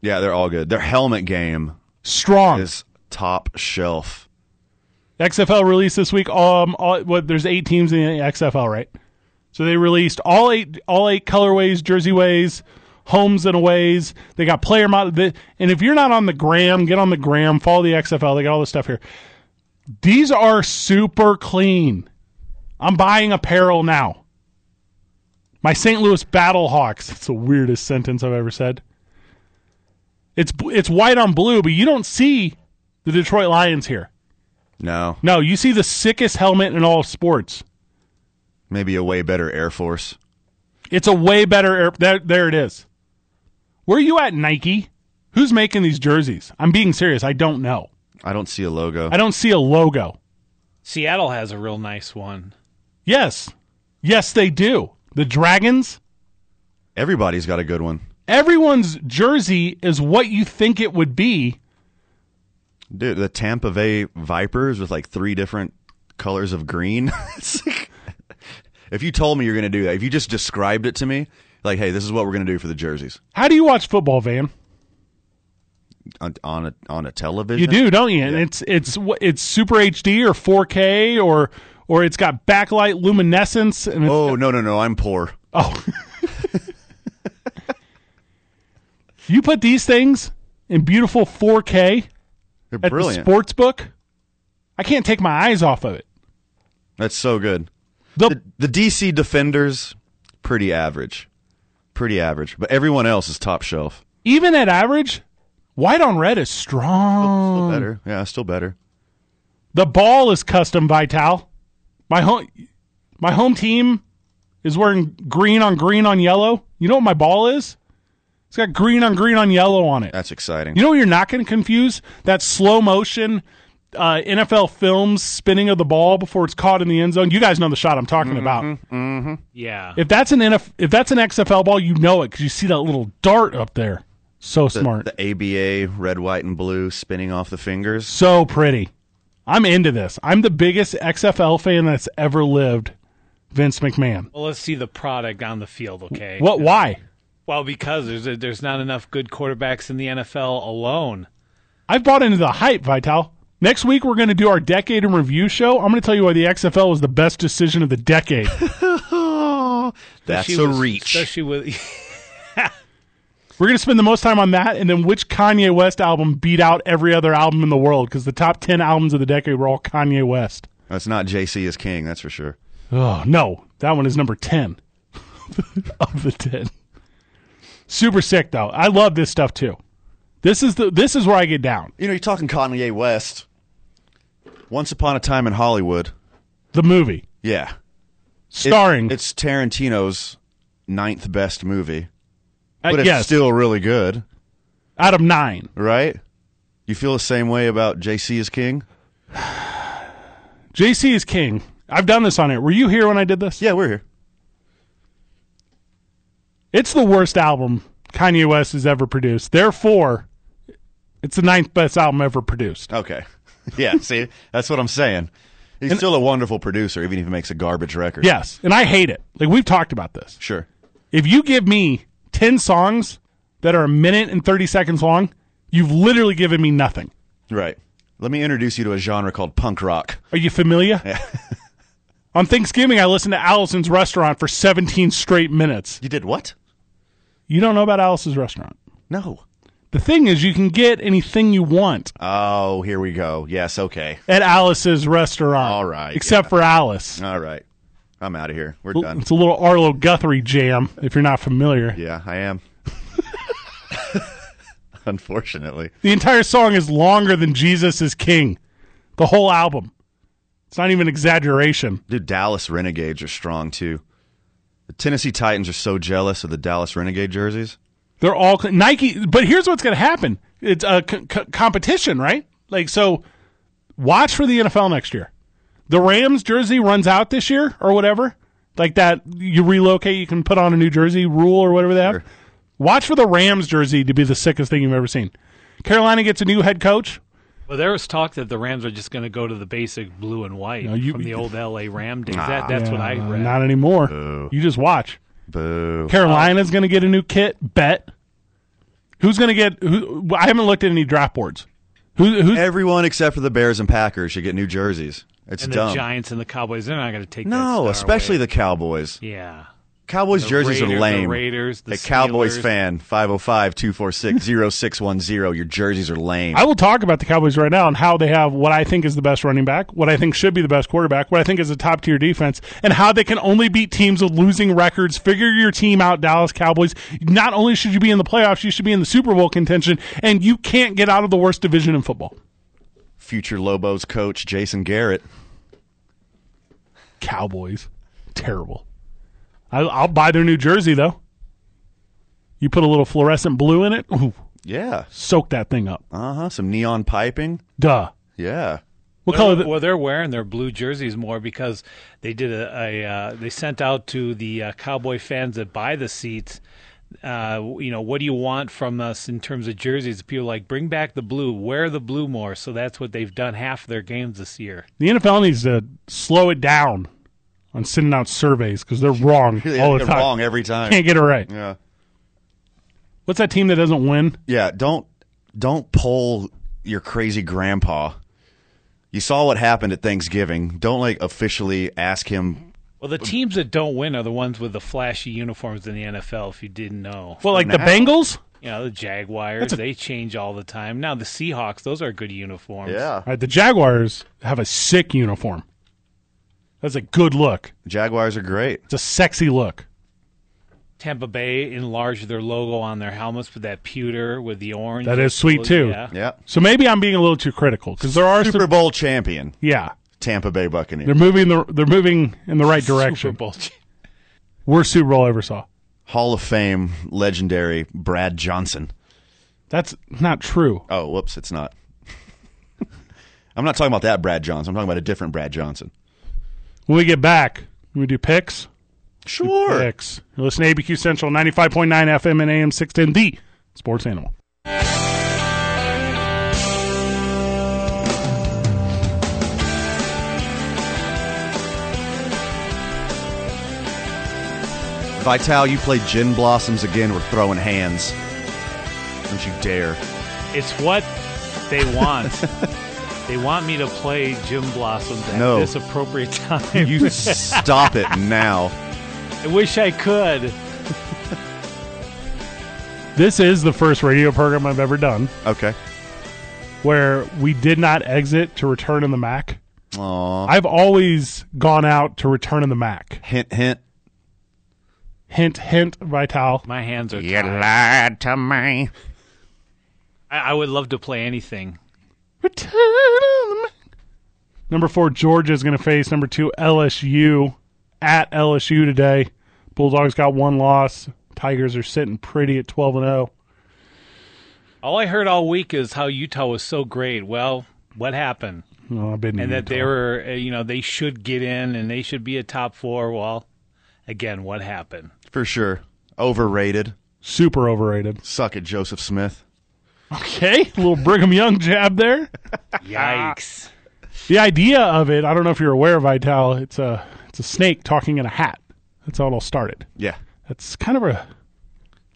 Speaker 5: Yeah, they're all good. Their helmet game
Speaker 4: Strong.
Speaker 5: is top shelf.
Speaker 4: XFL released this week. Um, all, what there's eight teams in the XFL, right? So they released all eight, all eight colorways, jerseyways, homes and aways. They got player model. The, and if you're not on the gram, get on the gram. Follow the XFL. They got all this stuff here. These are super clean. I'm buying apparel now. My St. Louis Battlehawks. It's the weirdest sentence I've ever said. It's bl- it's white on blue, but you don't see the Detroit Lions here.
Speaker 5: No,
Speaker 4: No, you see the sickest helmet in all sports.
Speaker 5: maybe a way better Air Force.
Speaker 4: It's a way better. Air- there, there it is. Where are you at, Nike? Who's making these jerseys? I'm being serious. I don't know.
Speaker 5: I don't see a logo.
Speaker 4: I don't see a logo.
Speaker 6: Seattle has a real nice one.
Speaker 4: Yes, yes, they do. The Dragons.
Speaker 5: Everybody's got a good one.
Speaker 4: Everyone's jersey is what you think it would be.
Speaker 5: Dude, the Tampa Bay Vipers with like three different colors of green. It's like- if you told me you're going to do that, if you just described it to me, like, hey, this is what we're going to do for the jerseys
Speaker 4: How do you watch football, Van?
Speaker 5: on, on a on a television.
Speaker 4: You do, don't you? And it's it's wh- it's Super HD or 4K or or it's got backlight luminescence and it's
Speaker 5: Oh no no no! I'm poor.
Speaker 4: Oh. you put these things in beautiful 4K
Speaker 5: They're
Speaker 4: at
Speaker 5: brilliant.
Speaker 4: the sports book. I can't take my eyes off of it.
Speaker 5: That's so good.
Speaker 4: The,
Speaker 5: The, the DC Defenders, pretty average, pretty average. But everyone else is top shelf.
Speaker 4: even at average, white on red is strong.
Speaker 5: Still better, yeah, still better.
Speaker 4: The ball is custom Vital. My home, my home team is wearing green on green on yellow. You know what my ball is? It's got green on green on yellow on it.
Speaker 5: That's exciting.
Speaker 4: You know what you're not going to confuse? That slow motion uh, NFL films spinning of the ball before it's caught in the end zone. You guys know the shot I'm talking about.
Speaker 6: Yeah.
Speaker 4: If that's an NF, if that's an XFL ball, you know it because you see that little dart up there. So smart,
Speaker 5: the ABA red, white, and blue spinning off the fingers.
Speaker 4: so pretty. I'm into this. I'm the biggest XFL fan that's ever lived. Vince McMahon.
Speaker 6: well, let's see the product on the field, okay?
Speaker 4: What? Why?
Speaker 6: Well, because there's there's not enough good quarterbacks in the NFL alone.
Speaker 4: I've bought into the hype, Vital. Next week we're going to do our decade in review show. I'm going to tell you why the XFL was the best decision of the decade.
Speaker 5: That's
Speaker 6: She
Speaker 5: a
Speaker 6: was-
Speaker 5: reach.
Speaker 6: Especially with
Speaker 4: We're going to spend the most time on that and then which Kanye West album beat out every other album in the world because the top 10 albums of the decade were all Kanye West.
Speaker 5: That's not JC is king. That's for sure.
Speaker 4: Oh, no. That one is number 10 of the 10. Super sick though. I love this stuff too. This is the this is where I get down.
Speaker 5: You know, you're talking Kanye West. Once upon a time in Hollywood.
Speaker 4: The movie
Speaker 5: Yeah. It-
Speaker 4: starring
Speaker 5: it's Tarantino's ninth best movie,
Speaker 4: uh,
Speaker 5: but it's
Speaker 4: yes,
Speaker 5: still really good,
Speaker 4: out of 9.
Speaker 5: right? You feel the same way about JC is king?
Speaker 4: JC is king. I've done this on it. Were you here when I did this?
Speaker 5: Yeah, we're here.
Speaker 4: It's the worst album Kanye West has ever produced. Therefore, it's the ninth best album ever produced.
Speaker 5: Okay. Yeah, see, that's what I'm saying. He's still a wonderful producer, even if he makes a garbage record.
Speaker 4: Yes, and I hate it. Like we've talked about this.
Speaker 5: Sure.
Speaker 4: If you give me 10 songs that are a minute and 30 seconds long, you've literally given me nothing.
Speaker 5: Right. Let me introduce you to a genre called punk rock.
Speaker 4: Are you familiar? On Thanksgiving, I listened to Allison's Restaurant for 17 straight minutes.
Speaker 5: You did what?
Speaker 4: You don't know about Allison's Restaurant.
Speaker 5: No.
Speaker 4: The thing is, you can get anything you want
Speaker 5: Oh, here we go. Yes, okay.
Speaker 4: at Alice's Restaurant.
Speaker 5: All right,
Speaker 4: Except for Alice.
Speaker 5: All right. I'm out of here. We're
Speaker 4: L-
Speaker 5: done.
Speaker 4: It's a little Arlo Guthrie jam, if you're not familiar.
Speaker 5: Yeah, I am. Unfortunately.
Speaker 4: The entire song is longer than Jesus is King. The whole album. It's not even exaggeration.
Speaker 5: Dude, Dallas Renegades are strong too. The Tennessee Titans are so jealous of the Dallas Renegade jerseys.
Speaker 4: They're all cl- Nike. But here's what's going to happen: it's a c- c- competition, right? Like so, watch for the NFL next year. The Rams jersey runs out this year or whatever. Like that, you relocate, you can put on a new jersey rule or whatever they have.
Speaker 5: Sure.
Speaker 4: Watch for the Rams jersey to be the sickest thing you've ever seen. Carolina gets a new head coach.
Speaker 6: Well, there was talk that the Rams are just going to go to the basic blue and white
Speaker 4: you-
Speaker 6: from the old L.A. Ram days. that, that's what I
Speaker 4: Uh,
Speaker 6: read.
Speaker 4: Not anymore. You just watch.
Speaker 5: Boo.
Speaker 4: Carolina's going to get a new kit. Bet. Who's going to get? Who, I haven't looked at any draft boards. Who, who's
Speaker 5: Everyone except for the Bears and Packers should get new jerseys. It's
Speaker 6: and the
Speaker 5: dumb.
Speaker 6: Giants and the Cowboys, they're not going to take that
Speaker 5: no,
Speaker 6: star
Speaker 5: especially
Speaker 6: away.
Speaker 5: the Cowboys.
Speaker 6: uh, yeah.
Speaker 5: Cowboys
Speaker 6: The
Speaker 5: jerseys
Speaker 6: Raiders-
Speaker 5: are lame.
Speaker 6: The Raiders, the
Speaker 5: a Cowboys
Speaker 6: Steelers.
Speaker 5: fan, 505 246 0610. Your jerseys are lame.
Speaker 4: I will talk about the Cowboys right now and how they have what I think is the best running back, what I think should be the best quarterback, what I think is a top tier defense, and how they can only beat teams with losing records. Figure your team out, Dallas Cowboys. Not only should you be in the playoffs, you should be in the Super Bowl contention, and you can't get out of the worst division in football.
Speaker 5: Future Lobos coach Jason Garrett.
Speaker 4: Cowboys, terrible. I, I'll buy their new jersey though. You put a little fluorescent blue in it, ooh,
Speaker 5: Yeah.
Speaker 4: soak that thing up.
Speaker 5: Uh huh. Some neon piping.
Speaker 4: Duh.
Speaker 5: Yeah. Uh,
Speaker 4: What
Speaker 6: Well,
Speaker 4: color?
Speaker 6: they're,
Speaker 4: The,
Speaker 6: well, they're wearing their blue jerseys more because they did a, a uh, they sent out to the uh, cowboy fans that buy the seats. Uh, you know, what do you want from us in terms of jerseys? People are like bring back the blue, wear the blue more. So that's what they've done half their games this year.
Speaker 4: the NFL needs to slow it down on sending out surveys because they're wrong all the
Speaker 5: They're
Speaker 4: time.
Speaker 5: wrong every time.
Speaker 4: Can't get it right.
Speaker 5: yeah.
Speaker 4: What's that team that doesn't win?
Speaker 5: Yeah, don't don't pull your crazy grandpa. You saw what happened at Thanksgiving. Don't like officially ask him.
Speaker 6: Well, the teams that don't win are the ones with the flashy uniforms in the NFL. If you didn't know,
Speaker 4: Well, like the
Speaker 5: now.
Speaker 4: Bengals.
Speaker 6: you know the Jaguars they change all the time. Now the Seahawks, those are good uniforms.
Speaker 4: All right, the Jaguars have a sick uniform. That's a good look.
Speaker 5: Jaguars are great.
Speaker 4: It's a sexy look.
Speaker 6: Tampa Bay enlarged their logo on their helmets with that pewter with the orange.
Speaker 4: That is sweet, too.
Speaker 6: Yeah.
Speaker 5: Yeah.
Speaker 4: So maybe I'm being a little too critical because there are
Speaker 5: Super
Speaker 4: some,
Speaker 5: Bowl champion,
Speaker 4: yeah
Speaker 5: Tampa Bay
Speaker 4: they're
Speaker 5: Buccaneers.
Speaker 4: moving the they're moving in the right direction.
Speaker 6: Super Bowl. champ-
Speaker 4: Worst Super Bowl I ever saw.
Speaker 5: Hall of Fame legendary Brad Johnson.
Speaker 4: That's not true.
Speaker 5: Oh, whoops, it's not. I'm not talking about that Brad Johnson. I'm talking about a different Brad Johnson.
Speaker 4: When we get back, we do picks.
Speaker 5: Sure.
Speaker 4: Picks. You listen to ABQ Central, ninety five point nine FM and AM six ten. The Sports Animal.
Speaker 5: Vital, you play Gin Blossoms again. We're throwing hands. Don't you dare.
Speaker 6: It's what they want. they want me to play Jim Blossom at
Speaker 5: No.
Speaker 6: this appropriate time.
Speaker 5: You stop it now.
Speaker 6: I wish I could.
Speaker 4: This is the first radio program I've ever done
Speaker 5: Okay.
Speaker 4: where we did not exit to return in the Mac.
Speaker 5: Aw.
Speaker 4: I've always gone out to return in the Mac.
Speaker 5: Hint, hint.
Speaker 4: Hint, hint, Vital.
Speaker 6: My hands are
Speaker 5: You
Speaker 6: tied.
Speaker 5: lied to me.
Speaker 6: I, I would love to play anything.
Speaker 4: Return in the Mac. Number four, Georgia is going to face number two, LSU at LSU today. Bulldogs got one loss. Tigers are sitting pretty at 12 and oh. 0.
Speaker 6: All I heard all week is how Utah was so great. Well, what happened?
Speaker 4: Oh, I've been to
Speaker 6: And that
Speaker 4: Utah.
Speaker 6: they were, uh, you know, they should get in and they should be a top four. Well, again, what happened?
Speaker 5: For sure. Overrated.
Speaker 4: super overrated.
Speaker 5: Suck it, Joseph Smith.
Speaker 4: Okay, little Brigham Young jab there.
Speaker 6: Yikes.
Speaker 4: The idea of it, I don't know if you're aware, Vital. It's a it's a snake talking in a hat. That's how it all started.
Speaker 5: Yeah.
Speaker 4: That's kind of a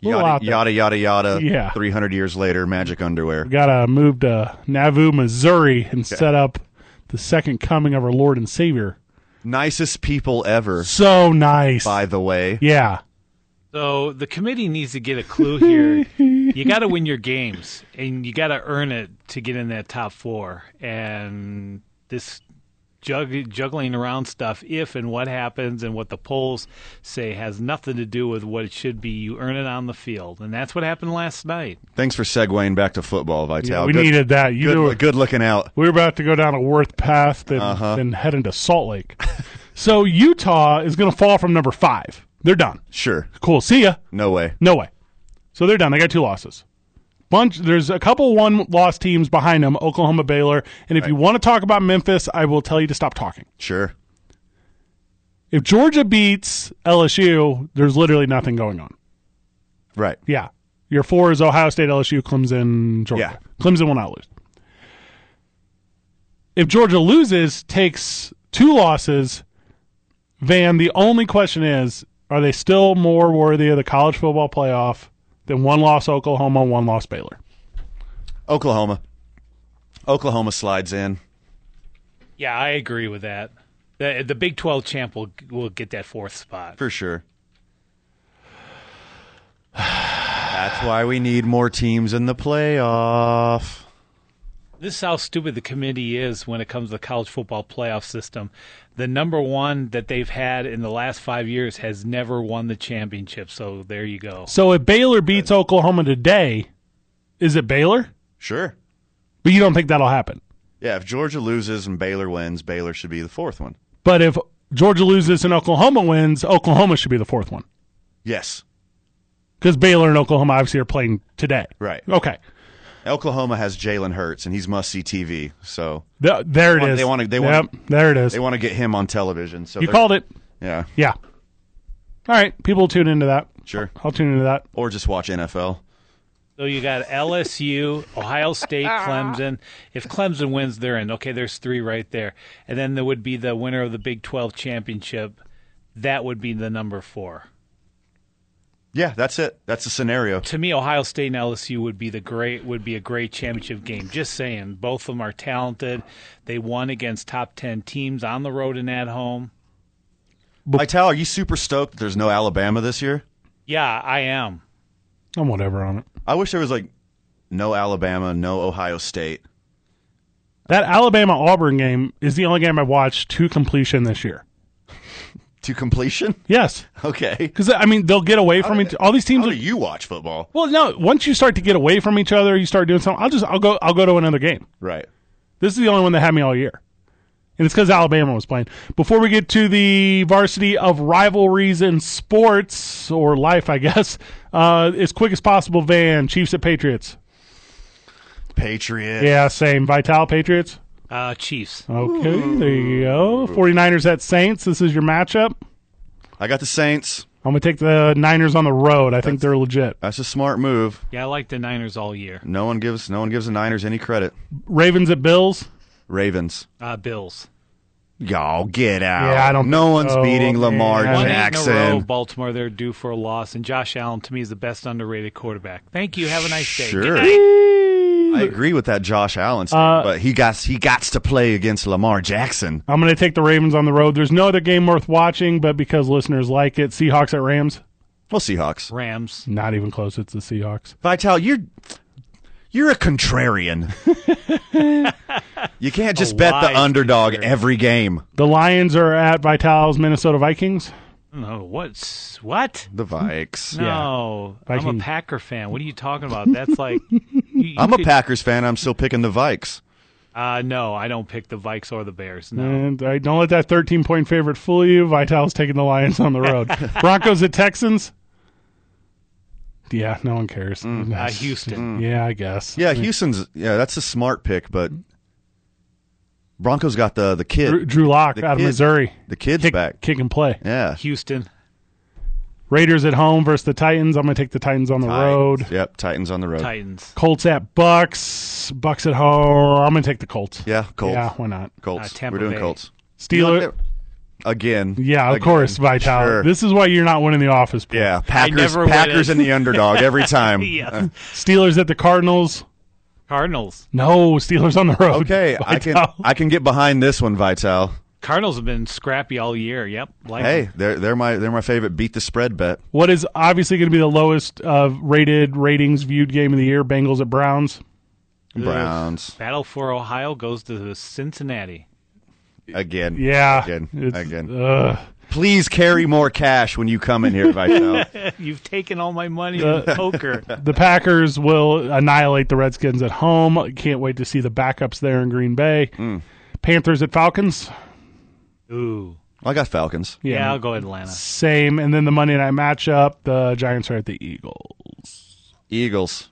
Speaker 4: little out
Speaker 5: Yada,
Speaker 4: there.
Speaker 5: yada yada yada.
Speaker 4: Yeah.
Speaker 5: Three hundred years later, magic underwear.
Speaker 4: Gotta move to Nauvoo, Missouri, and set up the second coming of our Lord and Savior.
Speaker 5: Nicest people ever,
Speaker 4: So nice.
Speaker 5: by the way.
Speaker 4: Yeah.
Speaker 6: So the committee needs to get a clue here. you got to win your games, and you got to earn it to get in that top four. And this jug- juggling around stuff, if and what happens, and what the polls say, has nothing to do with what it should be. You earn it on the field, and that's what happened last night.
Speaker 5: Thanks for segueing back to football, Vital.
Speaker 4: we
Speaker 5: good,
Speaker 4: needed that. You
Speaker 5: good,
Speaker 4: were,
Speaker 5: good looking Uh-huh. out.
Speaker 4: we were about to go down a Worth path, then, then head into Salt Lake. so Utah is going to fall from number five. They're done.
Speaker 5: Sure.
Speaker 4: Cool. See ya.
Speaker 5: No way.
Speaker 4: No way. So they're done. They got two losses. Bunch. There's a couple one loss teams behind them: Oklahoma, Baylor. And if you want to talk about Memphis, I will tell you to stop talking.
Speaker 5: Sure.
Speaker 4: If Georgia beats LSU, there's literally nothing going on.
Speaker 5: Right.
Speaker 4: Yeah. Your four is Ohio State, LSU, Clemson, Georgia. Clemson will not lose. If Georgia loses, takes two losses, Van, the only question is are they still more worthy of the college football playoff than one loss Oklahoma, one loss Baylor?
Speaker 5: Oklahoma. Oklahoma slides in.
Speaker 6: Yeah, I agree with that. The, the Big Twelve champ will will get that fourth spot.
Speaker 5: For sure. That's why we need more teams in the playoff.
Speaker 6: This is how stupid the committee is when it comes to the college football playoff system. The number one that they've had in the last five years has never won the championship. So there you go.
Speaker 4: So if Baylor beats Oklahoma today, is it Baylor?
Speaker 5: Sure.
Speaker 4: But you don't think that'll happen.
Speaker 5: Yeah, if Georgia loses and Baylor wins, Baylor should be the fourth one.
Speaker 4: But if Georgia loses and Oklahoma wins, Oklahoma should be the fourth one.
Speaker 5: Yes.
Speaker 4: Because Baylor and Oklahoma obviously are playing today.
Speaker 5: Right.
Speaker 4: Okay.
Speaker 5: Oklahoma has Jalen Hurts and he's must see TV, so
Speaker 4: Th- there it
Speaker 5: want-
Speaker 4: is.
Speaker 5: they wanna- they
Speaker 4: yep,
Speaker 5: wanna-
Speaker 4: there it is.
Speaker 5: they want to get him on television. So
Speaker 4: you
Speaker 5: they're-
Speaker 4: called it.
Speaker 5: Yeah,
Speaker 4: Yeah. All right. People will tune into that.
Speaker 5: sure.
Speaker 4: I'll tune into that.
Speaker 5: Or just watch NFL.
Speaker 6: So you got LSU, Ohio State, Clemson. If Clemson wins, they're in. Okay, there's three right there. And then there would be the winner of the Big 12 championship. That would be the number four.
Speaker 5: Yeah, that's it. That's the scenario.
Speaker 6: To me, Ohio State and LSU would be the great would be a great championship game. Just saying, both of them are talented. They won against top ten teams on the road and at home.
Speaker 5: Vital, are you super stoked that there's no Alabama this year?
Speaker 6: Yeah, I am.
Speaker 4: I'm whatever on it.
Speaker 5: I wish there was like no Alabama, no Ohio State.
Speaker 4: That Alabama Auburn game is the only game I've watched to completion this year.
Speaker 5: To completion?
Speaker 4: Yes.
Speaker 5: Okay.
Speaker 4: Because, I mean, they'll get away from each All these teams
Speaker 5: How
Speaker 4: are.
Speaker 5: do you watch football?
Speaker 4: Well, no. Once you start to get away from each other, you start doing something. I'll just, I'll go, I'll go to another game.
Speaker 5: Right.
Speaker 4: This is the only one that had me all year. And it's because Alabama was playing. Before we get to the varsity of rivalries in sports or life, I guess, uh, as quick as possible, Van, Chiefs at Patriots.
Speaker 5: Patriots.
Speaker 4: Yeah, same. Vital Patriots.
Speaker 6: Uh, Chiefs.
Speaker 4: Okay, there you go. 49ers at Saints. This is your matchup.
Speaker 5: I got the Saints.
Speaker 4: I'm going to take the Niners on the road. I think they're legit.
Speaker 5: That's a smart move.
Speaker 6: Yeah, I like the Niners all year.
Speaker 5: No one gives no one gives the Niners any credit.
Speaker 4: Ravens at Bills.
Speaker 5: Ravens.
Speaker 6: Uh, Bills.
Speaker 5: Y'all get out.
Speaker 4: Yeah, I don't
Speaker 5: No
Speaker 4: think
Speaker 5: one's
Speaker 4: so,
Speaker 5: beating Lamar
Speaker 4: man.
Speaker 6: One eight in a row,
Speaker 5: Jackson.
Speaker 6: Baltimore. They're due for a loss, and Josh Allen to me is the best underrated quarterback. Thank you. Have a nice day.
Speaker 5: Sure. I agree with that Josh Allen, statement,
Speaker 4: Uh,
Speaker 5: but he got he got to play against Lamar Jackson.
Speaker 4: I'm going to take the Ravens on the road. There's no other game worth watching, but because listeners like it, Seahawks at Rams.
Speaker 5: Well, Seahawks.
Speaker 6: Rams.
Speaker 4: Not even close. It's the Seahawks.
Speaker 5: Vital, you're you're a contrarian. you can't just bet
Speaker 6: wise
Speaker 5: the underdog every game.
Speaker 4: The Lions are at Vital's Minnesota Vikings.
Speaker 6: No, what's what?
Speaker 5: The Vikes.
Speaker 6: No, I'm
Speaker 4: Viking-
Speaker 6: a Packer fan. What are you talking about? That's like you- you
Speaker 5: I'm a
Speaker 6: could-
Speaker 5: Packers fan. I'm still picking the Vikes.
Speaker 6: Uh, no, I don't pick the Vikes or the Bears. No.
Speaker 4: And all right, don't let that 13 point favorite fool you. Vital's taking the Lions on the road. Broncos at Texans. Yeah, no one cares.
Speaker 6: Uh,
Speaker 4: That's-
Speaker 6: Houston.
Speaker 4: Yeah, I guess.
Speaker 5: Mm. Yeah, Houston's. Yeah, that's a smart pick, but Broncos got the the kid.
Speaker 4: Drew, Drew Lock
Speaker 5: The
Speaker 4: out of
Speaker 5: kid-
Speaker 4: Missouri.
Speaker 5: The kid's
Speaker 4: Kick,
Speaker 5: back.
Speaker 4: kick and play.
Speaker 5: Yeah,
Speaker 6: Houston.
Speaker 4: Raiders at home versus the Titans. I'm going to take the Titans on the road.
Speaker 5: Yep, Titans on the road.
Speaker 6: Titans.
Speaker 4: Colts at Bucks. Bucks at home. I'm going to take the Colts.
Speaker 5: Yeah, Colts.
Speaker 4: Yeah, why not?
Speaker 5: Colts.
Speaker 6: Uh, Tampa
Speaker 5: We're doing
Speaker 6: Bay.
Speaker 5: Colts.
Speaker 4: Steelers.
Speaker 5: Again.
Speaker 4: Yeah, of
Speaker 5: Again.
Speaker 4: course, Vital.
Speaker 5: Sure.
Speaker 4: This is why you're not winning the office. pool.
Speaker 5: yeah, Packers.
Speaker 6: never win
Speaker 5: Packers
Speaker 6: it.
Speaker 5: and the underdog every time.
Speaker 6: Yes.
Speaker 5: Uh,
Speaker 4: Steelers at the Cardinals.
Speaker 6: Cardinals.
Speaker 4: No, Steelers on the road.
Speaker 5: okay, I can
Speaker 4: Vital.
Speaker 5: I can get behind this one, Vital.
Speaker 6: Cardinals have been scrappy all year. Yep. Like
Speaker 5: Hey, they're they're my they're my favorite beat the spread bet.
Speaker 4: What is obviously going to be the lowest uh, rated ratings viewed game of the year? Bengals at Browns.
Speaker 5: Browns
Speaker 6: Battle for Ohio goes to Cincinnati.
Speaker 5: again.
Speaker 4: Yeah.
Speaker 5: Again.
Speaker 4: It's-
Speaker 5: Again.
Speaker 4: Ugh.
Speaker 5: Please carry more cash when you come in here, Vital.
Speaker 6: You've taken all my money in poker.
Speaker 4: the Packers will annihilate the Redskins at home. Can't wait to see the backups there in Green Bay.
Speaker 5: Hmm.
Speaker 4: Panthers at Falcons.
Speaker 6: Ooh.
Speaker 5: I got Falcons.
Speaker 6: Yeah, I'll go Atlanta.
Speaker 4: Same. And then the Monday night matchup, the Giants are at the Eagles.
Speaker 5: Eagles.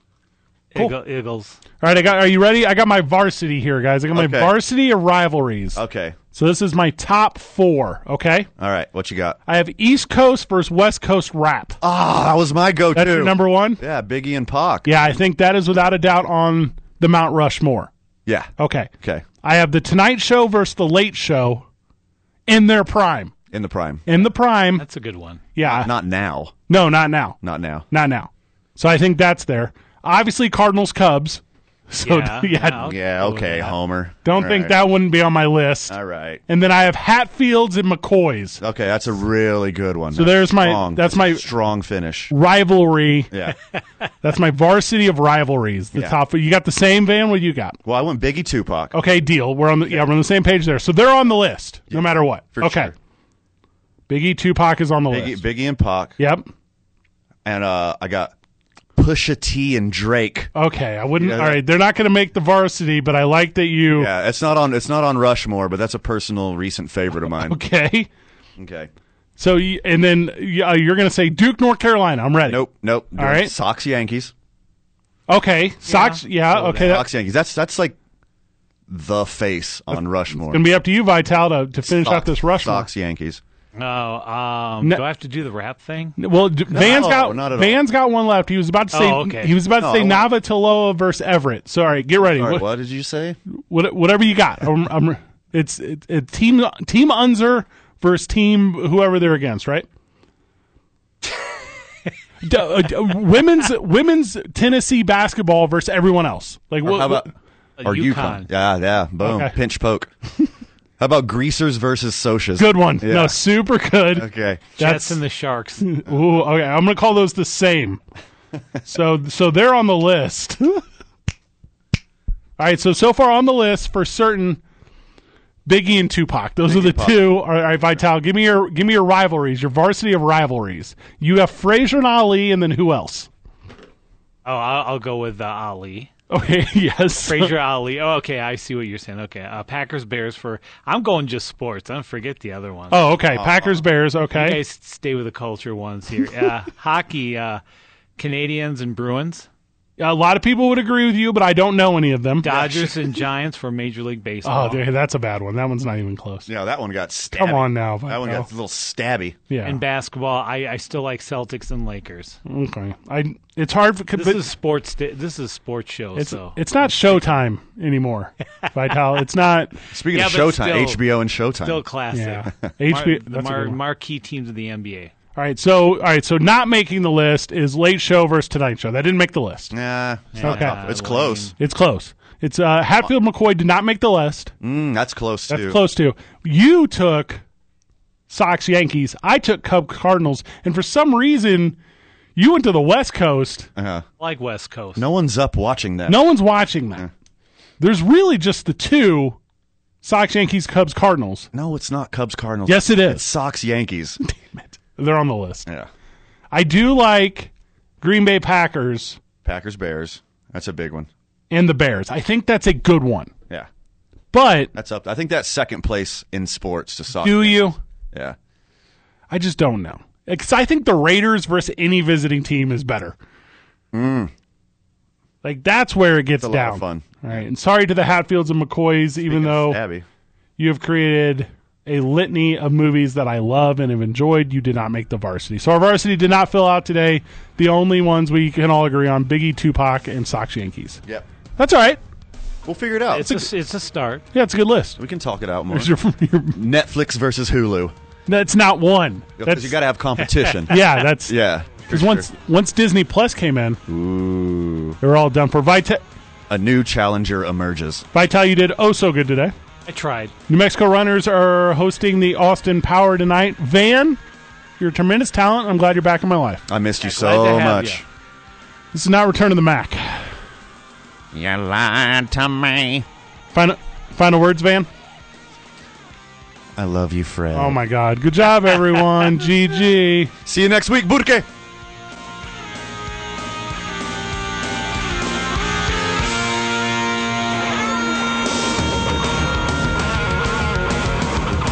Speaker 6: Eagle- Eagles.
Speaker 4: All right, I got. Are you ready? I got my varsity here, guys. I got my
Speaker 5: Okay.
Speaker 4: varsity of rivalries.
Speaker 5: Okay.
Speaker 4: So this is my top four. Okay,
Speaker 5: All right. What you got?
Speaker 4: I have East Coast versus West Coast rap.
Speaker 5: Ah, that was my go-to.
Speaker 4: That's your number one.
Speaker 5: Yeah, Biggie and Pac.
Speaker 4: Yeah, I think that is without a doubt on the Mount Rushmore.
Speaker 5: Yeah.
Speaker 4: Okay,
Speaker 5: Okay.
Speaker 4: I have the Tonight Show versus the Late Show in their prime.
Speaker 5: In the prime.
Speaker 4: In the prime,
Speaker 6: That's a good one.
Speaker 4: yeah.
Speaker 5: Not now.
Speaker 4: no, not now.
Speaker 5: Not now.
Speaker 4: Not now. So I think that's there. Obviously, Cardinals Cubs. So
Speaker 6: Yeah,
Speaker 4: yeah,
Speaker 6: I'll
Speaker 5: Yeah.
Speaker 6: go with
Speaker 5: Okay,
Speaker 6: that.
Speaker 5: Homer.
Speaker 4: don't
Speaker 5: All
Speaker 4: think
Speaker 5: right.
Speaker 4: that wouldn't be on my list.
Speaker 5: All right.
Speaker 4: And then I have Hatfields and McCoys.
Speaker 5: Okay, that's a really good one. So
Speaker 4: there's my- that's my-
Speaker 5: strong finish.
Speaker 4: Rivalry.
Speaker 5: Yeah.
Speaker 4: That's my varsity of rivalries. The
Speaker 5: Yeah.
Speaker 4: top. You got the same van. What do you got?
Speaker 5: Well, I went Biggie Tupac.
Speaker 4: Okay, deal. We're on the yeah, we're on the same page there. So they're on the list, no matter what.
Speaker 5: for
Speaker 4: okay.
Speaker 5: sure.
Speaker 4: Biggie Tupac is on the
Speaker 5: Biggie,
Speaker 4: list.
Speaker 5: Biggie and Pac,
Speaker 4: Yep.
Speaker 5: and uh, I got Pusha T and Drake.
Speaker 4: Okay. I wouldn't.
Speaker 5: Yeah,
Speaker 4: all
Speaker 5: that-
Speaker 4: right. They're not going to make the varsity, but I like that you.
Speaker 5: Yeah, it's not on. It's not on Rushmore, but that's a personal recent favorite of mine.
Speaker 4: Okay.
Speaker 5: Okay.
Speaker 4: So you, and then uh, you're going to say Duke, North Carolina. I'm ready.
Speaker 5: Nope. Nope.
Speaker 4: All right.
Speaker 5: Sox Yankees.
Speaker 4: Okay. Sox. Yeah. okay. That's
Speaker 5: Sox Yankees. That's that's like the face on Rushmore.
Speaker 4: going to be up to you, Vital, to, to finish out
Speaker 5: Sox-
Speaker 4: this rush.
Speaker 5: Sox Yankees.
Speaker 6: No, um,
Speaker 4: No.
Speaker 6: do I have to do the rap thing?
Speaker 4: Well, d- Van's got
Speaker 5: not at all.
Speaker 4: Van's got one left. He was about to say
Speaker 6: Oh, okay.
Speaker 4: he was about to
Speaker 5: No,
Speaker 4: say
Speaker 5: I want-
Speaker 4: Navatiloa versus Everett. Sorry, get ready.
Speaker 5: All right.
Speaker 4: What-
Speaker 5: What did you say?
Speaker 4: what, whatever you got. I'm, I'm- it's it, it, team team Unzer versus team whoever they're against, right? D- uh, d- women's women's Tennessee basketball versus everyone else. Like
Speaker 5: Or
Speaker 4: what?
Speaker 5: how about or
Speaker 6: UConn.
Speaker 5: UConn? Yeah. Yeah. Boom.
Speaker 4: Okay.
Speaker 5: Pinch poke. how about Greasers versus Socias?
Speaker 4: good one.
Speaker 5: Yeah.
Speaker 4: No, super good.
Speaker 5: Okay.
Speaker 6: Jets
Speaker 4: That's
Speaker 6: and the Sharks. Oh,
Speaker 4: ooh, okay. I'm gonna call those the same. so so they're on the list. All right. So so far on the list for certain. Biggie and Tupac. Those are the two. All right, Vital, give me your give me your rivalries, your varsity of rivalries. You have Frazier and Ali, and then who else?
Speaker 6: Oh, I'll, I'll go with uh, Ali.
Speaker 4: Okay, yes.
Speaker 6: Frazier Ali. Oh, okay. I see what you're saying. Okay. Uh, Packers, Bears for. I'm going just sports. I don't forget the other one.
Speaker 4: Oh, okay. Packers, Bears.
Speaker 6: You
Speaker 4: Okay.
Speaker 6: guys stay with the culture ones here. Uh, hockey, uh, Canadians and Bruins.
Speaker 4: A lot of people would agree with you, but I don't know any of them.
Speaker 6: Dodgers and Giants for Major League Baseball.
Speaker 4: Oh, dude, that's a bad one. That one's not even close.
Speaker 5: Yeah, that one got stabby.
Speaker 4: Come on now,
Speaker 5: That one
Speaker 4: Vital.
Speaker 5: got a little stabby.
Speaker 4: Yeah.
Speaker 6: And basketball, I, I still like Celtics and Lakers.
Speaker 4: okay. I. It's hard for.
Speaker 6: This
Speaker 4: but-
Speaker 6: is sports. This is sports shows.
Speaker 4: It's
Speaker 6: so
Speaker 4: it's not Showtime anymore, Vital. It's not.
Speaker 5: Speaking
Speaker 6: Yeah,
Speaker 5: of
Speaker 6: but
Speaker 5: Showtime,
Speaker 6: still-
Speaker 5: HBO and Showtime.
Speaker 6: still classic.
Speaker 4: Yeah,
Speaker 6: Mar-
Speaker 4: HBO.
Speaker 6: the
Speaker 4: that's a
Speaker 6: mar-
Speaker 4: good one.
Speaker 6: marquee teams of the NBA.
Speaker 4: all right, so all right, so not making the list is Late Show versus Tonight Show. That didn't make the list.
Speaker 5: nah, it's,
Speaker 4: Okay.
Speaker 5: not- it's close.
Speaker 4: It's close. It's uh, Hatfield McCoy did not make the list.
Speaker 5: Mm, that's close
Speaker 4: That's
Speaker 5: too.
Speaker 4: close to. You took Sox Yankees. I took Cub Cardinals, and for some reason, you went to the West Coast.
Speaker 5: Uh-huh.
Speaker 6: Like West Coast.
Speaker 5: No one's up watching that.
Speaker 4: No one's watching that. There's really just the two: Sox Yankees, Cubs Cardinals.
Speaker 5: No, it's not Cubs Cardinals.
Speaker 4: Yes, it
Speaker 5: It's
Speaker 4: is.
Speaker 5: Sox Yankees.
Speaker 4: They're on the list.
Speaker 5: yeah.
Speaker 4: I do like Green Bay Packers
Speaker 5: Packers Bears. That's a big one.
Speaker 4: and the Bears. I think that's a good one.
Speaker 5: Yeah.
Speaker 4: But
Speaker 5: That's up. I think that's second place in sports to Sox.
Speaker 4: do
Speaker 5: Yankees.
Speaker 4: you?
Speaker 5: Yeah.
Speaker 4: I just don't know. Because I think the Raiders versus any visiting team is better. Like that's where it gets
Speaker 5: Mm. It's a
Speaker 4: down.
Speaker 5: lot of fun.
Speaker 4: All right. And sorry to the Hatfields and McCoys, even though
Speaker 5: Abby.
Speaker 4: you have created a litany of movies that I love and have enjoyed. You did not make the varsity. So our varsity did not fill out today. The only ones we can all agree on Biggie, Tupac, and Sox Yankees.
Speaker 5: Yep.
Speaker 4: That's all right.
Speaker 5: We'll figure it out.
Speaker 6: It's a, it's a start.
Speaker 4: Yeah, it's a good list.
Speaker 5: we can talk it out more.
Speaker 4: It's your- your-
Speaker 5: Netflix versus Hulu.
Speaker 4: That's not one.
Speaker 5: Because
Speaker 4: That's,
Speaker 5: you got to have competition.
Speaker 4: yeah, that's
Speaker 5: yeah.
Speaker 4: Because once once Disney Plus came in,
Speaker 5: Ooh.
Speaker 4: they were all done for. Vita-
Speaker 5: A new challenger emerges.
Speaker 4: Vital, you did oh so good today.
Speaker 6: I tried.
Speaker 4: New Mexico Runners are hosting the Austin Power tonight. Van, you're a tremendous talent. I'm glad you're back in my life.
Speaker 5: I missed you
Speaker 6: glad to
Speaker 5: so
Speaker 6: have
Speaker 5: much.
Speaker 4: This is not Return of the Mac.
Speaker 5: You lied to me.
Speaker 4: Final final words, Van.
Speaker 5: I love you, Fred.
Speaker 4: Oh my God! Good job, everyone. GG.
Speaker 5: See you next week, Burke.